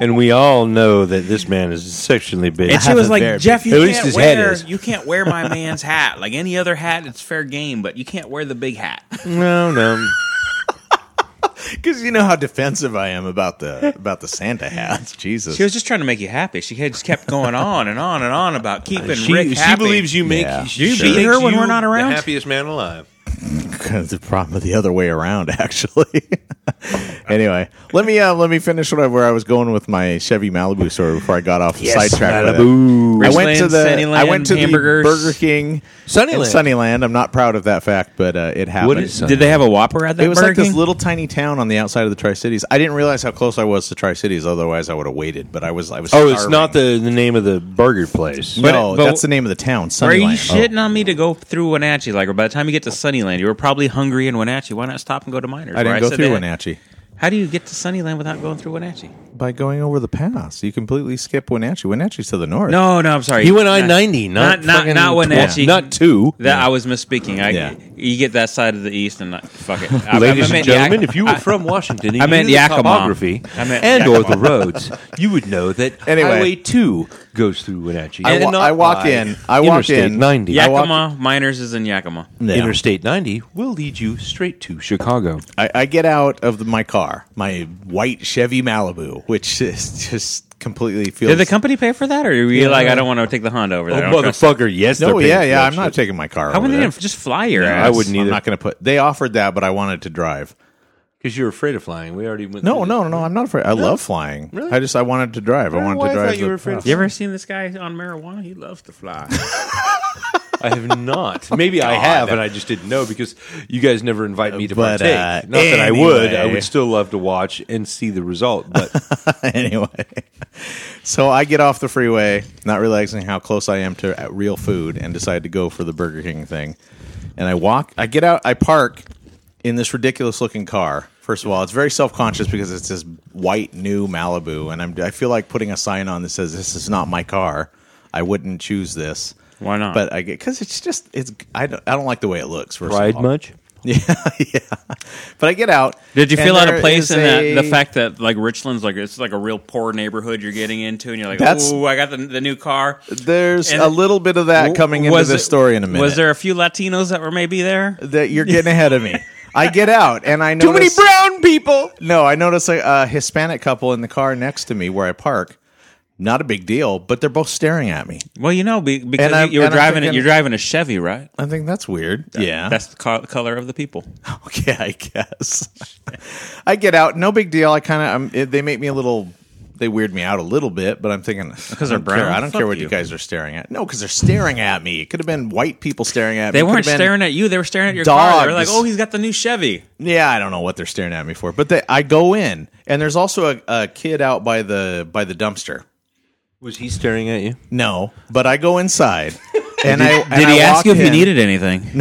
Speaker 1: and we all know that this man is sexually big.
Speaker 2: And she
Speaker 3: have
Speaker 2: was
Speaker 3: a
Speaker 2: like,
Speaker 3: very
Speaker 2: "Jeff, you
Speaker 1: At
Speaker 2: can't
Speaker 1: least his
Speaker 2: wear
Speaker 1: head is.
Speaker 2: you can't wear my man's hat. Like any other hat, it's fair game, but you can't wear the big hat."
Speaker 1: no, no.
Speaker 3: Because you know how defensive I am about the about the Santa hats. Jesus.
Speaker 2: She was just trying to make you happy. She had just kept going on and on and on about keeping Rick
Speaker 1: She, she
Speaker 2: happy.
Speaker 1: believes you make
Speaker 3: Yeah,
Speaker 1: she
Speaker 2: sure.
Speaker 1: beat
Speaker 2: her when we're not around?
Speaker 1: The happiest man alive.
Speaker 3: the problem the other way around, actually. anyway, let me uh, let me finish what I, where I was going with my Chevy Malibu story before I got off
Speaker 4: Yes,
Speaker 3: sidetracked. with it. I went to
Speaker 2: Richland,
Speaker 3: the
Speaker 2: Sunnyland,
Speaker 3: I went to
Speaker 2: hamburgers.
Speaker 3: the Burger King
Speaker 1: Sunnyland.
Speaker 3: in Sunnyland. I'm not proud of that fact, but uh, it happened.
Speaker 1: is
Speaker 2: Did they have a Whopper at that
Speaker 3: It was
Speaker 2: Burger
Speaker 3: like this
Speaker 2: King?
Speaker 3: little tiny town on the outside of the Tri Cities. I didn't realize how close I was to Tri Cities. Otherwise, I would have waited. But I was. I was.
Speaker 1: Oh, it's
Speaker 3: starving.
Speaker 1: not the, the name of the burger place.
Speaker 3: No,
Speaker 2: But- but-
Speaker 3: that's the name of the town.
Speaker 2: Are you
Speaker 3: Sunnyland.
Speaker 2: shitting on me to go through Wenatchee? Like, or by the time you get to Sunnyland, you were probably hungry in Wenatchee. Why not stop and go to Miners?
Speaker 3: Oh, I
Speaker 2: where
Speaker 3: didn't go
Speaker 2: said
Speaker 3: through
Speaker 2: that?
Speaker 3: Wenatchee
Speaker 2: How do you get to Sunnyland without going through Wenatchee?
Speaker 3: by going over the pass. You completely skip Wenatchee. Wenatchee's to the north.
Speaker 2: No, no, I'm sorry.
Speaker 1: He went I
Speaker 2: Not-
Speaker 1: ninety, not
Speaker 2: not not,
Speaker 1: fucking
Speaker 2: not Wenatchee,
Speaker 1: twelve- not two.
Speaker 2: That I was misspeaking. I,
Speaker 3: Yeah.
Speaker 2: You get that side of the east and not, fuck it. I, I- I
Speaker 1: Ladies and
Speaker 2: meant
Speaker 1: gentlemen,
Speaker 2: Yak-
Speaker 1: if you were from Washington, and
Speaker 2: I
Speaker 1: you
Speaker 2: meant
Speaker 1: knew the
Speaker 2: Yakima.
Speaker 1: topography
Speaker 2: I meant
Speaker 1: and or
Speaker 2: Yakima.
Speaker 1: the roads, you would know that
Speaker 3: Anyway.
Speaker 1: Highway Two goes through Wenatchee.
Speaker 3: I
Speaker 1: and
Speaker 3: wa-
Speaker 1: not
Speaker 3: I walked
Speaker 1: by
Speaker 3: in- I walked
Speaker 1: Interstate
Speaker 3: in-
Speaker 1: ninety.
Speaker 3: I walked-
Speaker 2: Yakima Miners is in Yakima.
Speaker 3: Yeah.
Speaker 1: Interstate ninety will lead you straight to Chicago.
Speaker 3: I, I get out of the, my car, my white Chevy Malibu, which is just completely feels.
Speaker 2: Did the company pay for that, or were you
Speaker 3: Yeah.
Speaker 2: like, I don't want to take the Honda over there? I don't trust it.
Speaker 1: Oh, motherfucker! Yes,
Speaker 3: No, Oh, yeah, yeah. I'm not taking my car.
Speaker 2: How come
Speaker 3: over
Speaker 2: they
Speaker 3: there.
Speaker 2: didn't just fly your
Speaker 3: Yeah,
Speaker 2: ass?
Speaker 1: I wouldn't either.
Speaker 3: I'm not going to put. They offered that, but I wanted to drive.
Speaker 1: because you're afraid of flying. We already went.
Speaker 3: No, no, no. I'm not afraid. I love flying.
Speaker 1: Really?
Speaker 3: I just I wanted to drive. I,
Speaker 1: don't know
Speaker 3: wanted
Speaker 1: why I
Speaker 3: to drive.
Speaker 1: thought you
Speaker 3: the-
Speaker 1: were afraid of
Speaker 2: You ever seen this guy on marijuana? He loves to fly.
Speaker 1: I have not. Maybe I have, and I just didn't know because you guys never invite me to
Speaker 3: But,
Speaker 1: partake.
Speaker 3: uh,
Speaker 1: not that I would. I
Speaker 3: anyway.
Speaker 1: would still love to watch and see the result. But
Speaker 3: anyway, so I get off the freeway, not realizing how close I am to uh, real food, and decide to go for the Burger King thing. And I walk, I get out, I park in this ridiculous looking car. First of all, it's very self conscious because it's this white new Malibu, and I'm, I feel like putting a sign on that says, "This is not my car. I wouldn't choose this."
Speaker 2: Why not?
Speaker 3: But I get because it's just it's I don't, I don't like the way it looks. First of all.
Speaker 1: much?
Speaker 3: But I get out.
Speaker 2: Did you
Speaker 3: and
Speaker 2: feel out
Speaker 3: there
Speaker 2: of place
Speaker 3: is
Speaker 2: in
Speaker 3: a-
Speaker 2: that, the fact that like Richland's like it's like a real poor neighborhood you're getting into, and you're like,
Speaker 3: That's-
Speaker 2: oh, I got the, the new car.
Speaker 3: There's
Speaker 2: And-
Speaker 3: a little bit of that coming into
Speaker 2: Was
Speaker 3: this
Speaker 2: it-
Speaker 3: story in a minute.
Speaker 2: Was there a few Latinos that were maybe there?
Speaker 3: that you're getting ahead of me. I get out and I
Speaker 1: Too many
Speaker 3: notice
Speaker 1: brown people.
Speaker 3: no, I notice a, a Hispanic couple in the car next to me where I park. Not a big deal, but they're both staring at me.
Speaker 2: Well, you know, be, because
Speaker 3: And I'm-
Speaker 2: you- you were
Speaker 3: and I'm
Speaker 2: driving it.
Speaker 3: thinking-
Speaker 2: You're driving a Chevy, right?
Speaker 3: I think that's weird. yeah,
Speaker 2: That's the co- color of the people.
Speaker 3: okay. I guess I get out. No big deal. I kind of they make me a little. They weird me out a little bit, but I'm thinking because
Speaker 2: they're brown?
Speaker 3: I don't
Speaker 2: Fuck
Speaker 3: care what you.
Speaker 2: you.
Speaker 3: guys are staring at. No, because they're staring at me. It could have been white people staring at me.
Speaker 2: They
Speaker 3: It could
Speaker 2: weren't
Speaker 3: have been-
Speaker 2: staring at you. They were staring at your car. They were like,
Speaker 3: Dogs.
Speaker 2: oh, he's got the new Chevy.
Speaker 3: Yeah, I don't know what they're staring at me for, but they, I go in, and there's also a, a kid out by the by the dumpster.
Speaker 1: Was he staring at you?
Speaker 3: No, but I go inside, and I and
Speaker 2: Did he
Speaker 3: I
Speaker 2: ask
Speaker 3: walk
Speaker 2: you if you
Speaker 3: in.
Speaker 2: needed anything?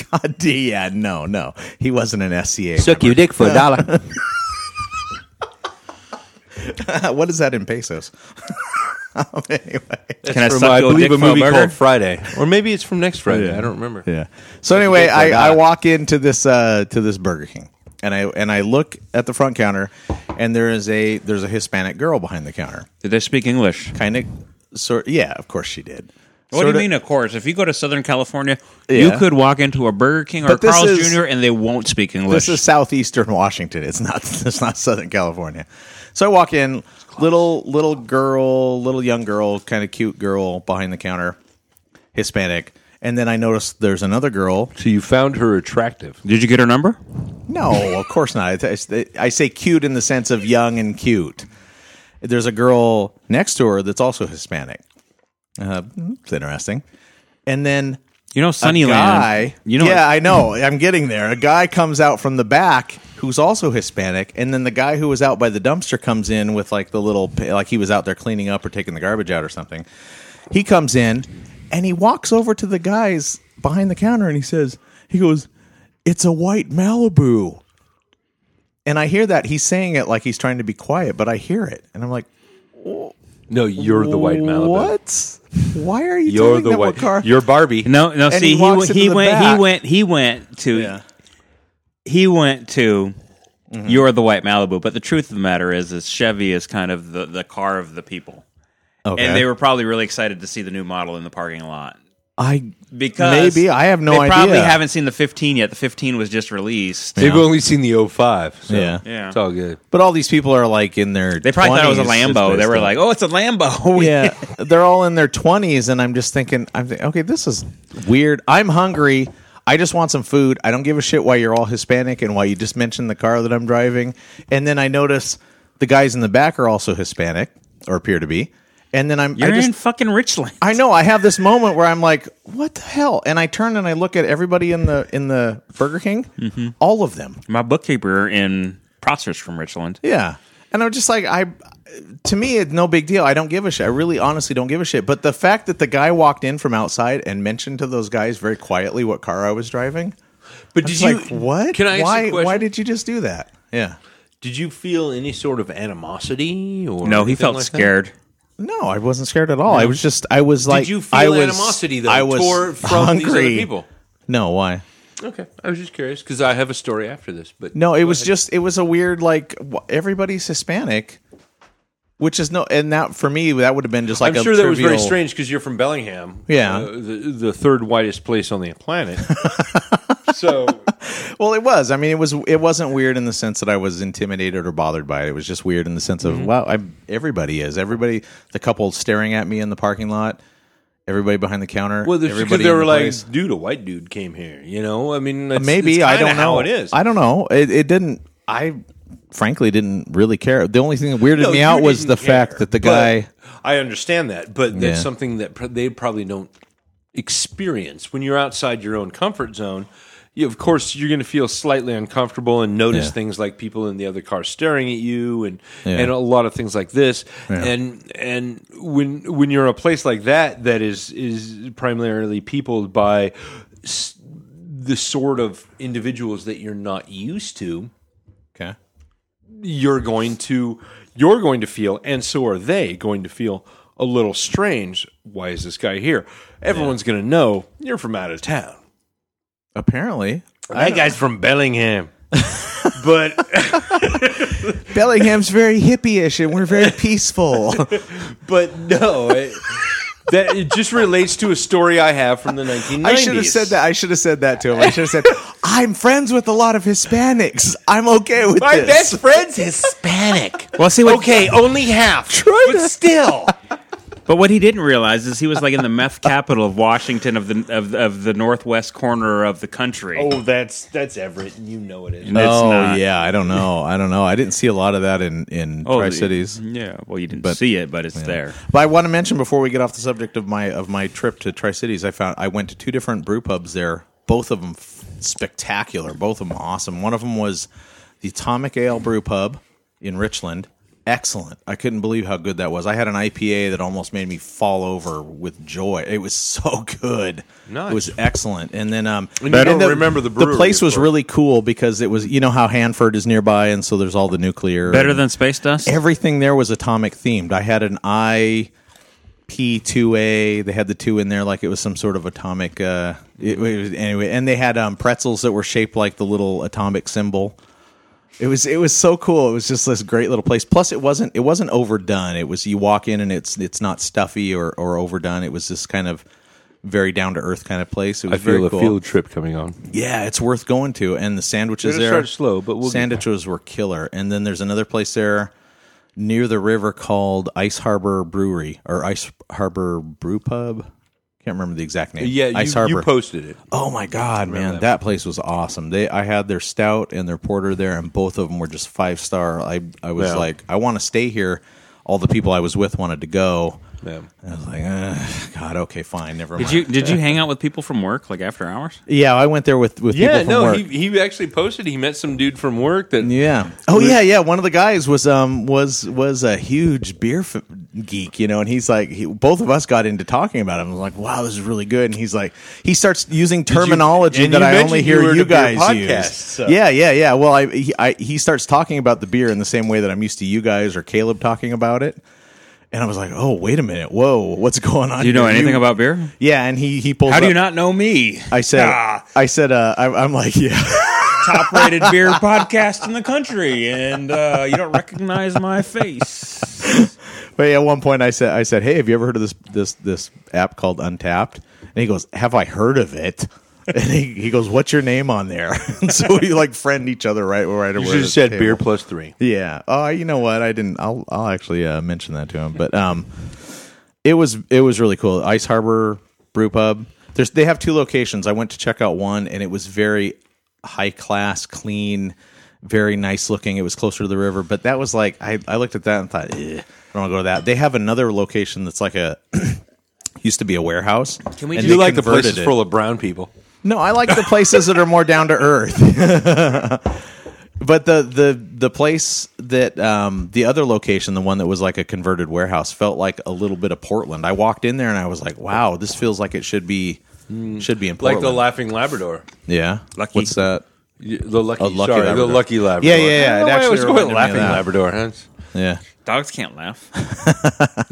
Speaker 3: God, yeah, no, no, he wasn't an SCA.
Speaker 1: your dick for a dollar.
Speaker 3: what is that in pesos? Um, anyway,
Speaker 2: Can I
Speaker 1: from,
Speaker 2: suck
Speaker 1: I
Speaker 2: your
Speaker 1: believe a
Speaker 2: dick for a
Speaker 1: movie
Speaker 2: burger?
Speaker 1: called Friday, or maybe it's from next Friday. I don't remember.
Speaker 3: yeah. So anyway, I, I walk into this uh, to this Burger King, and I and I look at the front counter, and there is a there's a Hispanic girl behind the counter.
Speaker 2: Did they speak English?
Speaker 3: Kind of, sort. Yeah, of course she did.
Speaker 2: What do
Speaker 3: Sorta-
Speaker 2: you mean, of course? If you go to Southern California,
Speaker 3: Yeah.
Speaker 2: you could walk into a Burger King or
Speaker 3: But this
Speaker 2: Carl's
Speaker 3: is-
Speaker 2: Jr. and they won't speak English.
Speaker 3: This is southeastern Washington. It's not. It's not Southern California. So I walk in, little little girl, little young girl, kind of cute girl behind the counter, Hispanic, and then I notice there's another girl.
Speaker 1: So you found her attractive.
Speaker 2: Did you get her number?
Speaker 3: No, of course not. I, I- I say cute in the sense of young and cute. There's a girl next to her that's also Hispanic. Uh, it's interesting. And then
Speaker 2: You know, Sunnyland.
Speaker 3: a guy.
Speaker 2: You know,
Speaker 3: yeah, I know. I'm getting there. A guy comes out from the back who's also Hispanic, and then the guy who was out by the dumpster comes in with like the little like he was out there cleaning up or taking the garbage out or something. He comes in and he walks over to the guys behind the counter and he says, he goes, "It's a white Malibu." And I hear that he's saying it like he's trying to be quiet, but I hear it, and I'm like,
Speaker 1: No, you're the white Malibu.
Speaker 3: What? Why are you
Speaker 1: You're
Speaker 3: telling
Speaker 1: the
Speaker 3: them
Speaker 1: white.
Speaker 3: what car?
Speaker 1: You're Barbie.
Speaker 2: no, no.
Speaker 3: And he
Speaker 2: see, he
Speaker 3: walks
Speaker 2: w-
Speaker 3: into
Speaker 2: he,
Speaker 3: the
Speaker 2: went,
Speaker 3: back.
Speaker 2: he went, he went to,
Speaker 3: Yeah. Mm-hmm.
Speaker 2: he went to. You're the white Malibu, but the truth of the matter is, is Chevy is kind of the the car of the people,
Speaker 3: Okay.
Speaker 2: and they were probably really excited to see the new model in the parking lot.
Speaker 3: I
Speaker 2: because
Speaker 3: Maybe. I have no
Speaker 2: they Probably
Speaker 3: idea.
Speaker 2: haven't seen the 15 yet. The 15 was just released.
Speaker 1: They've only seen the 05. So
Speaker 3: Yeah.
Speaker 2: Yeah.
Speaker 1: It's all good.
Speaker 3: But all these people are like in their.
Speaker 2: They probably thought it was a Lambo.
Speaker 3: 20s,
Speaker 2: They were
Speaker 3: basically.
Speaker 2: like, "Oh, it's a Lambo."
Speaker 3: yeah, they're all in their twenties, and I'm just thinking, I'm thinking, okay, this is weird. I'm hungry. I just want some food. I don't give a shit why you're all Hispanic and why you just mentioned the car that I'm driving. And then I notice the guys in the back are also Hispanic or appear to be. And then I'm
Speaker 2: you're
Speaker 3: I just
Speaker 2: in fucking Richland.
Speaker 3: I know I have this moment where I'm like, what the hell? And I turn and I look at everybody in the in the Burger King,
Speaker 2: Mm-hmm.
Speaker 3: all of them.
Speaker 2: My bookkeeper in Prosser's from Richland.
Speaker 3: Yeah. And I'm just like, I, to me, it's no big deal. I don't give a shit. I really honestly don't give a shit. But the fact that the guy walked in from outside and mentioned to those guys very quietly what car I was driving,
Speaker 1: But
Speaker 3: it's
Speaker 1: did you.
Speaker 3: like, what?
Speaker 1: Can I ask
Speaker 3: why,
Speaker 1: you a question?
Speaker 3: why did you just do that? Yeah.
Speaker 1: Did you feel any sort of animosity? Or
Speaker 2: No, he
Speaker 1: anything
Speaker 2: felt
Speaker 1: like that?
Speaker 2: scared.
Speaker 3: No, I wasn't scared at all. I was just, I was like,
Speaker 1: Did you feel
Speaker 3: I was,
Speaker 1: animosity though
Speaker 3: I was
Speaker 1: toward- from
Speaker 3: hungry.
Speaker 1: these other people?
Speaker 3: No, why?
Speaker 1: Okay, I was just curious because I have a story after this. But
Speaker 3: No, it was just it was a weird like wh- everybody's Hispanic, which is no, and that for me that would have been just like
Speaker 1: I'm
Speaker 3: a
Speaker 1: sure that was very
Speaker 3: trivial-
Speaker 1: strange because you're from Bellingham.
Speaker 3: Yeah.
Speaker 1: uh, the, the third whitest place on the planet. so
Speaker 3: Well, it was. I mean, it was it wasn't weird in the sense that I was intimidated or bothered by it. It was just weird in the sense of
Speaker 1: Mm-hmm.
Speaker 3: wow, I, everybody is everybody. The couple staring at me in the parking lot, everybody behind the counter.
Speaker 1: well, it's because
Speaker 3: everybody
Speaker 1: they
Speaker 3: in
Speaker 1: were
Speaker 3: the
Speaker 1: like,
Speaker 3: place.
Speaker 1: "Dude, a white dude came here." You know, I mean, that's,
Speaker 3: maybe
Speaker 1: that's
Speaker 3: I
Speaker 1: kinda
Speaker 3: don't know
Speaker 1: how it is.
Speaker 3: I don't know. It, it didn't. I frankly didn't really care. The only thing that weirded
Speaker 1: No,
Speaker 3: me
Speaker 1: you
Speaker 3: out was the
Speaker 1: didn't care,
Speaker 3: fact that the
Speaker 1: but
Speaker 3: guy.
Speaker 1: I understand that, but that's
Speaker 3: Yeah.
Speaker 1: something that pr- they probably don't experience when you're outside your own comfort zone. You, of course, you're going to feel slightly uncomfortable and notice
Speaker 3: Yeah.
Speaker 1: things like people in the other car staring at you, and
Speaker 3: Yeah.
Speaker 1: and a lot of things like this.
Speaker 3: Yeah.
Speaker 1: And and when when you're in a place like that, that is is primarily peopled by s- the sort of individuals that you're not used to
Speaker 3: Okay.
Speaker 1: you're going to you're going to feel and so are they going to feel a little strange why is this guy here everyone's going to know you're from out of town
Speaker 3: Apparently,
Speaker 1: that guy's from bellingham but
Speaker 3: Bellingham's very hippie-ish and we're very peaceful.
Speaker 1: but no it, that it just relates to a story i have from the 1990s
Speaker 3: I should have said that. I should have said that to him. I should have said, "I'm friends with a lot of Hispanics. I'm okay with
Speaker 1: my
Speaker 3: this."
Speaker 1: best friend's hispanic
Speaker 2: Well, see what.
Speaker 1: okay only half
Speaker 3: Try
Speaker 1: but
Speaker 3: to-
Speaker 1: still
Speaker 2: But what he didn't realize is he was like in the meth capital of Washington of the of, of the northwest corner of the country.
Speaker 1: oh that's that's everett and you know it is
Speaker 2: And it's
Speaker 3: oh
Speaker 2: not-
Speaker 3: yeah, I don't know. I don't know. I didn't see a lot of that in in
Speaker 2: Oh,
Speaker 3: Tri Cities.
Speaker 2: Yeah. Well, you didn't see it, but it's there.
Speaker 3: But I want to mention before we get off the subject of my of my trip to Tri Cities, I found I went to two different brew pubs there. Both of them f- spectacular. Both of them awesome. One of them was the Atomic Ale Brew Pub in Richland. Excellent. I couldn't believe how good that was. I had an IPA that almost made me fall over with joy. It was so good.
Speaker 1: Nice.
Speaker 3: It was excellent. And then um
Speaker 1: And you
Speaker 3: and
Speaker 1: don't remember the brewery,
Speaker 3: The place
Speaker 1: of
Speaker 3: was
Speaker 1: course.
Speaker 3: really cool because it was you know how Hanford is nearby and so there's all the nuclear
Speaker 2: Better
Speaker 3: and-
Speaker 2: than space dust.
Speaker 3: everything there was atomic themed. I had an I P two A. They had the two in there like it was some sort of atomic. Uh, it, it was, anyway, and they had um, pretzels that were shaped like the little atomic symbol. It was it was so cool. It was just this great little place. Plus, it wasn't it wasn't overdone. It was you walk in and it's it's not stuffy or or overdone. It was this kind of very down to earth kind of place. It was
Speaker 1: I feel
Speaker 3: very
Speaker 1: a
Speaker 3: cool.
Speaker 1: field trip coming on.
Speaker 3: Yeah, it's worth going to. And the sandwiches
Speaker 1: We're gonna
Speaker 3: there
Speaker 1: start slow, but we'll get
Speaker 3: sandwiches were killer. And then there's another place there near the river called Ice Harbor Brewery or Ice Harbor Brew Pub. Can't remember the exact name.
Speaker 1: Yeah, you,
Speaker 3: Ice Harbor.
Speaker 1: you posted it.
Speaker 3: Oh my god, man, that. place was awesome. They, I had their stout and their porter there, and both of them were just five star. I, I was
Speaker 1: Yeah.
Speaker 3: like, I want to stay here. All the people I was with wanted to go.
Speaker 1: Yeah.
Speaker 3: And I was like, "Ugh, God, okay, fine, never mind.
Speaker 2: Did you did you hang out with people from work like after hours?
Speaker 3: Yeah, I went there with with people
Speaker 1: Yeah,
Speaker 3: from
Speaker 1: no,
Speaker 3: work.
Speaker 1: he he actually posted. He met some dude from work that
Speaker 3: Yeah. Oh yeah, yeah. One of the guys was um was was a huge beer f- geek, you know, and he's like, he, both of us got into talking about him. I was like, wow, this is really good. And he's like, he starts using terminology
Speaker 1: and
Speaker 3: that
Speaker 1: you
Speaker 3: I only
Speaker 1: mentioned
Speaker 3: hear
Speaker 1: you were
Speaker 3: you,
Speaker 1: at a beer
Speaker 3: guys
Speaker 1: podcast,
Speaker 3: use.
Speaker 1: so-
Speaker 3: Yeah, yeah, yeah. Well, I he, I he starts talking about the beer in the same way that I'm used to you guys or Caleb talking about it. And I was like, "Oh, wait a minute! Whoa, what's going on?"
Speaker 2: Do you know
Speaker 3: here?
Speaker 2: anything about beer?
Speaker 3: Yeah, and he he pulls.
Speaker 2: How do
Speaker 3: up-
Speaker 2: you not know me?
Speaker 3: I said, I said, uh, I, I'm like, yeah.
Speaker 2: top rated beer podcast in the country, and uh, you don't recognize my face.
Speaker 3: But at one point, I said, "I said, hey, have you ever heard of this this this app called Untapped?" And he goes, "Have I heard of it?" And he, he goes, "What's your name on there?" and so we like friend each other right right away.
Speaker 1: you should have said beer plus three.
Speaker 3: Yeah. Oh, you know what? I didn't. I'll I'll actually uh, mention that to him. But um, it was it was really cool. Ice Harbor Brew Pub. There's they have two locations. I went to check out one, and it was very high class, clean, very nice looking. It was closer to the river, but that was like I I looked at that and thought, "Eh, I don't want to go to that. They have another location that's like a. Used to be a warehouse. Can we?
Speaker 1: You like the places full of brown people.
Speaker 3: No, I like the places that are more down to earth. but the the the place that um, the other location, the one that was like a converted warehouse, felt like a little bit of Portland. I walked in there and I was like, "Wow, this feels like it should be should be in
Speaker 1: Mm. Like
Speaker 3: Portland."
Speaker 1: the Laughing Labrador.
Speaker 3: yeah,
Speaker 2: Lucky.
Speaker 3: what's that?
Speaker 1: You- The lucky,
Speaker 3: Oh, Lucky
Speaker 1: sorry,
Speaker 3: Labrador.
Speaker 1: the lucky Labrador.
Speaker 3: Yeah, yeah, yeah.
Speaker 1: I don't
Speaker 3: It
Speaker 1: know why I
Speaker 3: actually
Speaker 1: was
Speaker 3: reminded
Speaker 1: going
Speaker 3: me of
Speaker 1: laughing
Speaker 3: that.
Speaker 1: Labrador, huh?
Speaker 3: Yeah,
Speaker 2: Dogs can't laugh.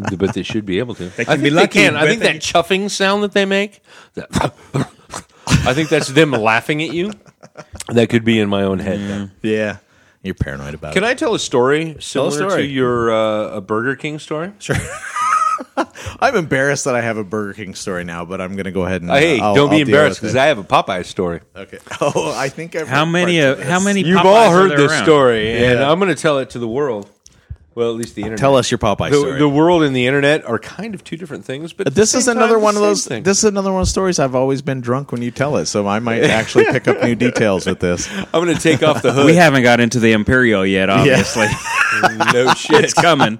Speaker 1: but they should be able to. They
Speaker 2: can be lucky,
Speaker 1: They can. I
Speaker 2: but
Speaker 1: think
Speaker 2: they-
Speaker 1: that chuffing sound that they make. That I think that's them laughing at you. That could be in my own head. though.
Speaker 3: yeah. You're paranoid about
Speaker 1: Mm. Can
Speaker 3: it.
Speaker 1: I tell a story similar to
Speaker 3: story.
Speaker 1: your uh, a Burger King story? Sure.
Speaker 3: I'm embarrassed that I have a Burger King story now, but I'm going to go ahead and uh,
Speaker 1: Hey,
Speaker 3: I'll-
Speaker 1: don't be
Speaker 3: I'll deal
Speaker 1: embarrassed
Speaker 3: with
Speaker 1: because
Speaker 3: it.
Speaker 1: I have a Popeye story.
Speaker 3: okay. Oh, I think I've
Speaker 2: How
Speaker 3: heard
Speaker 2: many?
Speaker 3: parts
Speaker 2: Of,
Speaker 3: of
Speaker 2: how
Speaker 3: this.
Speaker 2: many?
Speaker 1: You've
Speaker 2: Popeyes
Speaker 1: all
Speaker 2: are
Speaker 1: heard
Speaker 2: there
Speaker 1: this
Speaker 2: around?
Speaker 1: story, and
Speaker 3: Yeah.
Speaker 1: I'm going to tell it to the world. Well, at least the internet.
Speaker 3: Tell us your Popeye
Speaker 1: the,
Speaker 3: story.
Speaker 1: the world and the internet are kind of two different things, but at
Speaker 3: This
Speaker 1: the
Speaker 3: is
Speaker 1: same
Speaker 3: another
Speaker 1: time,
Speaker 3: one
Speaker 1: the same
Speaker 3: of those.
Speaker 1: thing.
Speaker 3: This is another one of those stories. I've always been drunk when you tell it, so I might actually pick up new details with this.
Speaker 1: I'm going to take off the hood.
Speaker 2: We haven't got into the Imperial yet, obviously.
Speaker 1: no shit.
Speaker 2: it's coming.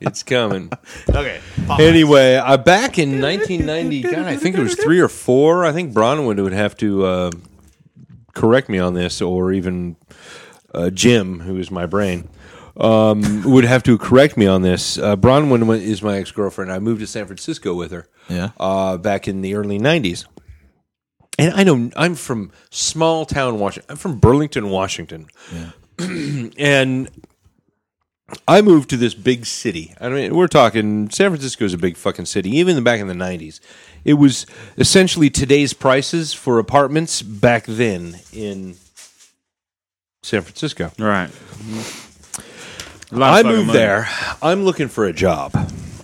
Speaker 1: It's coming.
Speaker 3: Okay.
Speaker 1: Anyway, uh, back in 1990, God, I think it was three or four. I think Bronwyn would have to uh, correct me on this, or even uh, Jim, who is my brain, um, would have to correct me on this. Uh, Bronwyn wa- is my ex girlfriend. I moved to San Francisco with her.
Speaker 3: Yeah.
Speaker 1: Uh, back in the early 90s. And I know I'm from small town Washington. I'm from Burlington, Washington. and I moved to this big city. I mean, we're talking San Francisco is a big fucking city. Even in- back in the '90s, it was essentially today's prices for apartments back then in San Francisco.
Speaker 2: Right. Mm-hmm.
Speaker 1: I moved there. I'm looking for a job.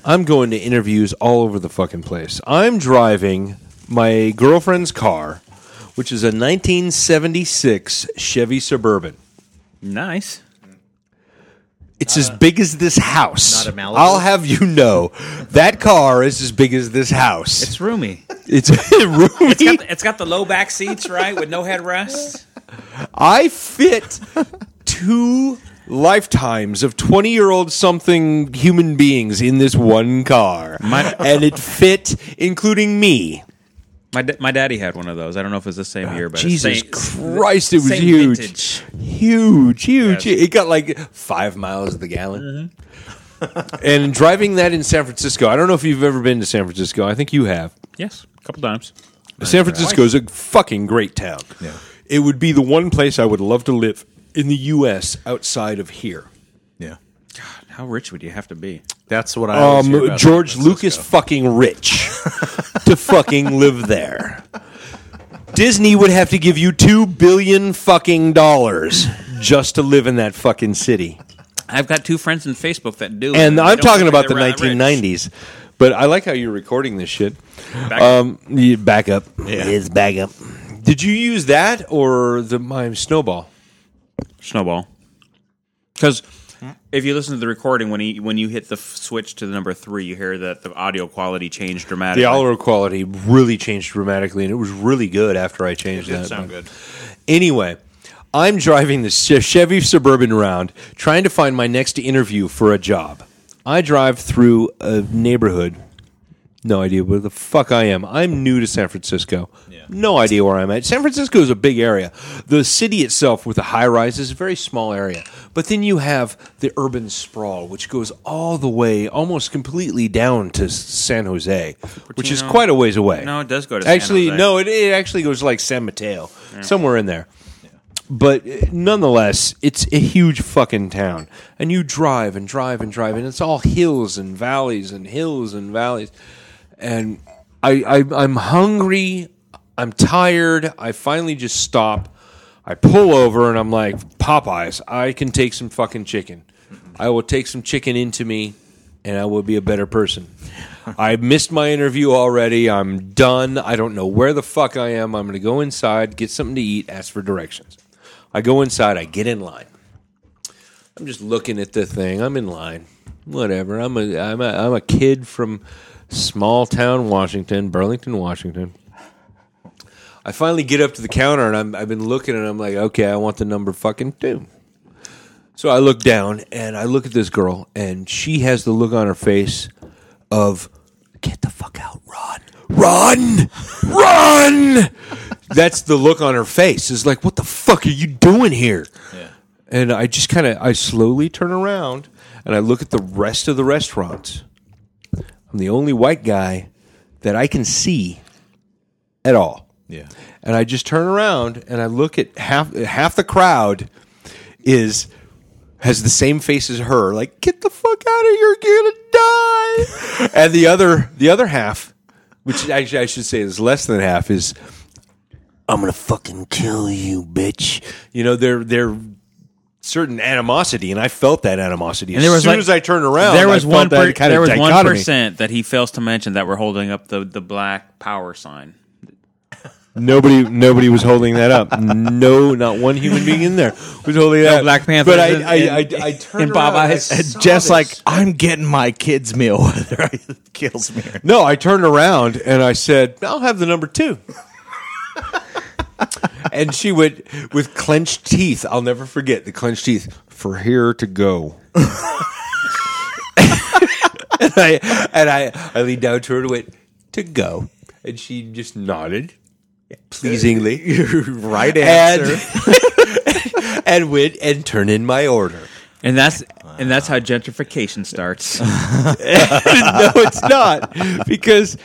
Speaker 1: I'm going to interviews all over the fucking place. I'm driving my girlfriend's car, which is a 1976 Chevy Suburban.
Speaker 2: Nice.
Speaker 1: It's as big as this house.
Speaker 3: not a Malibu?
Speaker 1: I'll have you know, that car is as big as this house.
Speaker 2: It's roomy.
Speaker 1: It's, roomy.
Speaker 2: It's got, the, it's got the low back seats, right, with no headrest.
Speaker 1: I fit two lifetimes of twenty-year-old something human beings in this one car,
Speaker 2: My-
Speaker 1: and it fit, including me.
Speaker 2: My da- my daddy had one of those. I don't know if it was the same year, but it's
Speaker 1: Ah, Jesus
Speaker 2: same-
Speaker 1: Christ, it was
Speaker 2: same
Speaker 1: huge.
Speaker 2: vintage.
Speaker 1: huge, huge.
Speaker 2: Yes.
Speaker 1: It got like five miles to the gallon. and driving that in San Francisco, I don't know if you've ever been to San Francisco. I think you have.
Speaker 2: Yes, a couple times.
Speaker 1: San Francisco is a fucking great town.
Speaker 3: Yeah.
Speaker 1: It would be the one place I would love to live in the U.S. outside of here.
Speaker 3: Yeah.
Speaker 2: How rich would you have to be?
Speaker 3: That's what I. always hear
Speaker 1: Um,
Speaker 3: about
Speaker 1: George
Speaker 3: San Francisco.
Speaker 1: Lucas fucking rich to fucking live there. Disney would have to give you two billion fucking dollars just to live in that fucking city.
Speaker 2: I've got two friends in Facebook that do.
Speaker 1: And
Speaker 2: they
Speaker 1: I'm
Speaker 2: don't
Speaker 1: talking
Speaker 2: think
Speaker 1: about the
Speaker 2: they're rather rich.
Speaker 1: 1990s. But I like how you're recording this shit.
Speaker 2: Back-
Speaker 1: Um, you back up.
Speaker 4: It's back up.
Speaker 1: Did you use that or the my snowball?
Speaker 2: snowball. Because if you listen to the recording, when he when you hit the f- switch to the number three, you hear that the audio quality changed dramatically.
Speaker 1: The audio quality really changed dramatically, and it was really good after I changed that.
Speaker 3: good.
Speaker 1: Anyway, I'm driving the Che- Chevy Suburban round trying to find my next interview for a job. I drive through a neighborhood. No idea where the fuck I am. I'm new to San Francisco. No idea where I'm at. San Francisco is a big area. The city itself with the high rises is a very small area. But then you have the urban sprawl, which goes all the way almost completely down to S- San Jose, which is
Speaker 2: Cupertino.
Speaker 1: quite a ways away.
Speaker 2: No, it does go to San
Speaker 1: Actually,
Speaker 2: Jose.
Speaker 1: no, it, it actually goes like San Mateo, somewhere in there. But uh, nonetheless, it's a huge fucking town. And you drive and drive and drive, and it's all hills and valleys and hills and valleys. And I, I, I'm hungry. I'm tired. I finally just stop. I pull over and I'm like, Popeyes, I can take some fucking chicken. I will take some chicken into me and I will be a better person. I missed my interview already. I'm done. I don't know where the fuck I am. I'm going to go inside, get something to eat, ask for directions. I go inside, I get in line. I'm just looking at the thing. I'm in line. Whatever. I'm a I'm a I'm a kid from small town Washington, Burlington, Washington. I finally get up to the counter and I'm, I've been looking and I'm like, okay, I want the number fucking two. So I look down and I look at this girl and she has the look on her face of get the fuck out, Ron. Run! Run! That's the look on her face. It's like, what the fuck are you doing here? And I just kind of I slowly turn around and I look at the rest of the restaurants. I'm the only white guy that I can see at all.
Speaker 3: Yeah.
Speaker 1: And I just turn around and I look at half half the crowd is has the same face as her, like get the fuck out of here, you're gonna die. and the other the other half, which actually I should say is less than half, is
Speaker 4: I'm gonna fucking kill you, bitch.
Speaker 1: you know their their certain animosity, and I felt that animosity
Speaker 2: there
Speaker 1: as
Speaker 2: was,
Speaker 1: soon
Speaker 2: like-
Speaker 1: as I turned around.
Speaker 2: there was
Speaker 1: I felt
Speaker 2: one
Speaker 1: that
Speaker 2: per-
Speaker 1: kind
Speaker 2: there
Speaker 1: of
Speaker 2: was one
Speaker 1: dichotomy.
Speaker 2: percent that he fails to mention that we're holding up the the black power sign.
Speaker 1: Nobody, nobody was holding that up. No, not one human being in there was holding that. up.
Speaker 2: Black Panther
Speaker 1: But I,
Speaker 2: in-
Speaker 1: I, I,
Speaker 2: in-
Speaker 1: I
Speaker 2: in
Speaker 1: turned
Speaker 2: Bob
Speaker 1: around and I
Speaker 2: Eyes.
Speaker 1: saw
Speaker 2: And
Speaker 3: Jeff's
Speaker 1: this.
Speaker 3: like, I'm getting my kid's meal, whether I kills me or
Speaker 1: No, I turned around and I said, I'll have the number two. and she went with clenched teeth. I'll never forget the clenched teeth for here to go. and I and I, I leaned down to her and went, to go. And she just nodded pleasingly. right answer. And, and went and turned in my order.
Speaker 2: And that's and that's how gentrification starts.
Speaker 1: no, it's not because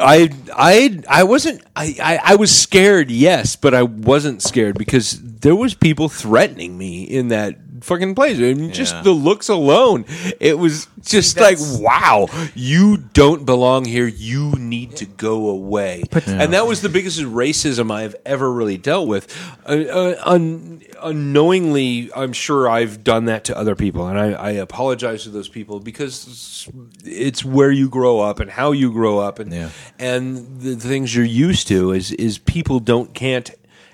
Speaker 1: I I I wasn't I, I I was scared, yes, but I wasn't scared because there was people threatening me in that fucking place. And just
Speaker 3: Yeah.
Speaker 1: the looks alone, it was just like wow, you don't belong here. You need to go away. And that was the biggest racism I've ever really dealt with. Uh, uh, un- unknowingly, I'm sure I've done that to other people, and I, I apologize to those people because it's where you grow up and how you grow up, and
Speaker 3: Yeah.
Speaker 1: and the things you're used to is is people don't can't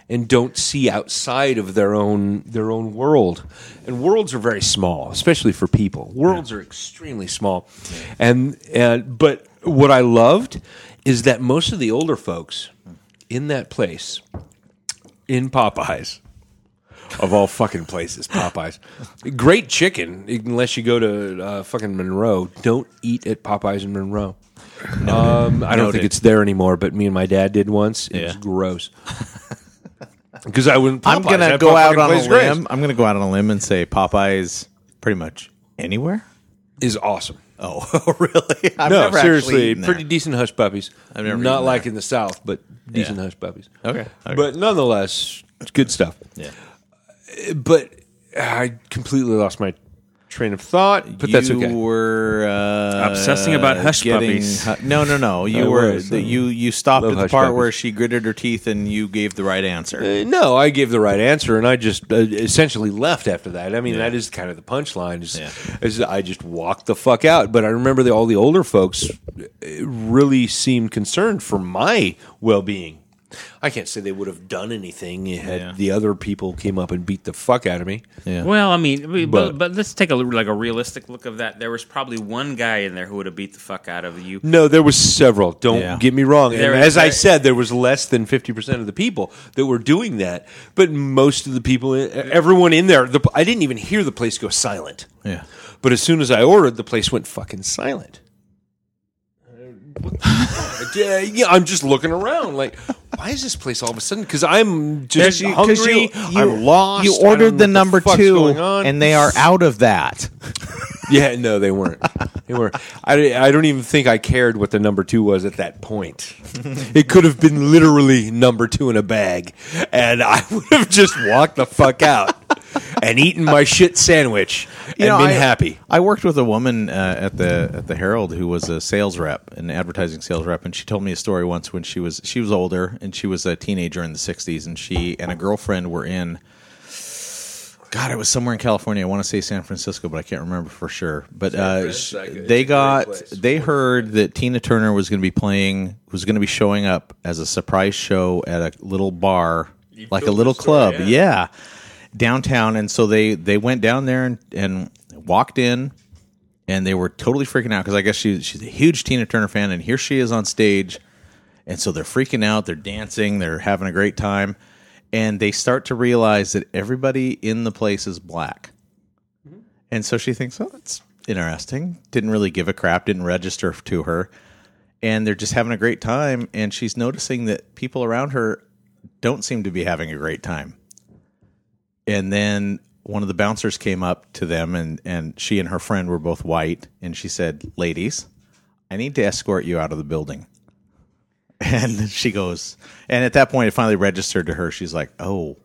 Speaker 1: and don't see outside of their own their own world and worlds are very small especially for people worlds are extremely small and and but what i loved is that most of the older folks in that place in popeyes of all fucking places, Popeyes. Great chicken, unless you go to uh, fucking Monroe. Don't eat at Popeyes in Monroe. Um, I don't think
Speaker 3: Noted.
Speaker 1: it's there anymore, but me and my dad did once. It was
Speaker 3: Yeah.
Speaker 1: gross. Because I wouldn't.
Speaker 3: I'm
Speaker 1: Popeyes.
Speaker 3: gonna
Speaker 1: I
Speaker 3: go
Speaker 1: thought
Speaker 3: out
Speaker 1: fucking
Speaker 3: on a
Speaker 1: place great.
Speaker 3: limb. I'm gonna go out on a limb and say Popeyes pretty much anywhere.
Speaker 1: Is awesome.
Speaker 3: Oh, really? I've
Speaker 1: no,
Speaker 3: never actually
Speaker 1: seriously,
Speaker 3: eaten
Speaker 1: pretty
Speaker 3: there.
Speaker 1: decent hush puppies.
Speaker 3: I've never
Speaker 1: not
Speaker 3: eaten
Speaker 1: like
Speaker 3: there.
Speaker 1: in the South, but decent hush puppies.
Speaker 3: Okay. Okay.
Speaker 1: but nonetheless, it's good stuff.
Speaker 3: Yeah.
Speaker 1: But I completely lost my train of thought, but that's
Speaker 3: you
Speaker 1: okay.
Speaker 3: were uh,
Speaker 2: Obsessing about hush puppies.
Speaker 3: hu- no, no, no. You
Speaker 1: I
Speaker 3: were
Speaker 1: was,
Speaker 3: the-
Speaker 1: uh,
Speaker 3: you you stopped
Speaker 1: love
Speaker 3: at the
Speaker 1: hush
Speaker 3: part
Speaker 1: puppies.
Speaker 3: where she gritted her teeth and you gave the right answer.
Speaker 1: Uh, no, I gave the right answer, and I just uh, essentially left after that. I mean, that is kind of the punchline. Is, is I just walked the fuck out. But I remember the, all the older folks uh, really seemed concerned for my well being. I can't say they would have done anything had
Speaker 3: Yeah.
Speaker 1: the other people came up and beat the fuck out of me.
Speaker 3: Yeah.
Speaker 2: Well, I mean, we-
Speaker 1: But-
Speaker 2: but, but let's take a l- like a realistic look of that. There was probably one guy in there who would have beat the fuck out of you.
Speaker 1: No, there was several. Don't
Speaker 3: Yeah.
Speaker 1: get me wrong. And
Speaker 2: There-
Speaker 1: as I
Speaker 2: there-
Speaker 1: said, there was less than fifty percent of the people that were doing that. But most of the people, e, everyone in there, the, I didn't even hear the place go silent.
Speaker 3: yeah.
Speaker 1: But as soon as I ordered, the place went fucking silent. Uh, yeah, I'm just looking around, like, why is this place all of a sudden? Because I'm just
Speaker 3: you- 'cause
Speaker 1: hungry. I'm lost.
Speaker 3: You
Speaker 1: I don't know
Speaker 3: ordered
Speaker 1: what
Speaker 3: the number
Speaker 1: fuck's
Speaker 3: two,
Speaker 1: going on.
Speaker 3: and they are out of that.
Speaker 1: yeah, no, they weren't. They were. I, I don't even think I cared what the number two was at that point. It could have been literally number two in a bag, and I would have just walked the fuck out and eaten my shit sandwich and
Speaker 3: You know,
Speaker 1: been
Speaker 3: I-
Speaker 1: happy.
Speaker 3: I worked with a woman uh, at the at the Herald who was a sales rep, an advertising sales rep, and she told me a story once when she was she was older and she was a teenager in the '60s, and she and a girlfriend were in. God, it was somewhere in California. I want to say San Francisco, but I can't remember for sure. But uh, sh- they got they heard that Tina Turner was going to be playing was going to be showing up as a surprise show at a little bar, like a
Speaker 2: told
Speaker 3: little
Speaker 2: the story,
Speaker 3: club.
Speaker 2: yeah.
Speaker 3: yeah, downtown. And so they they went down there and, and walked in and they were totally freaking out because I guess she, she's a huge Tina Turner fan, and here she is on stage, and so they're freaking out, they're dancing, they're having a great time, and they start to realize that everybody in the place is black, and so she thinks, oh, that's interesting. Didn't really give a crap, didn't register to her, and they're just having a great time, and she's noticing that people around her don't seem to be having a great time and then one of the bouncers came up to them and and she and her friend were both white and she said ladies i need to escort you out of the building and she goes and at that point it finally registered to her she's like oh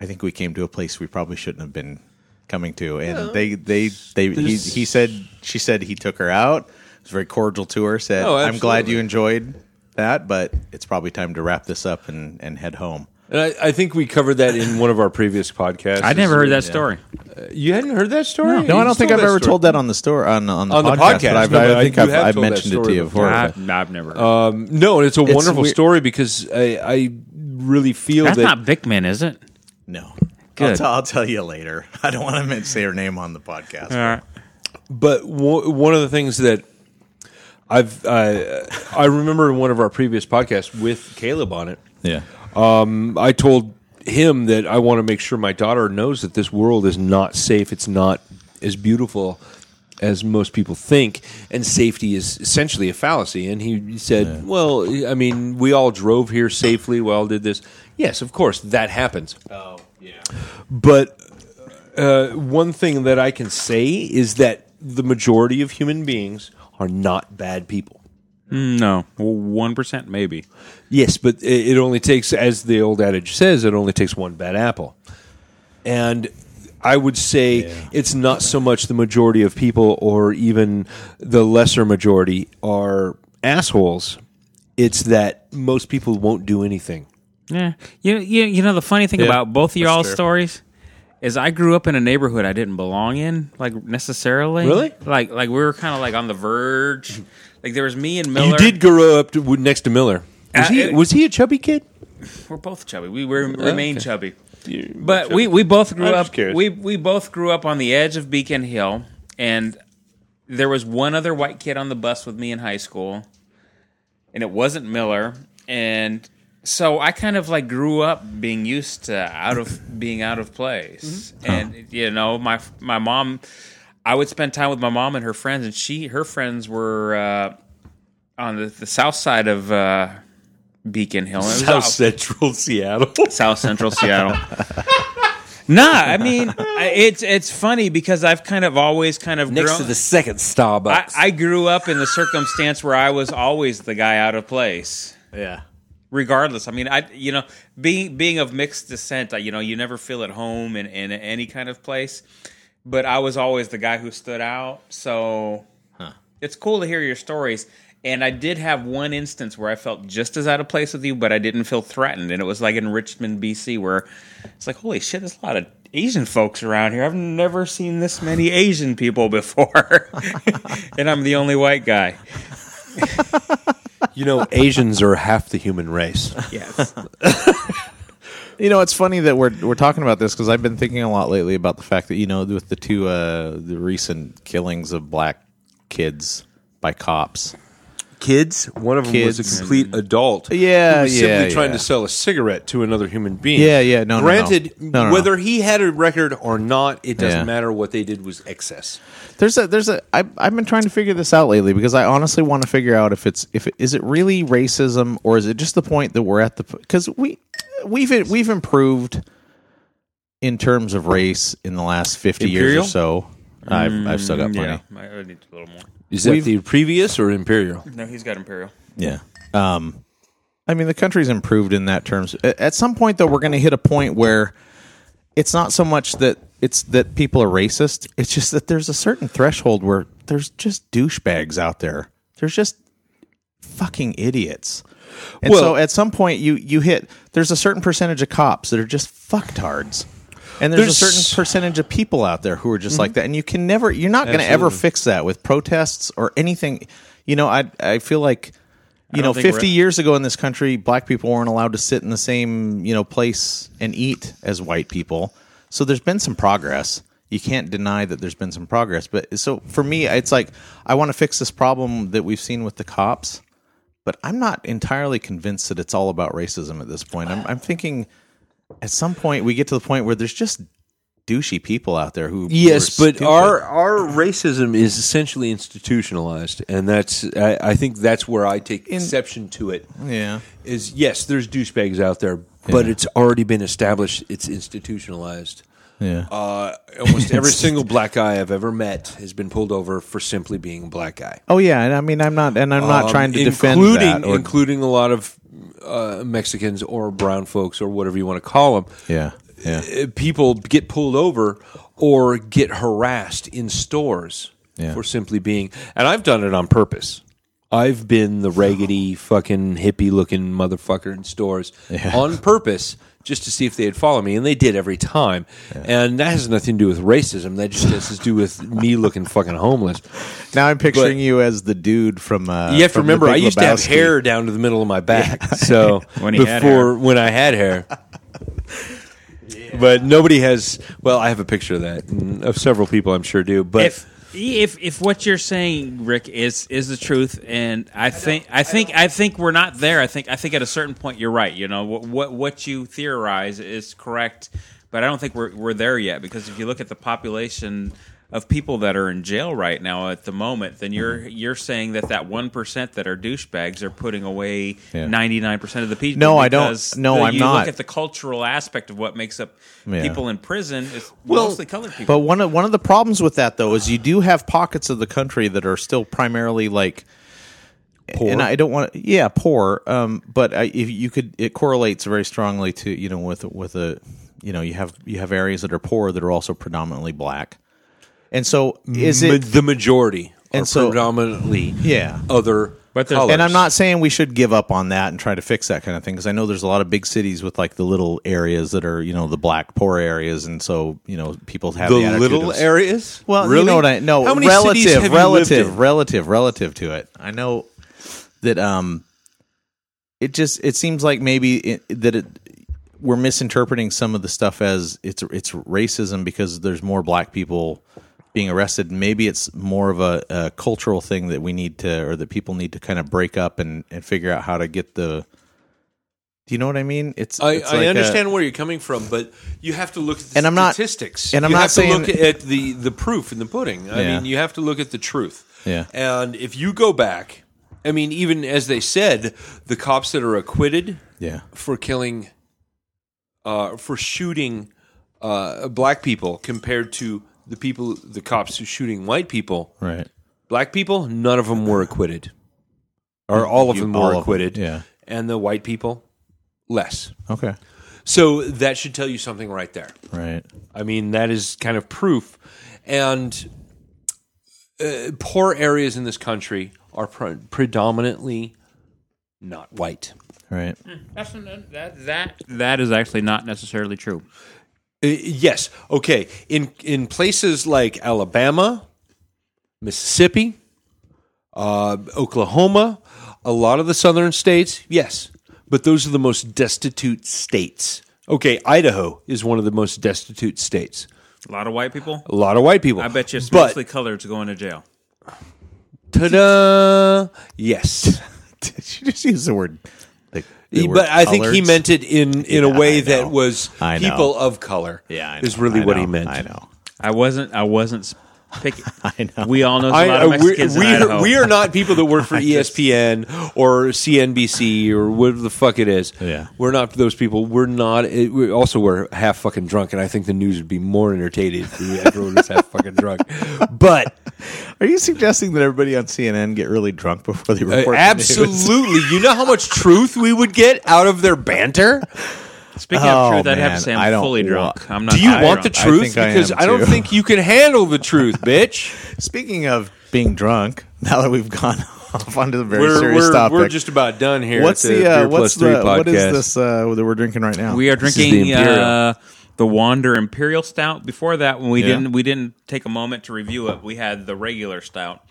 Speaker 3: i think we came to a place we probably shouldn't have been coming to and they they they he, he said she said he took her out was very cordial to her said
Speaker 1: Oh,
Speaker 3: i'm glad
Speaker 1: absolutely.
Speaker 3: you enjoyed that but it's probably time to wrap this up and and head home
Speaker 1: And I, I think we covered that in one of our previous podcasts.
Speaker 2: I never heard that story.
Speaker 1: You hadn't heard that story?
Speaker 3: No, I don't think I've ever told that on the store on on the
Speaker 1: On the
Speaker 3: podcast.
Speaker 1: podcast,
Speaker 3: but I've,
Speaker 1: no, but I-
Speaker 3: I think
Speaker 1: you
Speaker 3: I've,
Speaker 1: have
Speaker 3: I've
Speaker 1: told that
Speaker 3: mentioned it to
Speaker 1: story
Speaker 3: you
Speaker 1: before.
Speaker 3: before.
Speaker 2: I,
Speaker 3: but-
Speaker 2: I've never. Heard
Speaker 1: Um, no, and it's a wonderful
Speaker 3: weird-
Speaker 1: story because I, I really feel
Speaker 2: That's
Speaker 1: that.
Speaker 2: not Bickman, is it?
Speaker 3: no, I'll,
Speaker 2: Good.
Speaker 3: t- I'll tell you later. I don't want to say her name on the podcast.
Speaker 2: All right.
Speaker 1: but w- one of the things that I've uh, I remember in one of our previous podcasts with Caleb on it, Um,
Speaker 3: Yeah,
Speaker 1: I told him that I want to make sure my daughter knows that this world is not safe. It's not as beautiful as most people think, and safety is essentially a fallacy. And he said, "Well, I mean, we all drove here safely. We all did this. Yes, of course, that happens. Oh, yeah. But uh, one thing that I can say is that the majority of human beings are not bad people."
Speaker 2: No, one percent maybe.
Speaker 1: Yes, but i- it only takes, as the old adage says, it only takes one bad apple. And I would say it's not so much the majority of people or even the lesser majority are assholes. It's that most people won't do anything.
Speaker 2: Yeah. You you you know the funny thing about both of y'all's
Speaker 3: true.
Speaker 2: stories is I grew up in a neighborhood I didn't belong in, like necessarily.
Speaker 1: Really?
Speaker 2: Like like we were kind of like on the verge. Like there was me and Miller.
Speaker 1: You did grow up to, w- next to Miller. Was,
Speaker 2: Uh,
Speaker 1: he,
Speaker 2: it-
Speaker 1: was he a chubby kid?
Speaker 2: We're both chubby. We were
Speaker 1: Ah,
Speaker 2: remain chubby.
Speaker 1: But
Speaker 2: But we, we both grew
Speaker 1: I'm just
Speaker 2: up.
Speaker 1: curious.
Speaker 2: We we both grew up on the edge of Beacon Hill, and there was one other white kid on the bus with me in high school, and it wasn't Miller. And so I kind of like grew up being used to out of being out of place,
Speaker 1: Mm-hmm.
Speaker 2: and you know my my mom. I would spend time with my mom and her friends, and she her friends were uh, on the, the south side of uh, Beacon Hill. And it was
Speaker 1: South
Speaker 2: all-
Speaker 1: Central Seattle.
Speaker 2: South Central Seattle. nah, I mean I- it's it's funny because I've kind of always kind of
Speaker 4: Next
Speaker 2: grown,
Speaker 4: to the second
Speaker 2: I,
Speaker 4: Starbucks.
Speaker 2: I grew up in the circumstance where I was always the guy out of place.
Speaker 3: yeah.
Speaker 2: Regardless, I mean, I you know being being of mixed descent, I- you know, you never feel at home in in any kind of place. but I was always the guy who stood out. So it's cool to hear your stories. And I did have one instance where I felt just as out of place with you, but I didn't feel threatened. And it was like in Richmond, BC, where it's like, holy shit, there's a lot of Asian folks around here. I've never seen this many Asian people before. and I'm the only white guy.
Speaker 1: You know, Asians are half the human race.
Speaker 2: Yes.
Speaker 3: You know, it's funny that we're we're talking about this because I've been thinking a lot lately about the fact that you know, with the two uh, the recent killings of black kids by cops.
Speaker 1: Kids, one of them was
Speaker 3: Kids.
Speaker 1: a complete adult.
Speaker 3: Yeah,
Speaker 1: who was
Speaker 3: yeah,
Speaker 1: Simply trying
Speaker 3: yeah.
Speaker 1: to sell a cigarette to another human being.
Speaker 3: Yeah, yeah, no, no, no.
Speaker 1: Granted,
Speaker 3: No, no, no.
Speaker 1: whether he had a record or not, it doesn't
Speaker 3: Yeah.
Speaker 1: matter. What they did was excess.
Speaker 3: There's a there's a I, I've been trying to figure this out lately because I honestly want to figure out if it's if it, is it really racism or is it just the point that we're at the because we we've we've improved in terms of race in the last fifty
Speaker 2: Imperial? Mm,
Speaker 3: years or so. I've I've still got plenty.
Speaker 2: yeah. I I need a little more.
Speaker 1: Is that the previous or imperial?
Speaker 2: No, he's got Imperial.
Speaker 3: Yeah. Um, I mean, the country's improved in that terms. A- At some point, though, we're going to hit a point where it's not so much that it's that people are racist. It's just that there's a certain threshold where there's just douchebags out there. There's just fucking idiots. And
Speaker 1: Well-
Speaker 3: so at some point you you hit there's a certain percentage of cops that are just fucktards. And there's, Mm-hmm. a
Speaker 1: There's-
Speaker 3: certain percentage of people out there who are just like that and you can never you're not going to ever fix that with protests or anything. You know, I I feel like you know,
Speaker 2: don't think we're-
Speaker 3: 50 years ago in this country, black people weren't allowed to sit in the same, you know, place and eat as white people. So there's been some progress. You can't deny that there's been some progress. But so for me, it's like I want to fix this problem that we've seen with the cops, but I'm not entirely convinced that it's all about racism at this point. I'm, I'm thinking at some point we get to the point where there's just douchey people out there who
Speaker 1: Yes,
Speaker 3: who are
Speaker 1: but
Speaker 3: stupid.
Speaker 1: our our racism is essentially institutionalized, and that's I, I think that's where I take exception to it.
Speaker 3: yeah
Speaker 1: Is yes, there's douchebags out there, but it's already been established. It's institutionalized.
Speaker 3: yeah
Speaker 1: Uh, almost every single black guy I've ever met has been pulled over for simply being a black guy.
Speaker 3: oh yeah and I mean I'm not and I'm not
Speaker 1: Um,
Speaker 3: trying to defend
Speaker 1: including
Speaker 3: that or-
Speaker 1: including a lot of uh, Mexicans or brown folks or whatever you want to call them.
Speaker 3: yeah yeah
Speaker 1: Uh, people get pulled over or get harassed in stores
Speaker 3: Yeah.
Speaker 1: for simply being and I've done it on purpose. I've been the raggedy fucking hippie looking motherfucker in stores on purpose just to see if they'd follow me and they did every time. And that has nothing to do with racism. That just has to do with me looking fucking homeless.
Speaker 3: Now I'm picturing
Speaker 1: But-
Speaker 3: you as the dude from. Uh,
Speaker 1: You have to
Speaker 3: from The
Speaker 1: remember,
Speaker 3: Big
Speaker 1: I used to have
Speaker 3: Lebowski.
Speaker 1: hair down to the middle of my back. So
Speaker 2: When he
Speaker 1: before
Speaker 2: had hair.
Speaker 1: when I had hair, but nobody has. Well, I have a picture of that and of several people, I'm sure do. But
Speaker 2: if if if what you're saying, Rick, is is the truth, and I think I think I think we're not there. I think I think at a certain point you're right. You know what what, what you theorize is correct, but I don't think we're we're there yet because if you look at the population of people that are in jail right now at the moment, then you're
Speaker 3: Mm-hmm.
Speaker 2: you're saying that that one percent that are douchebags are putting away
Speaker 3: Yeah.
Speaker 2: ninety nine percent of the people.
Speaker 3: No, I don't.
Speaker 2: because
Speaker 3: No,
Speaker 2: the-
Speaker 3: I'm
Speaker 2: you
Speaker 3: not.
Speaker 2: Look at the cultural aspect of what makes up
Speaker 3: Yeah.
Speaker 2: people in prison. It's mostly colored people.
Speaker 3: But one of one of the problems with that though is you do have pockets of the country that are still primarily like poor. And I don't want yeah, poor. Um, but I, if you could, it correlates very strongly to you know with with a you know you have you have areas that are poor that are also predominantly black. And so is
Speaker 1: ma-
Speaker 3: it
Speaker 1: the majority are
Speaker 3: And so-
Speaker 1: predominantly
Speaker 3: yeah
Speaker 1: other
Speaker 2: But there's-
Speaker 1: colors.
Speaker 3: And I'm not saying we should give up on that and try to fix that kind of thing because I know there's a lot of big cities with like the little areas that are you know the black poor areas, and so you know people have
Speaker 1: the
Speaker 3: the, attitude
Speaker 1: little
Speaker 3: of-
Speaker 1: areas.
Speaker 3: Well,
Speaker 1: really?
Speaker 3: you know what I no
Speaker 1: How many
Speaker 3: relative,
Speaker 1: cities have you lived
Speaker 3: relative,
Speaker 1: in?
Speaker 3: relative, relative to it. I know that um, it just it seems like maybe it, that it we're misinterpreting some of the stuff as it's it's racism because there's more black people being arrested. Maybe it's more of a, a cultural thing that we need to or that people need to kind of break up and and figure out how to get the. Do you know what I mean? It's
Speaker 1: I,
Speaker 3: it's
Speaker 1: I
Speaker 3: like a-
Speaker 1: understand where you're coming from, but you have to look at the
Speaker 3: And I'm not-
Speaker 1: statistics.
Speaker 3: and I'm
Speaker 1: you
Speaker 3: not
Speaker 1: have
Speaker 3: saying-
Speaker 1: to look at the, the proof in the pudding. I
Speaker 3: Yeah.
Speaker 1: mean, you have to look at the truth.
Speaker 3: Yeah.
Speaker 1: And if you go back, I mean, even as they said, the cops that are acquitted
Speaker 3: yeah,
Speaker 1: for killing, uh, for shooting uh, black people compared to the people, the cops who shooting white people,
Speaker 3: right.
Speaker 1: black people, none of them were acquitted, or all of
Speaker 3: You-
Speaker 1: them
Speaker 3: all of
Speaker 1: were
Speaker 3: them,
Speaker 1: acquitted.
Speaker 3: yeah.
Speaker 1: And the white people, less.
Speaker 3: Okay.
Speaker 1: So that should tell you something right there.
Speaker 3: Right.
Speaker 1: I mean, that is kind of proof. and uh, poor areas in this country are pre- predominantly not white.
Speaker 3: Right.
Speaker 2: That's, that, that, that is actually not necessarily true.
Speaker 1: Uh, yes. Okay. In in places like Alabama, Mississippi, uh, Oklahoma, a lot of the southern states, yes, but those are the most destitute states. Okay, Idaho is one of the most destitute states.
Speaker 2: A lot of white people.
Speaker 1: A lot of white people.
Speaker 2: I bet you it's
Speaker 1: But
Speaker 2: mostly coloreds going to jail.
Speaker 1: ta-da! Yes.
Speaker 3: Did you just use the word? the- the
Speaker 1: He-
Speaker 3: word
Speaker 1: but I think he
Speaker 3: coloreds?
Speaker 1: meant it in in a
Speaker 3: Yeah,
Speaker 1: way
Speaker 3: I
Speaker 1: that
Speaker 3: know.
Speaker 1: was
Speaker 3: I know.
Speaker 1: people of color.
Speaker 3: Yeah, I
Speaker 1: is
Speaker 3: know,
Speaker 1: really
Speaker 3: I
Speaker 1: what he
Speaker 3: know,
Speaker 1: meant.
Speaker 3: I know.
Speaker 2: I wasn't. I wasn't picking.
Speaker 3: I know.
Speaker 2: We all know there's a lot
Speaker 1: I,
Speaker 2: of
Speaker 1: uh, we're,
Speaker 2: Mexicans
Speaker 1: we,
Speaker 2: in
Speaker 1: are,
Speaker 2: Idaho.
Speaker 1: we are not people that work for E ESPN or CNBC or whatever the fuck it is.
Speaker 3: Yeah.
Speaker 1: we're not those people. We're not. It, we also, we're half fucking drunk, and I think the news would be more entertaining if we- everyone was half fucking drunk. But
Speaker 3: Are you suggesting that everybody on CNN get really drunk before they
Speaker 1: uh,
Speaker 3: report? the news?
Speaker 1: absolutely, you know how much truth we would get out of their banter.
Speaker 2: Speaking
Speaker 3: Oh,
Speaker 2: of truth, I'd have
Speaker 3: man,
Speaker 2: to say
Speaker 3: I
Speaker 2: I'm
Speaker 3: don't
Speaker 2: fully
Speaker 3: want-
Speaker 2: drunk. I'm not.
Speaker 1: Do you
Speaker 2: I'm
Speaker 1: want the
Speaker 2: drunk.
Speaker 3: I
Speaker 1: truth?
Speaker 3: think I
Speaker 1: because
Speaker 3: am,
Speaker 1: I, don't
Speaker 3: too.
Speaker 1: think you can handle the truth, bitch.
Speaker 3: Speaking of being drunk, now that we've gone off onto the very
Speaker 1: we're,
Speaker 3: serious
Speaker 1: we're,
Speaker 3: topic,
Speaker 1: we're just about done here.
Speaker 3: what's
Speaker 1: at the,
Speaker 3: the, uh,
Speaker 1: Beer
Speaker 3: what's
Speaker 1: Plus
Speaker 3: the
Speaker 1: Three podcast.
Speaker 3: what is this uh, that we're drinking right now?
Speaker 2: We are
Speaker 1: is the
Speaker 2: drinking the,
Speaker 1: Imperial.
Speaker 2: uh, the Wander Imperial Stout. Before that, when we
Speaker 3: Yeah.
Speaker 2: didn't we didn't take a moment to review it. We had the regular stout.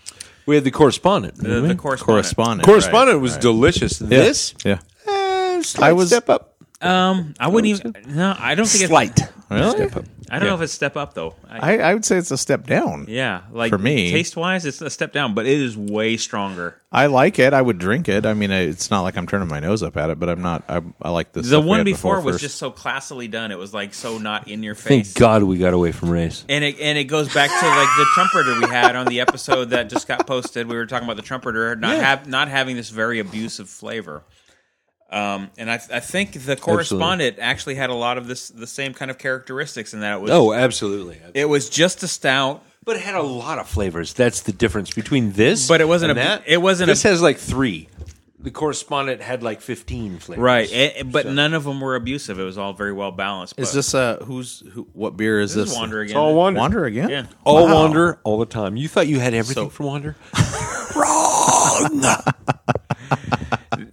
Speaker 1: We had the correspondent. Mm-hmm.
Speaker 2: The, the correspondent.
Speaker 3: correspondent.
Speaker 1: correspondent was delicious. This,
Speaker 3: Yeah.
Speaker 1: eh, I
Speaker 3: I was-
Speaker 1: was step up.
Speaker 2: Um, I wouldn't even. No, I don't think it's.
Speaker 3: Really?
Speaker 2: I don't know if it's step up though. I,
Speaker 3: I, I would say it's a step down.
Speaker 2: yeah, like
Speaker 3: For me-
Speaker 2: taste wise, it's a step down, but it is way stronger.
Speaker 3: I like it. I would drink it. I mean, I- it's not like I'm turning my nose up at it, but I'm not. I, I like this.
Speaker 2: The one before, was just so classily done. It was like so not in your face.
Speaker 1: Thank God we got away from race.
Speaker 2: And it and it goes back to like the trumpeter we had on the episode that just got posted. We were talking about the trumpeter not have not having this very abusive flavor. Um, and I, I think the correspondent actually had a lot of this the same kind of characteristics in that it was
Speaker 1: Oh, absolutely.
Speaker 2: it was just a stout,
Speaker 1: But it had a lot of flavors. That's the difference between this.
Speaker 2: But it wasn't
Speaker 1: and
Speaker 2: a-
Speaker 1: that.
Speaker 2: it wasn't a-
Speaker 1: This has like three. The correspondent had like fifteen flavors.
Speaker 2: right? It- it- but none of them were abusive. It was all very well balanced.
Speaker 3: Is
Speaker 2: but-
Speaker 3: this uh who's who, what beer is
Speaker 2: this
Speaker 3: this?
Speaker 2: is Wander again?
Speaker 1: Wander.
Speaker 3: Wander again?
Speaker 2: Yeah.
Speaker 1: All
Speaker 3: Wow.
Speaker 1: Wander, all the time. You thought you had everything from Wander?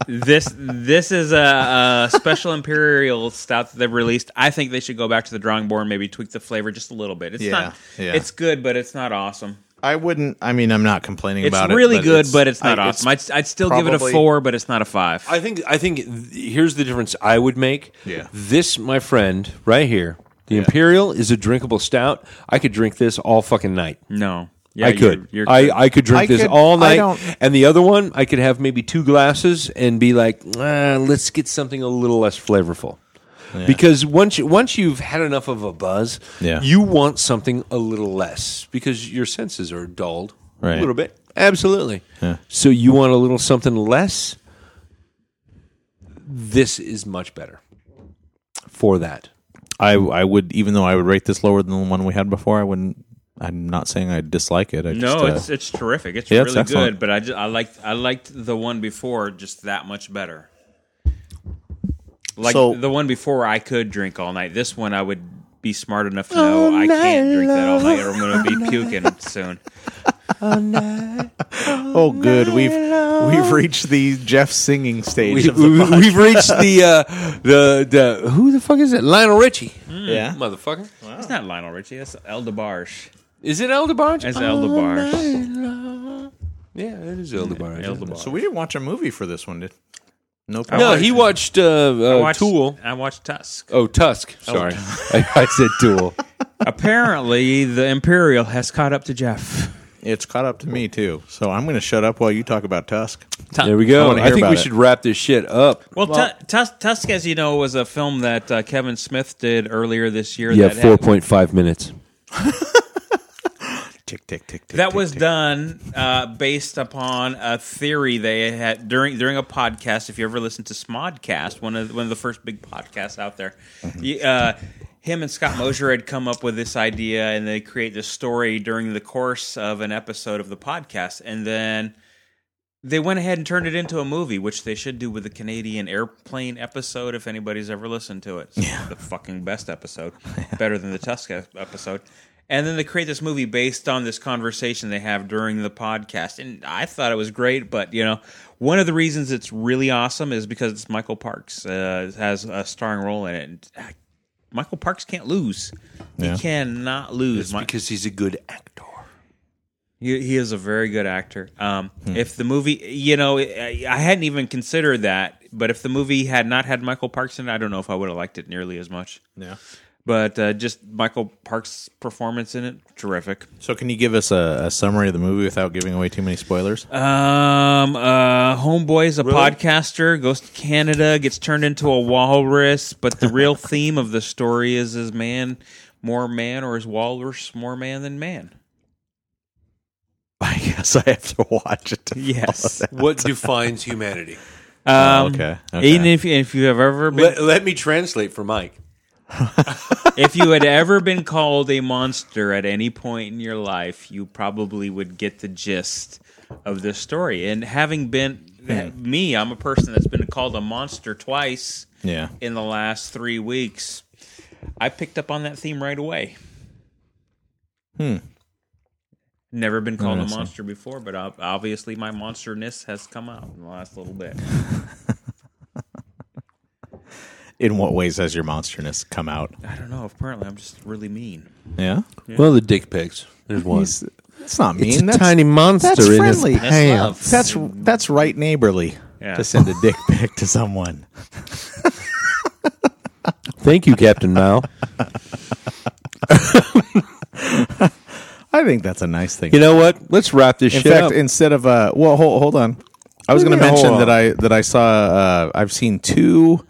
Speaker 2: this this is a, a special imperial stout that they've released. I think they should go back to the drawing board, and maybe tweak the flavor just a little bit. It's
Speaker 3: Yeah,
Speaker 2: not,
Speaker 3: yeah.
Speaker 2: it's good, but it's not awesome.
Speaker 3: I wouldn't. I mean, I'm not complaining
Speaker 2: It's
Speaker 3: about it.
Speaker 2: really good, but it's not
Speaker 3: I-
Speaker 2: awesome. I'd, I'd still give it
Speaker 3: probably-
Speaker 2: a four, but it's not a five.
Speaker 1: I think. I think. th- Here's the difference I would make.
Speaker 3: Yeah.
Speaker 1: This, my friend, right here. The Imperial is a drinkable stout. I could drink this all fucking night.
Speaker 2: no, yeah,
Speaker 1: I
Speaker 2: you're-
Speaker 1: could.
Speaker 2: You're,
Speaker 1: I, I could drink
Speaker 3: I
Speaker 1: this
Speaker 3: could-
Speaker 1: all
Speaker 3: I
Speaker 1: night.
Speaker 3: don't-
Speaker 1: And the other one, I could have maybe two glasses and be like, "Ah, let's get something a little less flavorful. Because once you, once you've had enough of a buzz,
Speaker 3: Yeah.
Speaker 1: you want something a little less because your senses are dulled
Speaker 3: Right.
Speaker 1: a little bit. Absolutely. So you want a little something less. This is much better for that.
Speaker 3: I I would even though I would rate this lower than the one we had before. I wouldn't. I'm not saying I dislike it.
Speaker 2: no,
Speaker 3: I just, uh,
Speaker 2: it's it's terrific. It's
Speaker 3: Yeah, it's
Speaker 2: really
Speaker 3: excellent.
Speaker 2: good, but I just, I liked I liked the one before just that much better. Like
Speaker 3: So-
Speaker 2: the one before, I could drink all night. This one, I would be smart enough to know I can't drink that all night, or I'm going to be puking soon.
Speaker 3: oh good. We've we've reached the Jeff singing stage.
Speaker 1: We,
Speaker 3: of the pod-
Speaker 1: have reached the uh, the the who the fuck is it? Lionel Richie,
Speaker 2: Mm.
Speaker 3: yeah.
Speaker 1: motherfucker.
Speaker 2: It's not Lionel Richie. That's El DeBarge.
Speaker 1: Is it Eldebar?
Speaker 2: It's El DeBarge.
Speaker 1: Yeah, it is Eldebar.
Speaker 2: El DeBarge.
Speaker 3: So we didn't watch a movie for this one, did? No.
Speaker 1: No,
Speaker 3: problem.
Speaker 1: he watched uh, uh,
Speaker 2: I watched,
Speaker 1: Tool.
Speaker 2: I watched Tusk.
Speaker 1: Oh, Tusk. Sorry, I, I said Tool.
Speaker 2: Apparently, the Imperial has caught up to Jeff.
Speaker 3: It's caught up to me too. So I'm going to shut up while you talk about Tusk.
Speaker 1: There we
Speaker 3: I
Speaker 1: go.
Speaker 3: wanna
Speaker 1: I,
Speaker 3: hear
Speaker 1: think
Speaker 3: about
Speaker 1: we
Speaker 3: it.
Speaker 1: should wrap this shit up.
Speaker 2: Well, Tu- Tus- Tusk, as you know, was a film that uh, Kevin Smith did earlier this year.
Speaker 1: Yeah,
Speaker 2: that had-
Speaker 1: four point five minutes.
Speaker 3: Tick tick tick tick.
Speaker 2: That
Speaker 3: tick,
Speaker 2: was
Speaker 3: tick.
Speaker 2: done uh, based upon a theory they had during during a podcast. If you ever listened to Smodcast, one of one of the first big podcasts out there, you, uh, him and Scott Mosier had come up with this idea, and they create this story during the course of an episode of the podcast, and then they went ahead and turned it into a movie, which they should do with the Canadian airplane episode. If anybody's ever listened to it, It's the fucking best e-, episode, better than the Tusk episode. And then they create this movie based on this conversation they have during the podcast. And I thought it was great, but you know, one of the reasons it's really awesome is because it's Michael Parks uh, has a starring role in it. And, ah, Michael Parks can't lose.
Speaker 3: Yeah.
Speaker 2: He cannot lose.
Speaker 1: It's
Speaker 2: Mi-
Speaker 1: because he's a good actor.
Speaker 2: he, he is a very good actor. Um, If the movie, you know, I, I hadn't even considered that, but if the movie had not had Michael Parks in it, I don't know if I would have liked it nearly as much.
Speaker 3: Yeah.
Speaker 2: But uh, just Michael Parks' performance in it, terrific.
Speaker 3: So, can you give us a, a summary of the movie without giving away too many spoilers?
Speaker 2: Um, uh, homeboy's a podcaster, goes to Canada, gets turned into a walrus, but the real theme of the story is is man more man or is walrus more man than man?
Speaker 3: I guess I have to watch it. to follow
Speaker 2: Yes.
Speaker 3: that.
Speaker 1: What defines humanity?
Speaker 3: Oh, okay.
Speaker 5: Um,
Speaker 3: okay.
Speaker 2: Even if if you have ever been
Speaker 1: Let, let me translate for Mike.
Speaker 2: if you had ever been called a monster at any point in your life, you probably would get the gist of this story. And having been me, I'm a person that's been called a monster twice
Speaker 3: yeah.
Speaker 2: in the last three weeks. I picked up on that theme right away. Hmm. Never been called a monster before, but ob- obviously my monsterness has come out in the last little bit.
Speaker 3: In what ways has your monsterness come out?
Speaker 2: I don't know. Apparently, I'm just really mean.
Speaker 3: Yeah.
Speaker 1: Well, the dick pics. There's one.
Speaker 3: He's- that's not mean.
Speaker 5: It's a
Speaker 3: that's,
Speaker 5: tiny monster
Speaker 3: That's
Speaker 5: in his
Speaker 3: friendly.
Speaker 5: pants.
Speaker 3: That's that's right neighborly
Speaker 2: Yeah.
Speaker 3: to send a dick pic to someone.
Speaker 5: Thank you, Captain Mao.
Speaker 3: I think that's a nice thing.
Speaker 5: You know what? Let's wrap this
Speaker 3: in
Speaker 5: shit
Speaker 3: fact,
Speaker 5: up.
Speaker 3: instead of uh, well, hold, hold on. I was
Speaker 5: What
Speaker 3: going
Speaker 5: do
Speaker 3: to
Speaker 5: you mean,
Speaker 3: mention
Speaker 5: hold
Speaker 3: that
Speaker 5: on?
Speaker 3: I that I saw. Uh, I've seen two.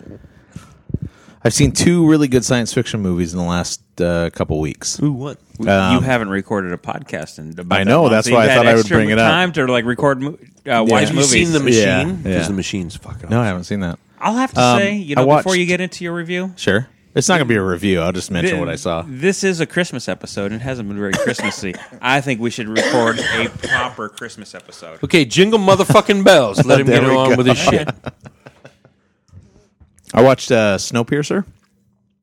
Speaker 3: I've seen two really good science fiction movies in the last uh, couple weeks.
Speaker 1: Ooh, what?
Speaker 2: you haven't recorded a podcast in about
Speaker 3: Um, I
Speaker 2: that
Speaker 3: know,
Speaker 2: long,
Speaker 3: that's
Speaker 2: so
Speaker 3: why
Speaker 2: you've
Speaker 3: I
Speaker 2: had
Speaker 3: thought I would
Speaker 2: extra
Speaker 3: bring it up.
Speaker 2: Time to like record, mo- uh, watch
Speaker 1: Have you
Speaker 2: movies.
Speaker 1: seen the machine?
Speaker 3: Yeah,
Speaker 1: Because
Speaker 3: yeah.
Speaker 1: the machine's fucking.
Speaker 3: No, I
Speaker 1: awesome.
Speaker 3: haven't seen that.
Speaker 2: I'll have to
Speaker 3: Um,
Speaker 2: say, you
Speaker 3: I
Speaker 2: know, before
Speaker 3: watched-
Speaker 2: you get into your review,
Speaker 3: Sure, it's not going to be a review. I'll just mention what I saw.
Speaker 2: This is a Christmas episode, and it hasn't been very Christmassy. I think we should record a proper Christmas episode.
Speaker 1: Okay, jingle motherfucking bells. Let him
Speaker 3: There
Speaker 1: get
Speaker 3: we
Speaker 1: on
Speaker 3: go.
Speaker 1: with his shit.
Speaker 3: I watched uh, Snowpiercer.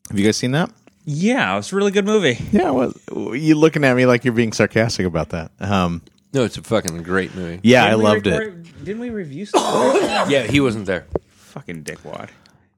Speaker 3: Have you guys seen that?
Speaker 2: Yeah, it's a really good movie.
Speaker 3: Yeah, well, you looking at me like you're being sarcastic about that. Um,
Speaker 1: No, it's a fucking great movie.
Speaker 3: yeah, I
Speaker 2: Didn't we
Speaker 3: loved it.
Speaker 2: record- Didn't we review stuff?
Speaker 1: Yeah, he wasn't there
Speaker 2: Fucking dickwad.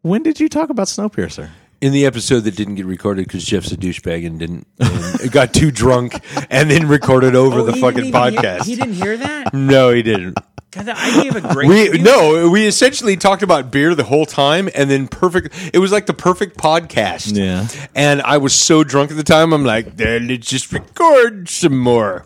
Speaker 3: When did you talk about Snowpiercer?
Speaker 1: in the episode that didn't get recorded because Jeff's a douchebag and didn't and got too drunk and then recorded over
Speaker 2: Oh,
Speaker 1: the fucking podcast.
Speaker 2: He, didn't hear that.
Speaker 1: no, he didn't.
Speaker 2: God, I gave a great.
Speaker 1: We
Speaker 2: review.
Speaker 1: no, we essentially talked about beer the whole time, and then perfect. It was like the perfect podcast.
Speaker 3: Yeah.
Speaker 1: and I was so drunk at the time. I'm like, then let's just record some more.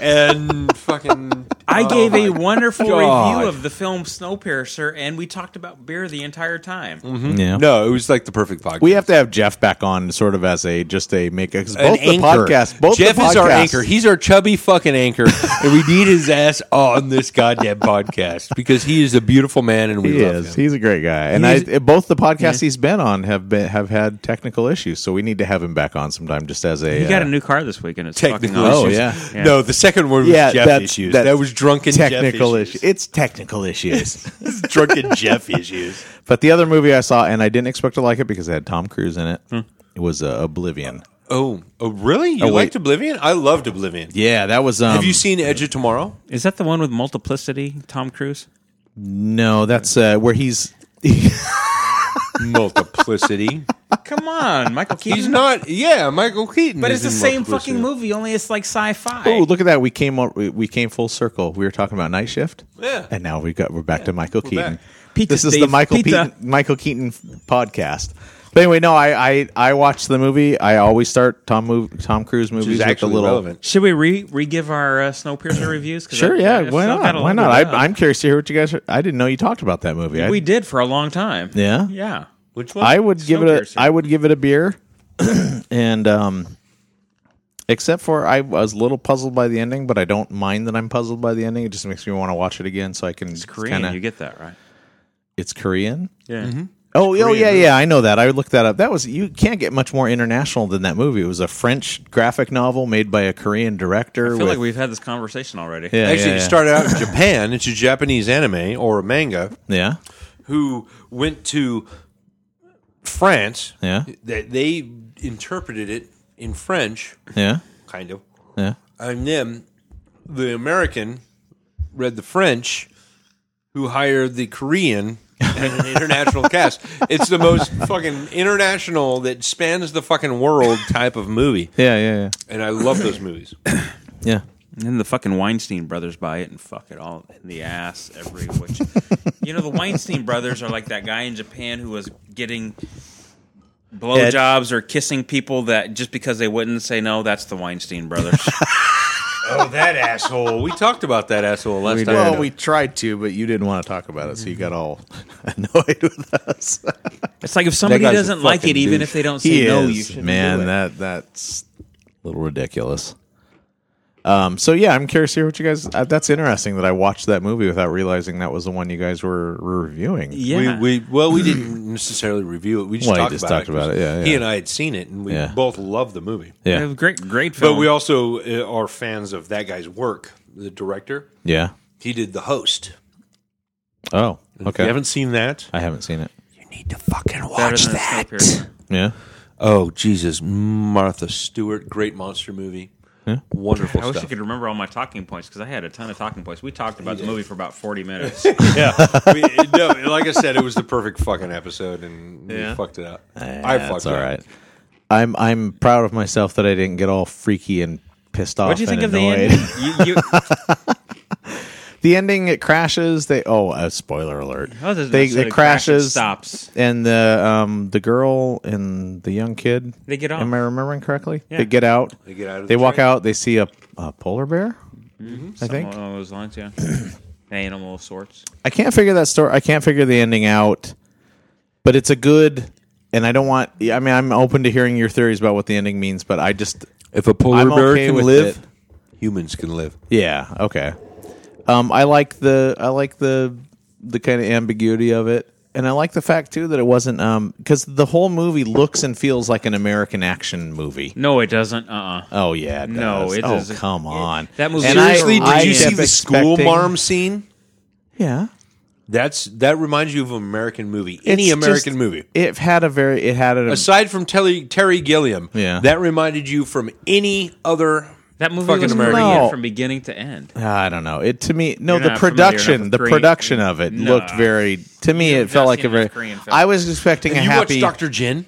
Speaker 1: and fucking, oh
Speaker 2: I gave a wonderful
Speaker 1: God.
Speaker 2: review of the film Snowpiercer, and we talked about beer the entire time.
Speaker 3: Yeah.
Speaker 1: no, it was like the perfect podcast.
Speaker 3: Mm-hmm. We have to have Jeff back on, sort of as a just a make a 'cause
Speaker 1: An
Speaker 3: both the
Speaker 1: anchor.
Speaker 3: podcast. Both
Speaker 1: Jeff
Speaker 3: the
Speaker 1: is our
Speaker 3: podcasts-
Speaker 1: anchor. He's our chubby fucking anchor, and we need his ass on this goddamn podcast because he is a beautiful man, and we
Speaker 3: he
Speaker 1: love
Speaker 3: is.
Speaker 1: him.
Speaker 3: He's a great guy, and I, both the podcasts he's been on have been have had technical issues, so we need to have him back on sometime, just as a
Speaker 2: He got
Speaker 3: uh,
Speaker 2: a new car this weekend. It's fucking
Speaker 1: Technical
Speaker 2: awesome.
Speaker 3: issues.
Speaker 1: issues.
Speaker 3: Oh, yeah.
Speaker 1: No, the second one was
Speaker 3: yeah,
Speaker 1: Jeff
Speaker 3: that's-
Speaker 1: issues.
Speaker 3: that's
Speaker 1: that was drunken
Speaker 3: technical
Speaker 1: Jeff
Speaker 3: issue. It's technical issues.
Speaker 1: issues. drunken Jeff issues.
Speaker 3: but the other movie I saw, and I didn't expect to like it because it had Tom Cruise in it.
Speaker 1: Hmm.
Speaker 3: It was uh, Oblivion.
Speaker 1: Oh, oh, really? You
Speaker 3: Oh, wait.
Speaker 1: liked Oblivion? I loved Oblivion.
Speaker 3: Yeah, that was. Um,
Speaker 1: Have you seen Edge of Tomorrow?
Speaker 2: Is that the one with multiplicity, Tom Cruise?
Speaker 3: No, that's uh, where he's.
Speaker 1: Multiplicity.
Speaker 2: Come on, Michael Keaton.
Speaker 1: He's not. Yeah, Michael Keaton.
Speaker 2: But
Speaker 1: is
Speaker 2: it's the
Speaker 1: in
Speaker 2: same
Speaker 1: Multiplicity.
Speaker 2: fucking movie, only it's like sci-fi.
Speaker 3: Oh, look at that! We came up- we- we came full circle. We were talking about Night Shift,
Speaker 1: Yeah.
Speaker 3: and now we got we're back to Michael Keaton.
Speaker 1: back.
Speaker 2: Pizza,
Speaker 3: this is the
Speaker 2: Steve.
Speaker 3: Michael
Speaker 2: Pizza.
Speaker 3: Keaton, Michael Keaton f- podcast. But anyway, no, I I, I watched the movie. I always start Tom mov- Tom Cruise movies
Speaker 1: Which is
Speaker 3: with
Speaker 1: actually
Speaker 3: a little.
Speaker 1: relevant.
Speaker 2: Should we re re give our uh, Snowpiercer reviews? 'Cause
Speaker 3: Sure,
Speaker 2: I-
Speaker 3: yeah,
Speaker 2: I've
Speaker 3: why
Speaker 2: still got a
Speaker 3: not? Why
Speaker 2: lot
Speaker 3: not?
Speaker 2: to go.
Speaker 3: I, I'm curious to hear what you guys. Are, I didn't know you talked about that movie. I,
Speaker 2: we did for a long time.
Speaker 3: yeah
Speaker 2: yeah.
Speaker 1: Which one?
Speaker 3: I would give it
Speaker 2: Snowpiercer.
Speaker 3: a I would give it a beer, and um, except for I was a little puzzled by the ending, but I don't mind that I'm puzzled by the ending. It just makes me want to watch it again so I can it's
Speaker 2: Korean, you get that right?
Speaker 3: it's Korean.
Speaker 2: Yeah.
Speaker 3: Oh, oh yeah, yeah, I know that. I looked that up. That was you can't get much more international than that movie. It was a French graphic novel made by a Korean director.
Speaker 2: I feel
Speaker 3: with-
Speaker 2: like we've had this conversation already.
Speaker 3: yeah,
Speaker 1: Actually,
Speaker 3: yeah,
Speaker 1: it
Speaker 3: yeah.
Speaker 1: started out in Japan. It's a Japanese anime or a manga
Speaker 3: Yeah,
Speaker 1: who went to France.
Speaker 3: Yeah.
Speaker 1: That they interpreted it in French,
Speaker 3: Yeah.
Speaker 1: kind of.
Speaker 3: Yeah.
Speaker 1: And then the American read the French, who hired the Korean and an international cast. It's the most fucking international that spans the fucking world type of movie.
Speaker 3: Yeah. Yeah. Yeah.
Speaker 1: And I love those movies.
Speaker 3: Yeah.
Speaker 2: And then the fucking Weinstein brothers buy it and fuck it all in the ass every which. you know, the Weinstein brothers are like that guy in Japan who was getting blowjobs or kissing people that just because they wouldn't say no. That's the Weinstein brothers.
Speaker 1: oh, that asshole. We talked about that asshole last time.
Speaker 3: Well, we tried to, but you didn't want to talk about it, so you got all annoyed with us.
Speaker 2: it's like if somebody
Speaker 5: guy's a
Speaker 2: doesn't like it,
Speaker 5: fucking
Speaker 2: even
Speaker 5: douche.
Speaker 2: if they don't say no, you should
Speaker 3: man.
Speaker 2: Do it.
Speaker 3: That that's a little ridiculous. Um. So yeah, I'm curious to hear what you guys. Uh, that's interesting that I watched that movie without realizing that was the one you guys were, were reviewing.
Speaker 2: yeah.
Speaker 1: We, we well we didn't necessarily review it. We just
Speaker 3: Well, you
Speaker 1: talked
Speaker 3: just
Speaker 1: about
Speaker 3: talked
Speaker 1: it.
Speaker 3: about
Speaker 1: 'cause
Speaker 3: it, yeah,
Speaker 1: He
Speaker 3: yeah.
Speaker 1: and I had seen it, and we
Speaker 3: Yeah.
Speaker 1: both loved the movie.
Speaker 2: It
Speaker 3: Yeah.
Speaker 2: was great, great film.
Speaker 1: But we also uh, are fans of that guy's work. The director,
Speaker 3: Yeah.
Speaker 1: he did The Host.
Speaker 3: Oh.
Speaker 1: If you
Speaker 3: Okay.
Speaker 1: haven't seen that?
Speaker 3: I haven't seen it.
Speaker 4: Need to fucking
Speaker 2: Better
Speaker 4: watch
Speaker 2: than the
Speaker 4: that.
Speaker 2: Snowpiercer.
Speaker 3: Yeah.
Speaker 1: Oh Jesus, Martha Stewart, great monster movie, wonderful
Speaker 2: I wish I
Speaker 1: stuff.
Speaker 2: could remember all my talking points because I had a ton of talking points. We talked about the movie for about forty minutes.
Speaker 1: yeah, we, no, like I said, it was the perfect fucking episode, and
Speaker 3: Yeah.
Speaker 1: we fucked it up. I
Speaker 3: That's
Speaker 1: fucked it
Speaker 3: all
Speaker 1: up.
Speaker 3: right. I'm I'm proud of myself that I didn't get all freaky and pissed off.
Speaker 2: what do you think
Speaker 3: and
Speaker 2: of the
Speaker 3: annoyed.
Speaker 2: end? You- you-
Speaker 3: the ending? It crashes. They oh, uh, spoiler alert.
Speaker 2: I was just
Speaker 3: They
Speaker 2: gonna say
Speaker 3: it
Speaker 2: the crash and
Speaker 3: crashes.
Speaker 2: stops.
Speaker 3: And the um the girl and the young kid.
Speaker 2: They get off.
Speaker 3: Am I remembering correctly?
Speaker 2: Yeah.
Speaker 3: They get out.
Speaker 1: They get out of
Speaker 3: They
Speaker 1: the
Speaker 3: walk
Speaker 1: train.
Speaker 3: out. They see a, a polar bear. I think
Speaker 2: Along those lines, yeah. Animal of sorts.
Speaker 3: I can't figure that story. I can't figure the ending out. But it's a good. And I don't want. I mean, I'm open to hearing your theories about what the ending means, but I just
Speaker 1: If a polar
Speaker 3: I'm
Speaker 1: bear
Speaker 3: okay
Speaker 1: can
Speaker 3: with
Speaker 1: live,
Speaker 3: it.
Speaker 1: humans can live.
Speaker 3: Yeah. Okay. Um, I like the I like the the kind of ambiguity of it, and I like the fact too that it wasn't um because the whole movie looks and feels like an American action movie.
Speaker 2: No, it doesn't. Uh. uh
Speaker 3: Oh yeah, it
Speaker 2: No,
Speaker 3: does.
Speaker 2: it
Speaker 3: oh
Speaker 2: doesn't.
Speaker 3: come on.
Speaker 2: that movie-
Speaker 3: And
Speaker 1: Seriously, did
Speaker 2: I
Speaker 1: you see
Speaker 3: kept
Speaker 1: the school
Speaker 3: expecting-
Speaker 1: marm scene?
Speaker 3: Yeah,
Speaker 1: That's that reminds you of an American movie, any
Speaker 3: It's
Speaker 1: American
Speaker 3: just-
Speaker 1: movie.
Speaker 3: It had a very it had a
Speaker 1: Aside from Terry, Terry Gilliam,
Speaker 3: Yeah.
Speaker 1: that reminded you from any other.
Speaker 2: That movie
Speaker 1: Fucking
Speaker 2: was
Speaker 1: American.
Speaker 2: brilliant
Speaker 3: No.
Speaker 2: from beginning to end.
Speaker 3: I don't know. It to me no
Speaker 2: You're
Speaker 3: the
Speaker 2: not familiar
Speaker 3: production
Speaker 2: with
Speaker 3: the
Speaker 2: Korean-
Speaker 3: production of it
Speaker 2: No.
Speaker 3: looked very to me it
Speaker 2: have
Speaker 3: felt
Speaker 2: not
Speaker 3: like
Speaker 2: seen
Speaker 3: a very
Speaker 2: enough Korean films.
Speaker 3: I was expecting a
Speaker 1: you
Speaker 3: happy
Speaker 1: watched Doctor Jin?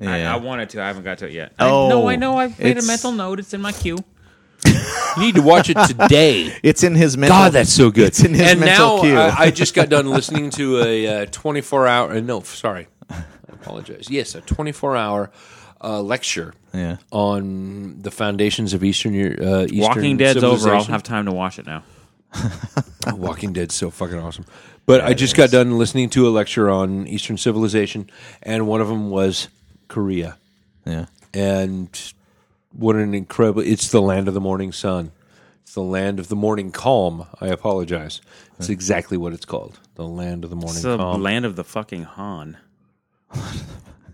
Speaker 2: I,
Speaker 3: Yeah.
Speaker 2: I wanted to. I haven't got to it yet.
Speaker 3: Oh,
Speaker 2: I, no, I know. I've made a
Speaker 3: it's-
Speaker 2: mental note. It's in my queue.
Speaker 1: You need to watch it today.
Speaker 3: it's in his mental
Speaker 1: God, that's so good.
Speaker 3: it's in his
Speaker 1: and
Speaker 3: mental
Speaker 1: now uh,
Speaker 3: queue.
Speaker 1: I, I just got done listening to a uh, 24 hour. uh, No, sorry, I apologize. Yes, a 24 hour uh, lecture
Speaker 3: Yeah.
Speaker 1: on the foundations of Eastern Eu- uh, Eastern
Speaker 2: Walking Dead's over. I'll
Speaker 1: civilization.
Speaker 2: have time to watch it now.
Speaker 1: Walking Dead's so fucking awesome. But I just got done listening to a lecture on Eastern civilization, and one of them was Korea,
Speaker 3: yeah.
Speaker 1: and what an incredible! It's the land of the morning sun. It's the land of the morning calm. I apologize. It's exactly what it's called. The land of the morning
Speaker 2: It's the
Speaker 1: calm.
Speaker 2: land of the fucking Han.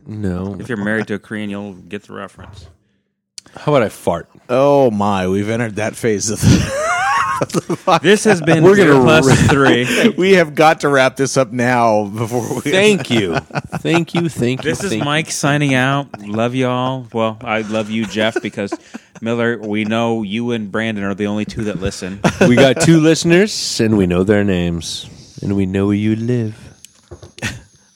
Speaker 1: no.
Speaker 2: If you're married to a Korean, you'll get the reference.
Speaker 1: How about I fart?
Speaker 3: Oh my, we've entered that phase of the
Speaker 2: This has been
Speaker 3: We're gonna
Speaker 2: Beer plus three.
Speaker 3: We have got to wrap this up now before we
Speaker 1: Thank you. Thank you. Thank you.
Speaker 2: This is
Speaker 1: thank
Speaker 2: Mike signing out. Love y'all. Well, I love you, Jeff, because Miller, we know you and Brandon are the only two that listen.
Speaker 1: you. We got two listeners, and we know their names, and we know where you live.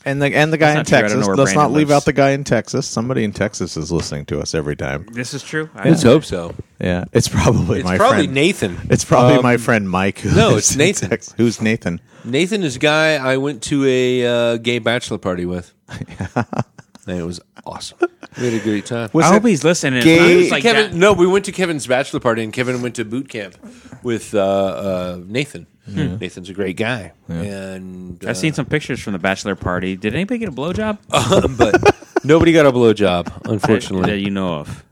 Speaker 3: and the and the guy in
Speaker 2: Let's not figure out
Speaker 3: Texas.
Speaker 2: where
Speaker 3: Let's not
Speaker 2: Brandon
Speaker 3: leave
Speaker 2: lives.
Speaker 3: out the guy in Texas. Somebody in Texas is listening to us every time.
Speaker 2: This is true. I-
Speaker 1: Let's hope so.
Speaker 3: Yeah, it's probably
Speaker 1: It's
Speaker 3: my
Speaker 1: probably
Speaker 3: friend.
Speaker 1: Nathan.
Speaker 3: It's probably
Speaker 1: Um,
Speaker 3: my friend Mike. Who
Speaker 1: no,
Speaker 3: lives
Speaker 1: it's
Speaker 3: in
Speaker 1: Nathan.
Speaker 3: Texas. Who's Nathan?
Speaker 1: Nathan is a guy I went to a uh, gay bachelor party with. and it was awesome. We had a great time.
Speaker 3: Was
Speaker 2: I hope
Speaker 3: it-
Speaker 2: he's listening.
Speaker 3: Gay-
Speaker 2: It's
Speaker 1: Like
Speaker 2: like
Speaker 1: Kevin,
Speaker 2: that-
Speaker 1: no, we went to Kevin's bachelor party, and Kevin went to boot camp with uh, uh, Nathan.
Speaker 3: Hmm.
Speaker 1: Nathan's a great guy, and uh,
Speaker 2: I've seen some pictures from the bachelor party. Did anybody get a blowjob?
Speaker 1: but nobody got a blowjob,
Speaker 2: that
Speaker 1: unfortunately.
Speaker 2: you know of.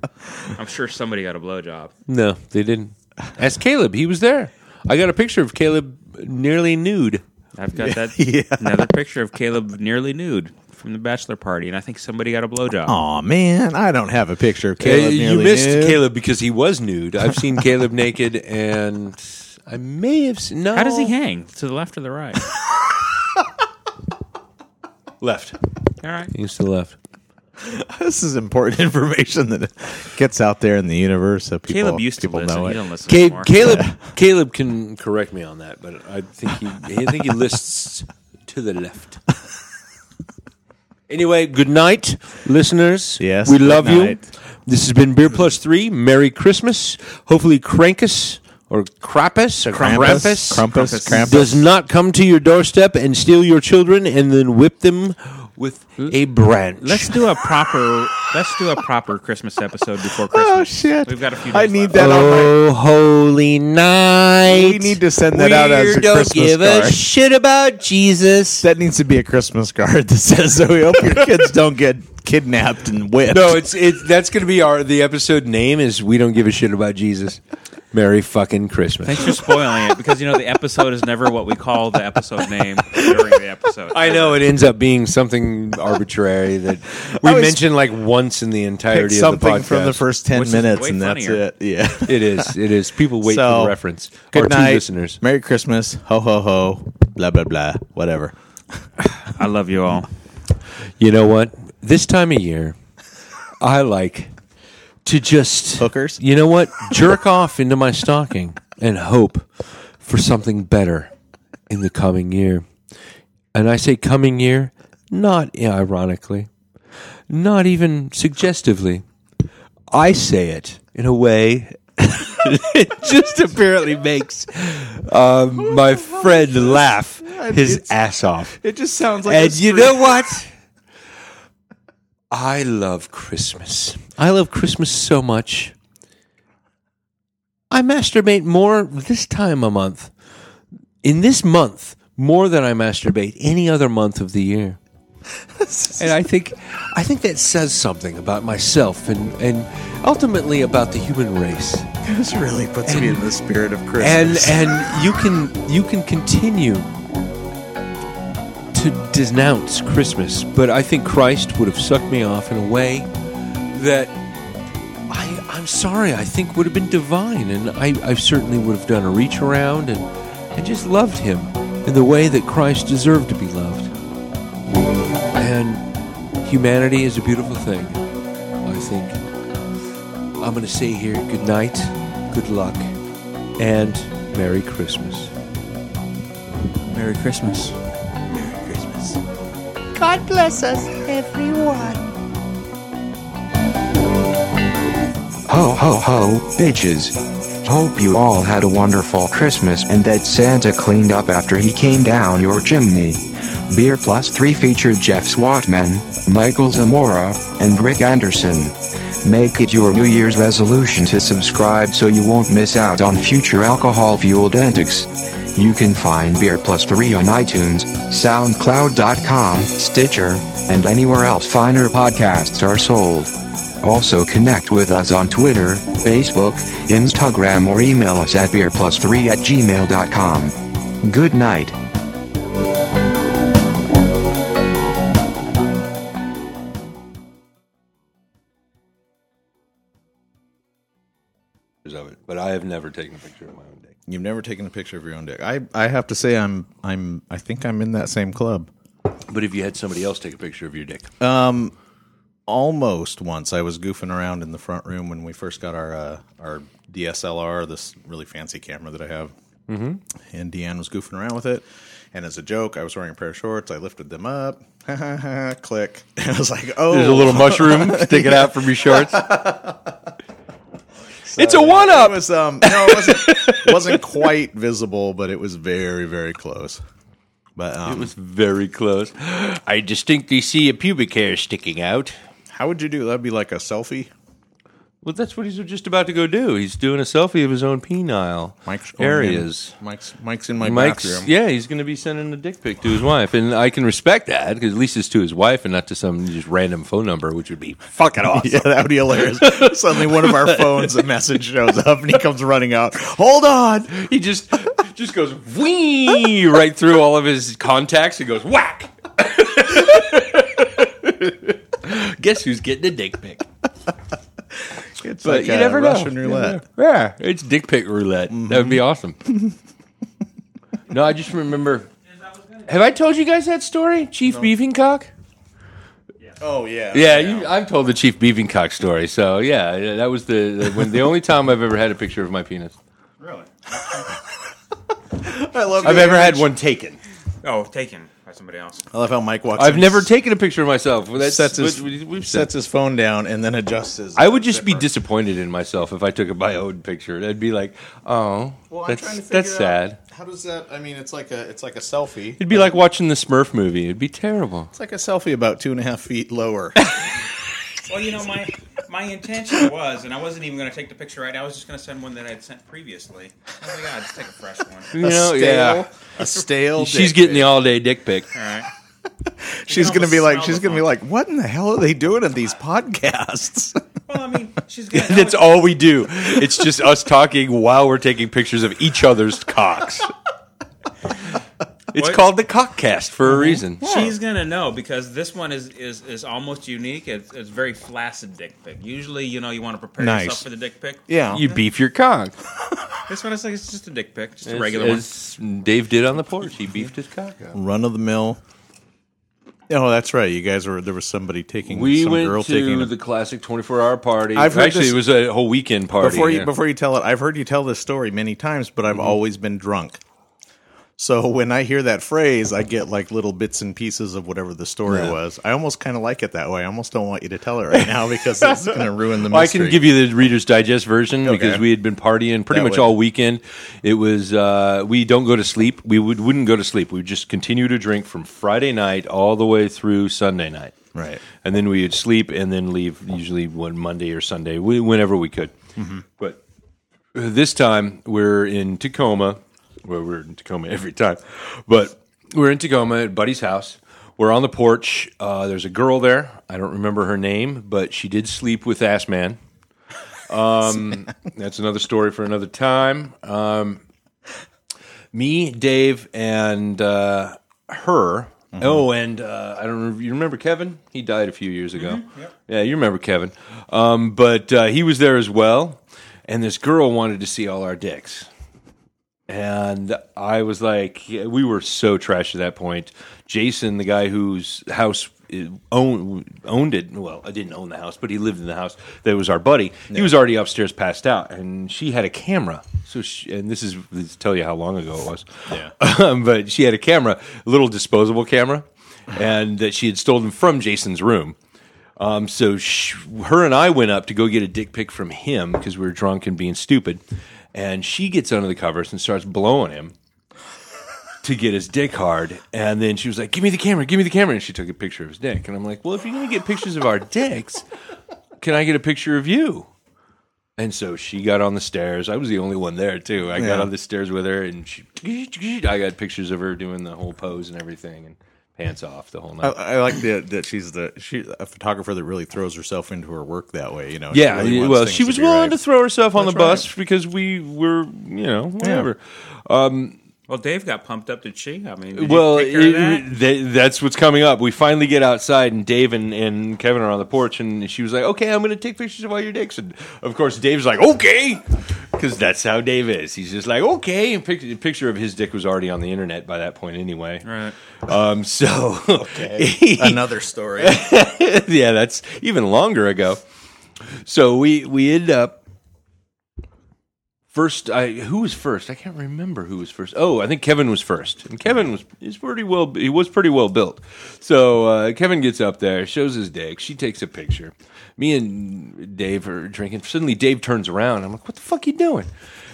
Speaker 2: I'm sure somebody got a blowjob.
Speaker 1: No, they didn't. Ask Caleb; he was there. I got a picture of Caleb nearly nude.
Speaker 2: I've got that another picture of Caleb nearly nude from the bachelor party, and I think somebody got a blowjob.
Speaker 3: Aw man, I don't have a picture of
Speaker 1: Uh,
Speaker 3: Caleb.
Speaker 1: you
Speaker 3: nearly
Speaker 1: missed
Speaker 3: nude.
Speaker 1: Caleb because he was nude. I've seen Caleb naked, and I may have seen, no.
Speaker 2: How does he hang? To the left or the right?
Speaker 1: Left.
Speaker 2: All right.
Speaker 1: He's to the left.
Speaker 3: this is important information that gets out there in the universe. So people,
Speaker 2: Caleb used to
Speaker 3: people
Speaker 2: listen.
Speaker 3: know
Speaker 2: He
Speaker 3: it.
Speaker 2: don't listen
Speaker 1: Caleb,
Speaker 2: anymore.
Speaker 1: Caleb, Caleb can correct me on that, but I think he, I think he lists to the left. Anyway, good night, listeners.
Speaker 3: Yes,
Speaker 1: we
Speaker 3: good
Speaker 1: love you.
Speaker 3: night.
Speaker 1: This has been Beer Plus Three. Merry Christmas. Hopefully, Crankus or Krampus or Krampus,
Speaker 3: Krampus, Krampus, Krampus.
Speaker 1: does not come to your doorstep and steal your children and then whip them with a branch.
Speaker 2: Let's do a proper. let's do a proper Christmas episode before Christmas.
Speaker 3: Oh shit!
Speaker 2: We've got a few. Days
Speaker 3: I need
Speaker 2: left.
Speaker 3: that. on
Speaker 1: oh, holy
Speaker 3: my,
Speaker 1: night!
Speaker 3: we need to send that out as a
Speaker 1: don't
Speaker 3: Christmas
Speaker 1: give
Speaker 3: card.
Speaker 1: a shit about Jesus.
Speaker 3: that needs to be a Christmas card that says, "So we hope your kids don't get kidnapped and whipped."
Speaker 1: No, it's it's that's going to be our the episode name is we don't give a shit about Jesus. Merry fucking Christmas.
Speaker 2: Thanks for spoiling it because you know the episode is never what we call the episode name during the episode.
Speaker 1: I know it ends up being something arbitrary that we
Speaker 3: I was-
Speaker 1: mention like once in the
Speaker 3: Pick
Speaker 1: entirety of the
Speaker 3: something
Speaker 1: podcast.
Speaker 3: from the first ten
Speaker 2: Which is
Speaker 3: minutes,
Speaker 2: way
Speaker 3: and that's
Speaker 2: funnier.
Speaker 3: it. Yeah.
Speaker 1: It is. It is. People wait for
Speaker 3: So,
Speaker 1: the reference.
Speaker 3: Good
Speaker 1: or two
Speaker 3: night,
Speaker 1: listeners.
Speaker 3: Merry Christmas. Ho ho ho. Blah blah blah. Whatever.
Speaker 2: I love you all.
Speaker 1: You know what? This time of year, I like to just
Speaker 3: Hookers?
Speaker 1: You know what? Jerk off into my stocking and hope for something better in the coming year. And I say coming year, not ironically, not even suggestively. I say it in a way it just apparently makes um, my friend laugh his ass off
Speaker 3: It just sounds
Speaker 1: and you know what? I love Christmas. I love Christmas so much. I masturbate more this time a month. In this month, more than I masturbate any other month of the year. and I think I think that says something about myself and, and ultimately about the human race
Speaker 3: this really puts me in the spirit of Christmas.
Speaker 1: and and you can you can continue to denounce Christmas, but I think Christ would have sucked me off in a way that I I'm sorry I think would have been divine, and I I certainly would have done a reach around and and just loved him in the way that Christ deserved to be loved, and humanity is a beautiful thing, I think. I'm going to say here good night, good luck and Merry Christmas.
Speaker 2: Merry Christmas.
Speaker 6: God bless us, everyone.
Speaker 7: Ho ho ho, bitches. Hope you all had a wonderful Christmas and that Santa cleaned up after he came down your chimney. Beer Plus 3 featured Jeff Swatman, Michael Zamora, and Rick Anderson. Make it your New Year's resolution to subscribe so you won't miss out on future alcohol fueled antics. You can find Beer Plus 3 on iTunes, SoundCloud.com, Stitcher, and anywhere else finer podcasts are sold. Also connect with us on Twitter, Facebook, Instagram or email us at beerplus3 at gmail.com. Good night.
Speaker 1: Of it, but I have never taken a picture of my own dick.
Speaker 3: You've never taken a picture of your own dick. I, I have to say I'm I'm I think I'm in that same club.
Speaker 1: But if you had somebody else take a picture of your dick,
Speaker 3: Almost once I was goofing around in the front room when we first got our uh, our DSLR, this really fancy camera that I have. Mm-hmm. And Deanne was goofing around with it, and as a joke, I was wearing a pair of shorts. I lifted them up, click, and I was like, "Oh,
Speaker 1: there's a little mushroom sticking out from your shorts. it's a one
Speaker 3: It
Speaker 1: up.
Speaker 3: was um no, it wasn't, wasn't quite visible, but it was very very close. But um,
Speaker 1: was very close. I distinctly see a pubic hair sticking out.
Speaker 3: how would you do? That'd be like a selfie.
Speaker 1: Well, that's what he's just about to go do. He's doing a selfie of his own penile
Speaker 3: Mike's going in.
Speaker 1: areas.
Speaker 3: Mike's Mike's in my
Speaker 1: Mike's,
Speaker 3: bathroom.
Speaker 1: yeah, he's going to be sending a dick pic to his wife, and I can respect that because at least it's to his wife and not to some just random phone number, which would be fucking awesome.
Speaker 3: Yeah, that would be hilarious. Suddenly, one of our phones, a message shows up, and he comes running out. Hold on,
Speaker 1: He just just goes wee right through all of his contacts. He goes whack. Guess who's getting a dick pic?
Speaker 3: it's
Speaker 1: But
Speaker 3: like
Speaker 1: you
Speaker 3: uh,
Speaker 1: never know.
Speaker 3: Russian roulette.
Speaker 1: Yeah, it's dick pic roulette. That would be awesome. no, I just remember. Have I told you guys that story, Chief Beefingcock?
Speaker 3: Oh yeah.
Speaker 1: Yeah, you, I've told the Chief Beavencock story. So yeah, yeah, that was the, the when the only time I've ever had a picture of my penis.
Speaker 2: Really?
Speaker 3: I love.
Speaker 1: I've ever had one taken.
Speaker 2: Oh, taken by somebody else.
Speaker 3: I love how Mike walks.
Speaker 1: I've
Speaker 3: in,
Speaker 1: never
Speaker 3: s-
Speaker 1: taken a picture of myself. Well, That's,
Speaker 3: sets his
Speaker 1: what we- we've said.
Speaker 3: sets his phone down and then adjusts his.
Speaker 1: I would just be
Speaker 3: zipper.
Speaker 1: disappointed in myself if I took my own picture. I'd be like, oh, that's that's sad.
Speaker 3: How does that? I mean, it's like a it's like a selfie.
Speaker 1: It'd be like watching the Smurf movie. It'd be terrible.
Speaker 3: It's like a selfie about two and a half feet lower.
Speaker 2: Well, you know, my my intention was, and I wasn't even going to take the picture right. I was just going to send one that I had sent previously. Oh my god, just take a fresh one.
Speaker 1: You
Speaker 3: a
Speaker 1: know,
Speaker 3: stale,
Speaker 1: yeah.
Speaker 3: a stale.
Speaker 1: She's
Speaker 3: dick
Speaker 1: getting the all day dick pic.
Speaker 2: All right.
Speaker 3: pic. She's
Speaker 2: can
Speaker 3: gonna
Speaker 2: almost
Speaker 3: be like.
Speaker 2: smell
Speaker 3: She's
Speaker 2: the
Speaker 3: gonna be
Speaker 2: phone.
Speaker 3: like. What in the hell are they doing at these podcasts?
Speaker 2: Well, I mean, she's going.
Speaker 1: That's all we do. It's just us talking while we're taking pictures of each other's cocks. It's
Speaker 2: What?
Speaker 1: called the cockcast for a
Speaker 3: Mm-hmm.
Speaker 1: reason.
Speaker 2: She's gonna know because this one is is, is almost unique. It's, it's very flaccid dick pic. Usually, you know, you want to prepare
Speaker 3: Nice.
Speaker 2: yourself for the dick pic.
Speaker 3: yeah.
Speaker 1: You beef your cock.
Speaker 2: This one is like it's just a dick pic, just a
Speaker 1: As-
Speaker 2: regular
Speaker 1: as Dave did on the porch. He beefed his cock. up.
Speaker 3: run of the mill. Oh, that's right. You guys were there was somebody taking
Speaker 1: We
Speaker 3: some
Speaker 1: went
Speaker 3: girl taking
Speaker 1: to the classic 24 hour party.
Speaker 3: I've heard
Speaker 1: Actually,
Speaker 3: this-
Speaker 1: it was a whole weekend party.
Speaker 3: before you
Speaker 1: yeah.
Speaker 3: before you tell it. I've heard you tell this story many times, but I've always been drunk. So when I hear that phrase, I get like little bits and pieces of whatever the story was. I almost kind of like it that way. I almost don't want you to tell it right now because it's going to ruin the
Speaker 1: Well, I
Speaker 3: mystery.
Speaker 1: can give you the Reader's Digest version because we had been partying pretty
Speaker 3: That
Speaker 1: much
Speaker 3: would-
Speaker 1: all weekend. It was uh, we don't go to sleep. We would wouldn't go to sleep. We would just continue to drink from Friday night all the way through Sunday night.
Speaker 3: Right.
Speaker 1: and then we would sleep and then leave usually one Monday or Sunday, wh- whenever we could. But uh, this time we're in Tacoma. Well, we're in Tacoma every time, but we're in Tacoma at Buddy's house. We're on the porch. Uh, there's a girl there. I don't remember her name, but she did sleep with Ass Man. Um, that's another story for another time. Um, me, Dave, and uh, her. Oh, and uh, I don't remember. You remember Kevin? He died a few years ago. Yeah, you remember Kevin. Um, but uh, he was there as well. And this girl wanted to see all our dicks. And I was like, yeah, we were so trash at that point. Jason, the guy whose house i- own, owned it, well, I didn't own the house, but he lived in the house that was our buddy. He was already upstairs, passed out, and she had a camera. So, she, and this is this tell you how long ago it was. Yeah, but she had a camera, a little disposable camera, and that she had stolen from Jason's room. Um, so sh her and I went up to go get a dick pic from him because we were drunk and being stupid. And she gets under the covers and starts blowing him to get his dick hard. And then she was like, Give me the camera, give me the camera. And she took a picture of his dick. And I'm like, Well, if you're going to get pictures of our dicks, can I get a picture of you? And so she got on the stairs. I was the only one there, too. I got
Speaker 3: Yeah.
Speaker 1: on the stairs with her and she, I got pictures of her doing the whole pose and everything and pants off the whole night.
Speaker 3: I, I like the, that she's the she a photographer that really throws herself into her work that way. You know.
Speaker 1: Yeah,
Speaker 3: really wants
Speaker 1: well,
Speaker 3: things
Speaker 1: she was
Speaker 3: be
Speaker 1: willing
Speaker 3: right.
Speaker 1: to throw herself on
Speaker 3: That's
Speaker 1: the bus
Speaker 3: right.
Speaker 1: because we were, you know, whatever.
Speaker 2: one. Well, Dave got pumped up, did she? I mean, did
Speaker 1: Well,
Speaker 2: you take care of
Speaker 1: it-
Speaker 2: that?
Speaker 1: th- that's what's coming up. We finally get outside, and Dave and, and Kevin are on the porch, and she was like, "Okay, I'm going to take pictures of all your dicks." And of course, Dave's like, "Okay," because that's how Dave is. He's just like, "Okay." And pic- the picture of his dick was already on the internet by that point, anyway.
Speaker 2: Right.
Speaker 1: Um. So,
Speaker 3: Another story.
Speaker 1: yeah, that's even longer ago. So we we end up first. I who was first? I can't remember who was first. Oh, I think Kevin was first, and Kevin was is pretty well. He was pretty well built. So uh, Kevin gets up there, shows his dick. She takes a picture. Me and Dave are drinking. Suddenly, Dave turns around. I'm like, "What the fuck you doing?"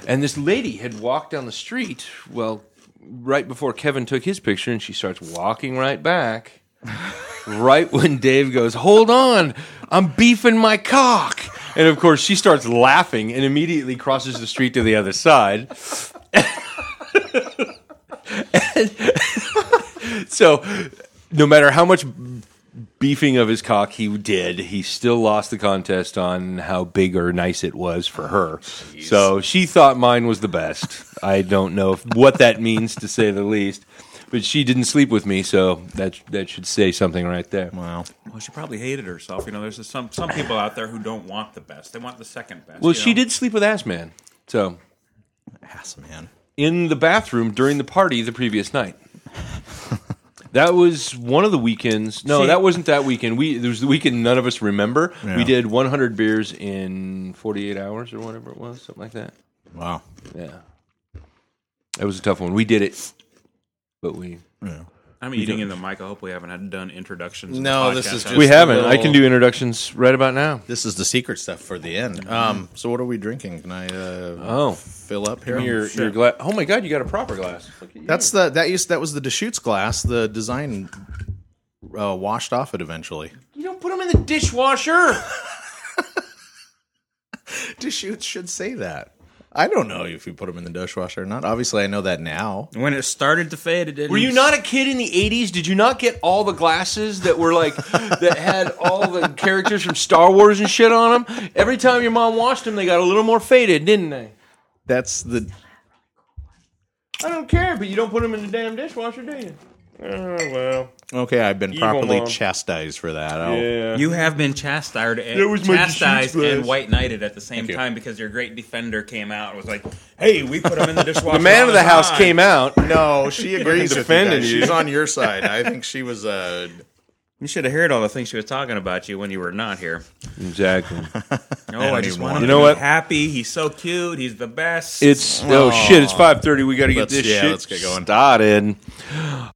Speaker 1: And this lady had walked down the street. Well, right before Kevin took his picture, and she starts walking right back right when Dave goes, "Hold on, I'm beefing my cock," and of course she starts laughing and immediately crosses the street to the other side. And- so, no matter how much beefing of his cock he did, he still lost the contest on how big or nice it was for her. So she thought mine was the best. I don't know if, what that means to say the least. But she didn't sleep with me, so that that should say something right there.
Speaker 3: wow.
Speaker 2: Well, she probably hated herself. You know, there's some some people out there who don't want the best; they want the second best.
Speaker 1: Well,
Speaker 2: you
Speaker 1: she
Speaker 2: know?
Speaker 1: did sleep with Ass Man. So
Speaker 3: Ass man.
Speaker 1: in the bathroom during the party the previous night. That was one of the weekends. No,
Speaker 2: See-
Speaker 1: that wasn't that weekend. We there was the weekend none of us remember.
Speaker 3: Yeah.
Speaker 1: We did 100 beers in 48 hours or whatever it was, something like that.
Speaker 3: Wow.
Speaker 1: Yeah, that was a tough one. We did it, but we
Speaker 2: I'm eating in the mic. I hope we haven't had done introductions. in
Speaker 3: No,
Speaker 2: the
Speaker 3: this is
Speaker 2: podcast.
Speaker 3: just- We haven't. I can do
Speaker 1: introductions right about now.
Speaker 3: This is the secret stuff for the end. Um, so what are we drinking? Can I uh,
Speaker 1: Oh.
Speaker 3: fill up here?
Speaker 1: Your your glass. Oh my god, you got a proper glass. Look at you.
Speaker 3: That's the that used that was the Deschutes glass. The design uh, washed off it eventually.
Speaker 1: You don't put them in the dishwasher.
Speaker 3: Deschutes should say that. I don't know if you put them in the dishwasher or not. Obviously, I know that now.
Speaker 2: When it started to fade, it didn't.
Speaker 1: Were you not a kid in the 80s? Did you not get all the glasses that were like, that had all the characters from Star Wars and shit on them? Every time your mom washed them, they got a little more faded, didn't they?
Speaker 3: That's the
Speaker 1: I don't care, but you don't put them in the damn dishwasher, do you? Oh, well.
Speaker 3: okay. I've been
Speaker 1: Evil
Speaker 3: properly
Speaker 1: mom.
Speaker 3: chastised for that. I'll-
Speaker 1: Yeah.
Speaker 2: You have been chastised and,
Speaker 1: That was my
Speaker 2: chastised
Speaker 1: Deschutes
Speaker 2: and
Speaker 1: glass.
Speaker 2: white knighted at the same
Speaker 3: you.
Speaker 2: time because your great defender came out and was like, "Hey, we put him in the dishwasher."
Speaker 1: The man of the house came out.
Speaker 3: No, she agrees. with you
Speaker 1: defending
Speaker 3: guys.
Speaker 1: you.
Speaker 3: She's on your side. I think she was. Uh,
Speaker 2: You should have heard all the things she was talking about you when you were not here.
Speaker 1: Exactly.
Speaker 2: Oh, I,
Speaker 3: don't
Speaker 2: just
Speaker 3: even
Speaker 2: want him
Speaker 3: want
Speaker 1: it.
Speaker 2: to
Speaker 1: You know
Speaker 2: be
Speaker 1: what?
Speaker 2: happy. He's so cute. He's the best.
Speaker 1: It's, oh, shit, it's 5.30. We got to get
Speaker 3: Let's-
Speaker 1: this
Speaker 3: yeah,
Speaker 1: shit
Speaker 3: let's get going.
Speaker 1: started.